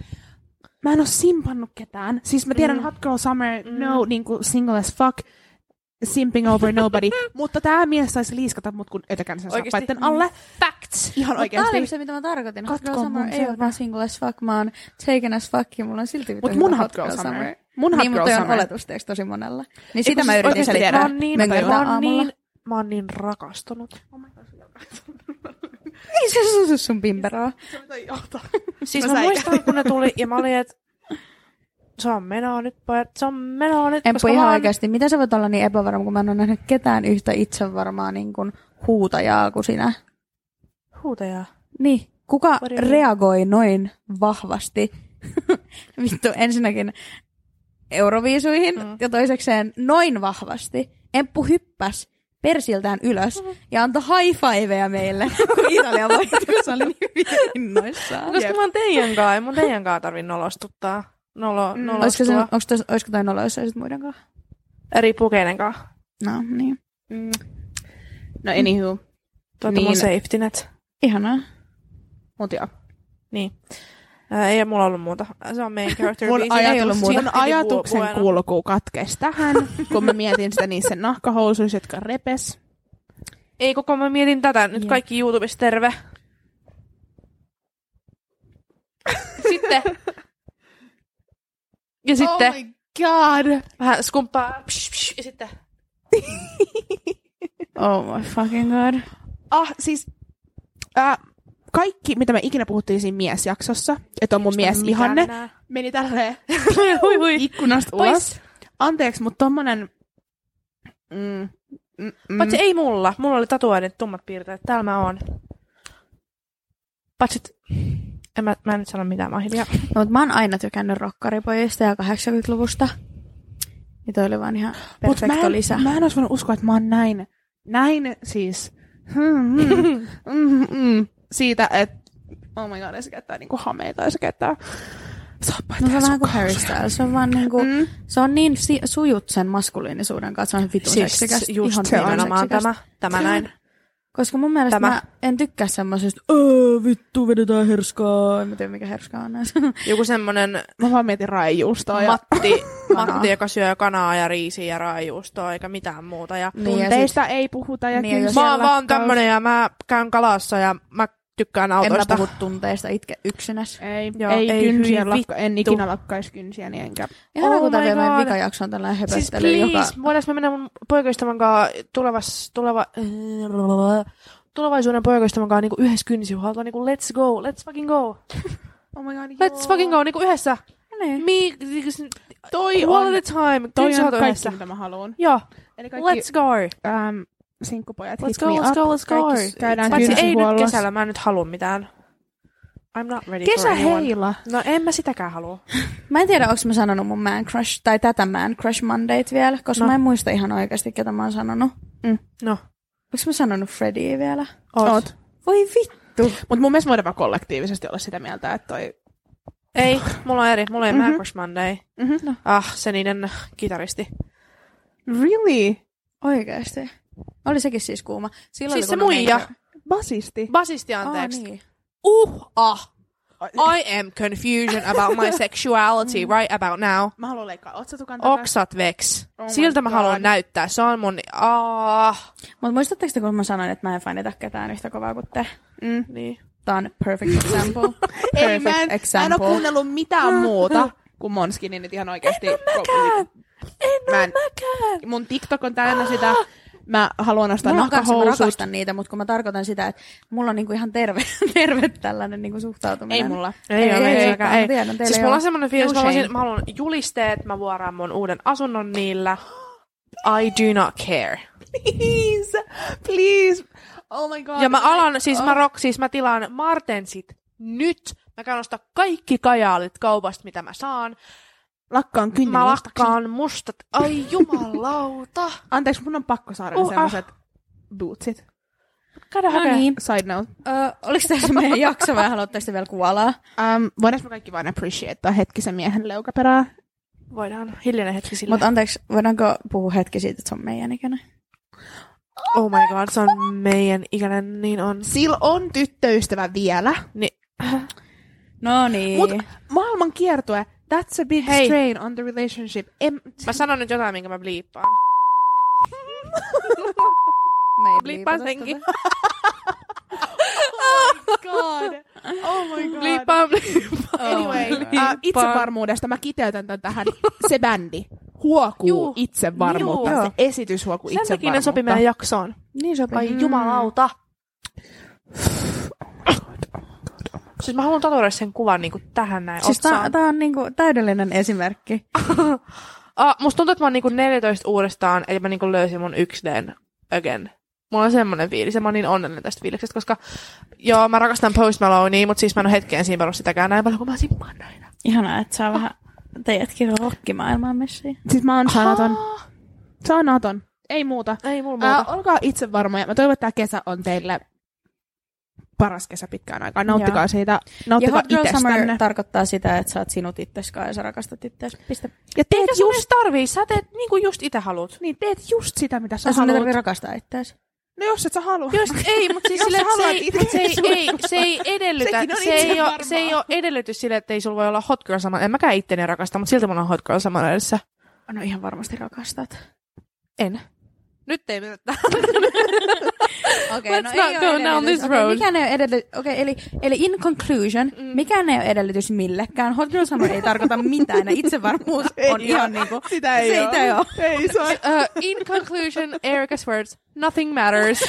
[SPEAKER 4] mä en oo simpannut ketään. Siis mä tiedän
[SPEAKER 1] Mm.
[SPEAKER 4] mm. Hot Girl Summer, mm. no, niinku single as fuck, simping over nobody. mutta tää mies saisi liiskata mut kun ötökänsä
[SPEAKER 1] Oikeesti?
[SPEAKER 4] saappaitten alle. Facts! Ihan
[SPEAKER 2] Tää oli
[SPEAKER 4] oikeesti.
[SPEAKER 2] se, mitä mä tarkoitin. Hot Girl
[SPEAKER 4] Katko mun
[SPEAKER 2] Summer ei ole
[SPEAKER 4] selkä.
[SPEAKER 2] vaan single as fuck. Mä oon taken as fuck ja mulla on silti vittu
[SPEAKER 4] Mut
[SPEAKER 2] hyvä
[SPEAKER 4] mun Hot Girl Summer. Mun Hot
[SPEAKER 2] niin, mutta
[SPEAKER 4] Girl
[SPEAKER 2] toi on
[SPEAKER 4] Summer.
[SPEAKER 2] oletusteeksi tosi monella. Niin sitä
[SPEAKER 4] kun
[SPEAKER 2] mä
[SPEAKER 4] siis
[SPEAKER 2] yritin
[SPEAKER 4] oikeesti
[SPEAKER 2] selittää.
[SPEAKER 1] Mä
[SPEAKER 4] tiedä.
[SPEAKER 1] oon niin,
[SPEAKER 2] Mä
[SPEAKER 1] mä
[SPEAKER 2] kertaan
[SPEAKER 1] oon
[SPEAKER 2] aamulla.
[SPEAKER 1] niin, mä oon niin rakastunut.
[SPEAKER 2] Ei se susu sun pimperoa.
[SPEAKER 1] Siis
[SPEAKER 4] Mä
[SPEAKER 1] mä, mä
[SPEAKER 4] säikähdin.
[SPEAKER 1] muistan, kun ne tuli, ja mä olin, että se on menoa nyt, pojat, se on menoa nyt.
[SPEAKER 2] Emppu
[SPEAKER 1] koska
[SPEAKER 2] ihan
[SPEAKER 1] mä oon-
[SPEAKER 2] oikeasti. Miten sä voit olla niin epävarma, kun mä en ole nähnyt ketään yhtä itsevarmaa niin kuin huutajaa kuin sinä?
[SPEAKER 1] Huutajaa.
[SPEAKER 2] Niin. Kuka
[SPEAKER 1] What do you mean?
[SPEAKER 2] reagoi noin vahvasti? Vittu, ensinnäkin euroviisuihin
[SPEAKER 1] Mm.
[SPEAKER 2] mm. ja toisekseen noin vahvasti. Emppu hyppäs persiltään ylös ja antoi high fiveja meille, kun Italia voitti, kun se oli niin vitun innoissaan.
[SPEAKER 1] Koska
[SPEAKER 4] Jep.
[SPEAKER 1] mä oon teidän kaa, ei mun teidän kaa tarvi nolostuttaa. Nolo,
[SPEAKER 4] Mm.
[SPEAKER 1] nolostua.
[SPEAKER 2] Olisiko, se, onks tos, olisiko toi noloissa ja sit muiden kanssa?
[SPEAKER 1] Eri pukeiden kaa.
[SPEAKER 2] No niin.
[SPEAKER 4] Mm. No anywho,
[SPEAKER 1] Tuota niin. mun
[SPEAKER 4] Niin.
[SPEAKER 1] safety net.
[SPEAKER 2] Ihanaa.
[SPEAKER 4] mut joo.
[SPEAKER 1] Niin. Ää, ei mulla ollut muuta. Se on main character
[SPEAKER 4] Mun,
[SPEAKER 1] biisi. siis Ei ollut
[SPEAKER 4] ajatus,
[SPEAKER 1] muuta.
[SPEAKER 4] mun ajatuksen
[SPEAKER 1] Buena.
[SPEAKER 4] kulku katkesi tähän, kun mä mietin sitä niissä nahkahousuissa, jotka repes.
[SPEAKER 1] Ei koko mä mietin tätä. Nyt kaikki YouTubessa terve. Sitten. Ja sitten.
[SPEAKER 4] Oh my god!
[SPEAKER 1] Vähän skumppaa. Psh, psh, ja sitten.
[SPEAKER 2] Oh my fucking god.
[SPEAKER 4] Ah, siis äh, kaikki, mitä me ikinä puhuttiin siinä miesjaksossa, että on mun mies ihanne, meni tälleen
[SPEAKER 1] hui
[SPEAKER 2] Niin.
[SPEAKER 1] hui.
[SPEAKER 2] Mm.
[SPEAKER 4] ikkunasta
[SPEAKER 1] Pois.
[SPEAKER 4] ulos. Anteeksi, mutta tommonen... Mm, mm, mm.
[SPEAKER 1] Paitsi ei mulla. Mulla oli tatuoinnit, tummat piirteet. Täällä mä oon. Paitsi, et- en mä, mä en nyt sano mitään, mä oon hiljaa.
[SPEAKER 2] No, mutta mä oon aina tykännyt rokkaripojista ja 80-luvusta. Ja toi oli vaan ihan
[SPEAKER 4] Mut
[SPEAKER 2] perfekto
[SPEAKER 4] mä en,
[SPEAKER 2] lisä.
[SPEAKER 4] Mä en olisi voinut uskoa, että mä oon näin, näin siis, hmm, hmm, mm, mm, siitä, että oh my god, se käyttää niinku hameita ja se käyttää saappaita
[SPEAKER 2] No se
[SPEAKER 4] ja
[SPEAKER 2] on vähän kuin
[SPEAKER 4] sukkaa.
[SPEAKER 2] Harry Styles. Se on vaan niinku, mm. se on niin si- sujut sen maskuliinisuuden kanssa. Se on vitun seksikäs.
[SPEAKER 1] Siis just
[SPEAKER 2] ihan
[SPEAKER 1] se
[SPEAKER 2] vitun
[SPEAKER 1] nimenomaan
[SPEAKER 2] seksikäs.
[SPEAKER 1] tämä. Tämä näin.
[SPEAKER 2] Koska mun mielestä
[SPEAKER 1] Tämä.
[SPEAKER 2] mä en tykkää semmoisesta, öö, vittu, vedetään herskaa. En mä tiedä, mikä herska on näissä.
[SPEAKER 1] Joku semmonen
[SPEAKER 4] Mä vaan mietin raijuustoa ja
[SPEAKER 1] Matti,
[SPEAKER 2] Kanaa.
[SPEAKER 1] Matti, joka syö kanaa ja riisiä ja raajuustoa eikä mitään muuta. Ja
[SPEAKER 2] Niin, ja sit-
[SPEAKER 4] tunteista ei puhuta ja
[SPEAKER 2] Niin, ja
[SPEAKER 4] niin,
[SPEAKER 2] jos-
[SPEAKER 1] mä oon
[SPEAKER 2] siellä
[SPEAKER 1] vaan
[SPEAKER 2] kaus-
[SPEAKER 1] tämmönen ja mä käyn kalassa ja mä tykkään
[SPEAKER 2] en mä
[SPEAKER 1] autoista.
[SPEAKER 2] puhu tunteista, itke yksinäs.
[SPEAKER 4] Ei,
[SPEAKER 1] Joo,
[SPEAKER 4] ei,
[SPEAKER 1] ei,
[SPEAKER 4] ei
[SPEAKER 1] hyi
[SPEAKER 4] kynsiä lakka, en
[SPEAKER 1] vittu.
[SPEAKER 4] ikinä lakkaisi kynsiä, niin enkä.
[SPEAKER 2] Ihan
[SPEAKER 1] Oh
[SPEAKER 2] kun tää
[SPEAKER 1] my
[SPEAKER 2] vielä meidän
[SPEAKER 1] god.
[SPEAKER 2] vikajakso on tällainen
[SPEAKER 1] Siis
[SPEAKER 2] höpöttely,
[SPEAKER 1] please,
[SPEAKER 2] joka...
[SPEAKER 1] voidaanko me mennä mun poikaystävän kanssa tulevas, tuleva, tulevaisuuden poikaystävän kanssa niinku yhdessä kynsijuhalta, niinku let's go, let's fucking go,
[SPEAKER 4] Oh my god,
[SPEAKER 1] let's fucking go, niinku yhdessä.
[SPEAKER 2] Niin.
[SPEAKER 1] Me,
[SPEAKER 4] Toi
[SPEAKER 1] all
[SPEAKER 4] on,
[SPEAKER 1] the time,
[SPEAKER 4] toi on
[SPEAKER 1] kynsijuhalta
[SPEAKER 4] kaikki,
[SPEAKER 1] yhdessä.
[SPEAKER 4] mitä mä haluan.
[SPEAKER 1] Joo,
[SPEAKER 4] Eli kaikki
[SPEAKER 1] let's go.
[SPEAKER 4] äm, sinkkupojat,
[SPEAKER 1] Let's
[SPEAKER 4] hit
[SPEAKER 1] go,
[SPEAKER 4] me
[SPEAKER 1] let's
[SPEAKER 4] up.
[SPEAKER 1] go, let's go.
[SPEAKER 4] Kaikki käydään
[SPEAKER 1] Paitsi ei nyt
[SPEAKER 4] kynsihuollossa.
[SPEAKER 1] kesällä, mä en nyt halua mitään. I'm not ready for anyone.
[SPEAKER 4] Kesäheila.
[SPEAKER 1] No en mä sitäkään halua.
[SPEAKER 2] Mä en tiedä, onko mä sanonut mun Man Crush, tai tätä Man Crush Mondayt vielä, koska
[SPEAKER 1] No.
[SPEAKER 2] no. mä en muista ihan oikeasti, ketä mä oon sanonut.
[SPEAKER 1] No,
[SPEAKER 2] Onko mä sanonut Freddyä vielä?
[SPEAKER 1] oot.
[SPEAKER 4] Oot.
[SPEAKER 2] Voi vittu.
[SPEAKER 4] Mutta mun mielestä voidaan vaan kollektiivisesti olla sitä mieltä, että toi
[SPEAKER 1] Ei, mulla on eri. Mulla ei mm-hmm.
[SPEAKER 4] Mhm.
[SPEAKER 1] Macros Monday.
[SPEAKER 4] Mhm.
[SPEAKER 1] Ah, se niiden kitaristi.
[SPEAKER 4] Really?
[SPEAKER 2] Oikeasti. Oli sekin siis kuuma. Silloin
[SPEAKER 1] Siis
[SPEAKER 2] oli
[SPEAKER 1] se
[SPEAKER 2] kun ne
[SPEAKER 1] muija.
[SPEAKER 2] meikä-
[SPEAKER 4] Basisti.
[SPEAKER 1] Basisti
[SPEAKER 2] Aa,
[SPEAKER 1] anteeksi.
[SPEAKER 2] niin.
[SPEAKER 1] Uh, ah.
[SPEAKER 4] Ai- Mm.
[SPEAKER 1] I am confusion about my sexuality right about now.
[SPEAKER 4] Mä haluan leikkaa otsatukan
[SPEAKER 1] Oksat veks.
[SPEAKER 4] Oh my
[SPEAKER 1] Siltä mä
[SPEAKER 4] God.
[SPEAKER 1] haluan näyttää. Se on mun... Ah.
[SPEAKER 2] Mutta muistatteko te, kun mä sanoin, että mä en fanita ketään yhtä kovaa kuin te?
[SPEAKER 4] Mm.
[SPEAKER 1] Niin.
[SPEAKER 2] Tää on perfect example.
[SPEAKER 4] Ei,
[SPEAKER 2] perfect
[SPEAKER 4] mä en, mä en ole
[SPEAKER 2] example.
[SPEAKER 4] kuunnellut mitään muuta kuin Monskinin nyt ihan oikeasti. En mä en, mun TikTok on täynnä sitä. Mä haluan ostaa
[SPEAKER 2] Mulla on kanssa, mä
[SPEAKER 4] nahkahousut.
[SPEAKER 2] rakastan niitä, mutta kun mä tarkoitan sitä, että mulla on niinku ihan terve, terve tällainen niinku suhtautuminen.
[SPEAKER 4] Ei mulla.
[SPEAKER 1] Ei,
[SPEAKER 2] Ei,
[SPEAKER 1] ei ole,
[SPEAKER 2] ei,
[SPEAKER 1] ei,
[SPEAKER 2] ei,
[SPEAKER 1] ei.
[SPEAKER 2] mä tiedän, teillä
[SPEAKER 1] siis
[SPEAKER 2] ei
[SPEAKER 1] mulla
[SPEAKER 2] ole.
[SPEAKER 1] on semmoinen fiilis,
[SPEAKER 2] No
[SPEAKER 1] mä,
[SPEAKER 2] shame.
[SPEAKER 1] voisin, mä haluan julisteet, mä vuoraan mun uuden asunnon niillä. I do not care.
[SPEAKER 4] Please, please. Oh my god.
[SPEAKER 1] Ja mä alan, siis mä, rock, siis mä tilaan Martensit nyt. Mä käyn ostaa kaikki kajaalit kaupasta, mitä mä saan.
[SPEAKER 4] lakkaan kynnen
[SPEAKER 1] Mä
[SPEAKER 4] ostakseni.
[SPEAKER 1] lakkaan mustat. Ai jumalauta.
[SPEAKER 4] Anteeksi, mun on pakko saada uh,
[SPEAKER 1] Uh, ah.
[SPEAKER 4] sellaiset bootsit.
[SPEAKER 1] Käydä
[SPEAKER 2] No
[SPEAKER 1] hakee.
[SPEAKER 2] niin.
[SPEAKER 4] Side note.
[SPEAKER 2] Ö, oliko tässä meidän jakso vai haluatteko te vielä kuolaa?
[SPEAKER 4] Um, voidaanko me kaikki vain appreciatea hetkisen miehen leukaperää?
[SPEAKER 1] Voidaan hiljainen hetki sille.
[SPEAKER 2] Mutta anteeksi, voidaanko puhua hetki siitä, että se on meidän ikäinen?
[SPEAKER 1] Oh my god, se on meidän ikäinen, niin on.
[SPEAKER 4] Sillä on tyttöystävä vielä.
[SPEAKER 2] No niin.
[SPEAKER 4] Mut maailman kiertue, that's a big
[SPEAKER 1] Hei.
[SPEAKER 4] strain on the relationship. Em,
[SPEAKER 1] Mä sanon nyt jotain, minkä mä bliippaan.
[SPEAKER 2] me ei
[SPEAKER 1] Bliippaan
[SPEAKER 2] piipata
[SPEAKER 1] senkin.
[SPEAKER 2] tätä.
[SPEAKER 4] God. Oh my god.
[SPEAKER 1] Bliippaan,
[SPEAKER 4] Anyway,
[SPEAKER 2] Oh my
[SPEAKER 4] uh, itsevarmuudesta mä kiteytän tän tähän. Se bändi huokuu
[SPEAKER 1] Juu.
[SPEAKER 4] itsevarmuutta.
[SPEAKER 1] Juu.
[SPEAKER 4] Se esitys huokuu
[SPEAKER 1] Sen takia
[SPEAKER 4] itsevarmuutta.
[SPEAKER 1] ne sopi meidän jaksoon.
[SPEAKER 2] Niin sopii.
[SPEAKER 1] Ai jumalauta. Siis mä haluan tatuoida sen kuvan niinku tähän näin
[SPEAKER 2] Siis tää,
[SPEAKER 1] otsaan.
[SPEAKER 2] tää on niinku täydellinen esimerkki.
[SPEAKER 1] Ah, musta tuntuu, että mä oon niinku 14 uudestaan, eli mä niinku löysin mun 1Dn again. Mulla on semmonen fiilis, ja mä oon niin onnellinen tästä fiiliksestä, koska joo, mä rakastan Post Malonea, mutta siis mä en oo hetkeen siinä sitäkään näin paljon, kun mä simppaan näitä.
[SPEAKER 2] Ihanaa, että saa vähän teidätkin rokkimaailmaan messiin.
[SPEAKER 4] Siis mä oon sanaton. Sanaton. Ei muuta.
[SPEAKER 1] Ah, Ei mulla muuta.
[SPEAKER 4] Ää, olkaa itse varmoja. Mä toivon, että tämä kesä on teille paras kesä pitkään aikaan. Nauttikaa
[SPEAKER 2] Joo.
[SPEAKER 4] siitä.
[SPEAKER 2] Ja
[SPEAKER 4] Nauttikaa
[SPEAKER 2] Hot Girl
[SPEAKER 4] itsestänne.
[SPEAKER 2] Summer tarkoittaa sitä, että sä oot sinut itseskaan ja sä rakastat itseäsi. Piste.
[SPEAKER 4] ja teet
[SPEAKER 1] Eikä sun
[SPEAKER 4] just,
[SPEAKER 1] edes tarvii, sä teet niinku just itse haluat.
[SPEAKER 4] niin, teet just sitä, mitä sä
[SPEAKER 2] Tai sun ei tarvitse
[SPEAKER 4] haluat.
[SPEAKER 2] rakastaa itseäsi.
[SPEAKER 4] No jos et sä halua.
[SPEAKER 1] Just ei, mutta siis
[SPEAKER 4] Jos
[SPEAKER 1] sille,
[SPEAKER 4] sä
[SPEAKER 1] että se,
[SPEAKER 4] haluat
[SPEAKER 1] ei,
[SPEAKER 4] itse
[SPEAKER 1] mut se, ei,
[SPEAKER 4] sulle-
[SPEAKER 1] ei, se ei edellytä,
[SPEAKER 4] Sekin on
[SPEAKER 1] se, ei
[SPEAKER 4] itsevarmaa.
[SPEAKER 1] ole, se ei ole edellytys sille, että ei sulla voi olla hot girl sama. En mäkään itteni rakasta, mutta silti mulla on hot girl sama edessä.
[SPEAKER 2] No ihan varmasti rakastat.
[SPEAKER 1] En. Nyt ei mennä tähän.
[SPEAKER 2] Okei,
[SPEAKER 1] Let's not
[SPEAKER 2] oo
[SPEAKER 1] go down
[SPEAKER 2] edellytys.
[SPEAKER 1] this
[SPEAKER 2] Okei,
[SPEAKER 1] road.
[SPEAKER 2] mikä ne on edellytys? Okei, eli, eli in conclusion, mm. mikään ei ole edellytys millekään. Hot Girl Summer ei tarkoita mitään ja itsevarmuus on ihan niinku...
[SPEAKER 4] Sitä ei
[SPEAKER 2] se
[SPEAKER 4] oo.
[SPEAKER 2] ei oo.
[SPEAKER 4] Ei se on.
[SPEAKER 1] Uh, in conclusion, Erica's words, nothing matters.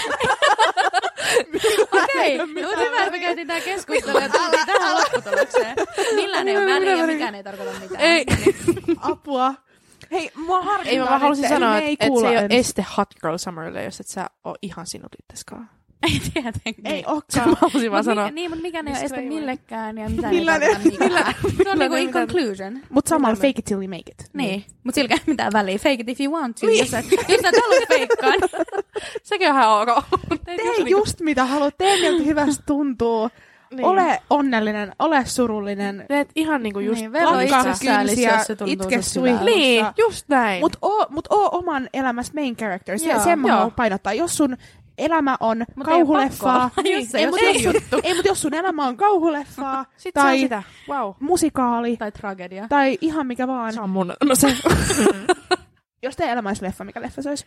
[SPEAKER 2] Okei, mutta hyvä, että me käytiin tää keskustelu ja tultiin tähän lopputulokseen. Millään ei ole väliä ja mikään ei tarkoita mitään.
[SPEAKER 1] ei,
[SPEAKER 4] Apua. Hei, mua harmittaa
[SPEAKER 1] ei, mä halusin
[SPEAKER 4] nyt, että
[SPEAKER 1] sanoa,
[SPEAKER 4] me
[SPEAKER 1] että
[SPEAKER 4] ei
[SPEAKER 1] et se
[SPEAKER 4] kuulla
[SPEAKER 1] ei ole
[SPEAKER 4] ensi-
[SPEAKER 1] este hot girl summerille, jos et sä oo ihan sinut itseskaan.
[SPEAKER 2] Ei tietenkään.
[SPEAKER 4] Ei
[SPEAKER 1] Mä
[SPEAKER 4] olekaan.
[SPEAKER 1] halusin vaan
[SPEAKER 2] Mut mi-
[SPEAKER 1] sanoa.
[SPEAKER 2] Niin, mutta mikään ei ole
[SPEAKER 1] Mistä
[SPEAKER 2] este
[SPEAKER 1] ei voi?
[SPEAKER 2] millekään ja mitään
[SPEAKER 4] Millään
[SPEAKER 2] ei tarkoita
[SPEAKER 4] ei-
[SPEAKER 2] mitään. Se on
[SPEAKER 1] millään
[SPEAKER 2] niinku
[SPEAKER 1] ei
[SPEAKER 2] in
[SPEAKER 1] mitään.
[SPEAKER 2] conclusion.
[SPEAKER 4] Mutta samalla fake it till you make it.
[SPEAKER 2] Niin, mutta sillä ei ole mitään väliä. Fake it if you want to, jos sä jos sä et halua feikkaa. niin-
[SPEAKER 1] Niin. Sekin on ihan ok.
[SPEAKER 4] Tee
[SPEAKER 2] niinku-
[SPEAKER 4] just mitä haluat. Tee miltä hyvästä tuntuu.
[SPEAKER 2] Niin.
[SPEAKER 4] Ole onnellinen, ole surullinen.
[SPEAKER 1] Teet ihan niinku just...
[SPEAKER 2] Niin, velo
[SPEAKER 4] Lakkaa
[SPEAKER 2] itsessään,
[SPEAKER 4] kynsiä,
[SPEAKER 2] jos se tuntuu
[SPEAKER 4] itke
[SPEAKER 2] susta
[SPEAKER 4] suihkussa.
[SPEAKER 2] hyvältä.
[SPEAKER 1] Niin, just näin.
[SPEAKER 4] Mut oo, mut oo oman elämässä main character. Se,
[SPEAKER 2] Joo.
[SPEAKER 4] sen mä
[SPEAKER 1] Joo.
[SPEAKER 4] haluan painottaa. Jos sun elämä on
[SPEAKER 2] Mut ei oo
[SPEAKER 4] kauhuleffaa,
[SPEAKER 2] pakko olla. Jos se-
[SPEAKER 4] ei,
[SPEAKER 2] jos
[SPEAKER 4] mut
[SPEAKER 2] se
[SPEAKER 4] jos sun, ei, mut jos sun elämä on kauhuleffaa
[SPEAKER 1] Sitten tai...
[SPEAKER 4] tai
[SPEAKER 1] se on sitä. Wow.
[SPEAKER 4] musikaali tai,
[SPEAKER 2] Tai tragedia.
[SPEAKER 4] tai ihan mikä vaan.
[SPEAKER 1] Se on mun. No se.
[SPEAKER 4] Jos teidän elämä olisi leffa, mikä leffa se olisi?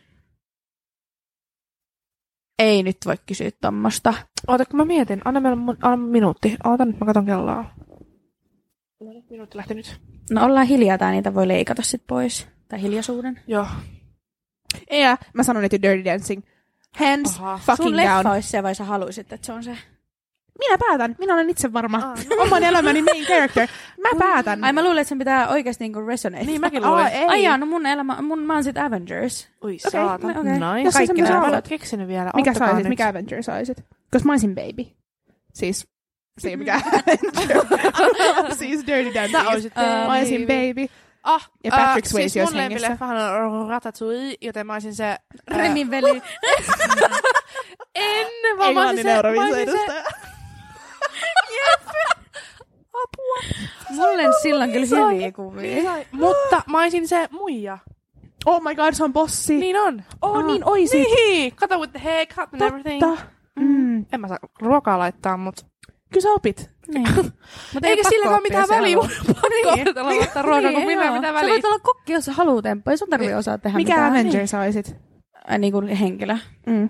[SPEAKER 2] Ei nyt voi kysyä tommosta.
[SPEAKER 1] Oota, kun mä mietin. Anna meillä mun, anna mun minuutti. Oota nyt, mä katon kelloa. No niin, minuutti lähti nyt.
[SPEAKER 2] No ollaan hiljaa tai niitä voi leikata sit pois. Tai hiljaisuuden.
[SPEAKER 1] Joo.
[SPEAKER 4] Ei, ja mä sanon nyt jo Dirty Dancing. Hands
[SPEAKER 1] Aha.
[SPEAKER 4] fucking
[SPEAKER 2] Sun
[SPEAKER 4] down.
[SPEAKER 2] leffa olisi se vai sä haluisit, että se on se?
[SPEAKER 4] Minä päätän. Minä olen itse varma.
[SPEAKER 1] Aa,
[SPEAKER 4] Oman elämäni main character. Mä päätän.
[SPEAKER 2] Ai mä luulen, että sen pitää oikeesti niinku resonate.
[SPEAKER 1] Niin mäkin
[SPEAKER 4] Aa,
[SPEAKER 1] luulin.
[SPEAKER 4] ei.
[SPEAKER 2] Ai jaa, no mun elämä, mun, mä oon sit Avengers.
[SPEAKER 1] Ui
[SPEAKER 2] saatana.
[SPEAKER 1] saatana. Okay.
[SPEAKER 4] Jos
[SPEAKER 1] no Jos
[SPEAKER 4] se
[SPEAKER 1] kaikki
[SPEAKER 4] semmoisen
[SPEAKER 1] nämä
[SPEAKER 4] haluat.
[SPEAKER 1] olet keksinyt vielä.
[SPEAKER 4] mikä
[SPEAKER 1] Ottakaa
[SPEAKER 4] saisit?
[SPEAKER 1] nyt.
[SPEAKER 4] Mikä Avenger saisit? Koska mä olisin baby. Siis se mikä Avenger. siis Dirty Dancing.
[SPEAKER 1] Sä oisit
[SPEAKER 2] Ää,
[SPEAKER 4] Mä olisin baby.
[SPEAKER 1] Ah,
[SPEAKER 4] Ja Patrick
[SPEAKER 1] äh,
[SPEAKER 4] Swayze
[SPEAKER 1] siis
[SPEAKER 4] olisi
[SPEAKER 1] mun
[SPEAKER 4] hengissä.
[SPEAKER 1] lempileffahan on Ratatouille, joten mä olisin se... ää,
[SPEAKER 2] Remin veli.
[SPEAKER 1] En, vaan mä olisin se... Mä olisin se...
[SPEAKER 2] Mulle silloin kyllä
[SPEAKER 1] Se on-
[SPEAKER 2] hyviä kuvia. Niin.
[SPEAKER 1] Niin. Mutta mä olisin se muija.
[SPEAKER 4] Oh my god, se on bossi.
[SPEAKER 1] Niin on.
[SPEAKER 4] Oh, ah, niin oi siitä.
[SPEAKER 1] Niin, kato with the haircut and everything.
[SPEAKER 4] Totta.
[SPEAKER 1] Niin.
[SPEAKER 4] Mm.
[SPEAKER 1] En mä saa ruokaa laittaa, mutta...
[SPEAKER 4] kyllä sä opit.
[SPEAKER 2] Niin.
[SPEAKER 1] Mut Eikä
[SPEAKER 2] pakko
[SPEAKER 1] sillä ole
[SPEAKER 2] oppia,
[SPEAKER 1] mitään
[SPEAKER 2] se
[SPEAKER 1] väliä.
[SPEAKER 2] haluaa.
[SPEAKER 1] Pakko opetella laittaa ruokaa, kun minä mitään
[SPEAKER 2] Niin, Sä
[SPEAKER 1] väliä.
[SPEAKER 2] voit olla kokki, jos sä haluat temppu. Ei sun tarvii osaa tehdä
[SPEAKER 4] Mikä
[SPEAKER 2] mitään.
[SPEAKER 4] Avenger sä oisit?
[SPEAKER 2] Niin. Niin kuin henkilö.
[SPEAKER 4] Mm.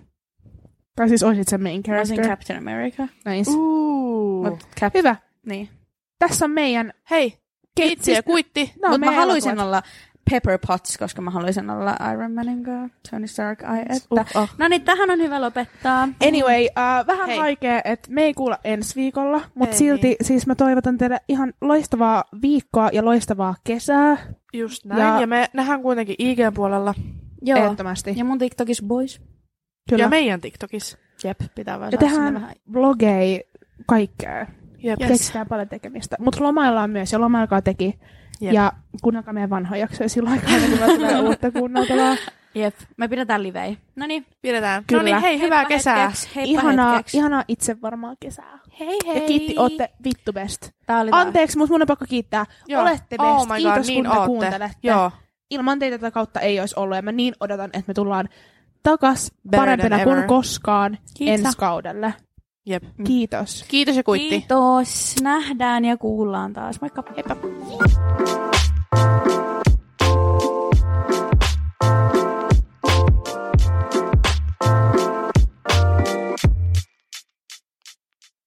[SPEAKER 4] Tai siis oisit se main
[SPEAKER 2] Mä olisin
[SPEAKER 4] character.
[SPEAKER 2] Captain America.
[SPEAKER 4] nice.
[SPEAKER 1] Uu.
[SPEAKER 4] Mut Hyvä.
[SPEAKER 2] Niin.
[SPEAKER 4] Tässä on meidän...
[SPEAKER 1] Hei, kiitti ja
[SPEAKER 4] Siis-
[SPEAKER 1] kuitti.
[SPEAKER 4] nää on
[SPEAKER 2] Mutta mä
[SPEAKER 4] meidän
[SPEAKER 2] haluaisin
[SPEAKER 4] elokuvat.
[SPEAKER 2] olla Pepper Potts, koska mä haluaisin olla Iron Manin kanssa. Tony Stark, ai että.
[SPEAKER 1] Uh, oh.
[SPEAKER 2] No niin, tähän on hyvä lopettaa.
[SPEAKER 4] Anyway, uh, vähän
[SPEAKER 1] Hei.
[SPEAKER 4] Hei. vaikea, että me ei kuulla ensi viikolla,
[SPEAKER 1] Ei
[SPEAKER 4] mutta silti siis mä toivotan teille ihan loistavaa viikkoa ja loistavaa kesää.
[SPEAKER 1] Just näin. Ja,
[SPEAKER 4] Ja-
[SPEAKER 1] ja me nähdään kuitenkin IGn puolella
[SPEAKER 2] Joo.
[SPEAKER 4] Ehdottomasti.
[SPEAKER 2] Ja mun TikTokis boys.
[SPEAKER 1] Kyllä.
[SPEAKER 4] Kyllä.
[SPEAKER 1] ja meidän TikTokissa.
[SPEAKER 2] Jep, pitää vaan
[SPEAKER 4] Ja
[SPEAKER 2] saada
[SPEAKER 4] tehdään-
[SPEAKER 2] sinne vähän.
[SPEAKER 4] Vlogei, kaikkea.
[SPEAKER 1] Jep.
[SPEAKER 4] Yes. Keksitään paljon tekemistä. Mutta lomaillaan myös, ja lomailkaa teki.
[SPEAKER 1] Jep.
[SPEAKER 4] Jep. Ja kuunnelkaa meidän vanhoja jaksoja silloin aikaa, kun meillä tulee uutta kuunneltavaa.
[SPEAKER 2] Jep, me pidetään livei. No niin,
[SPEAKER 1] Pidetään. No
[SPEAKER 4] Kyllä.
[SPEAKER 1] niin, hei, hyvää kesää.
[SPEAKER 2] Heippa
[SPEAKER 4] Ihanaa,
[SPEAKER 2] hetkeksi.
[SPEAKER 4] ihanaa itse varmaa kesää.
[SPEAKER 2] Hei
[SPEAKER 4] Hei. Ja kiitti, ootte vittu best.
[SPEAKER 2] Tää oli tää.
[SPEAKER 4] Anteeksi, mutta mun on pakko kiittää. Joo. Olette best.
[SPEAKER 1] Oh my God,
[SPEAKER 4] Kiitos,
[SPEAKER 1] niin
[SPEAKER 4] kun te
[SPEAKER 1] ootte.
[SPEAKER 4] kuuntelette.
[SPEAKER 1] Joo.
[SPEAKER 4] Ilman teitä tätä kautta ei olisi ollut, ja mä niin odotan, että me tullaan takas
[SPEAKER 1] Better
[SPEAKER 4] parempina
[SPEAKER 1] than
[SPEAKER 4] kuin
[SPEAKER 1] ever. Mm.
[SPEAKER 4] koskaan
[SPEAKER 2] Kiitos.
[SPEAKER 4] ensi kaudelle.
[SPEAKER 1] Jep.
[SPEAKER 4] Kiitos.
[SPEAKER 1] Kiitos ja kuitti.
[SPEAKER 2] Kiitos, nähdään ja kuullaan taas. Moikka. Heippa.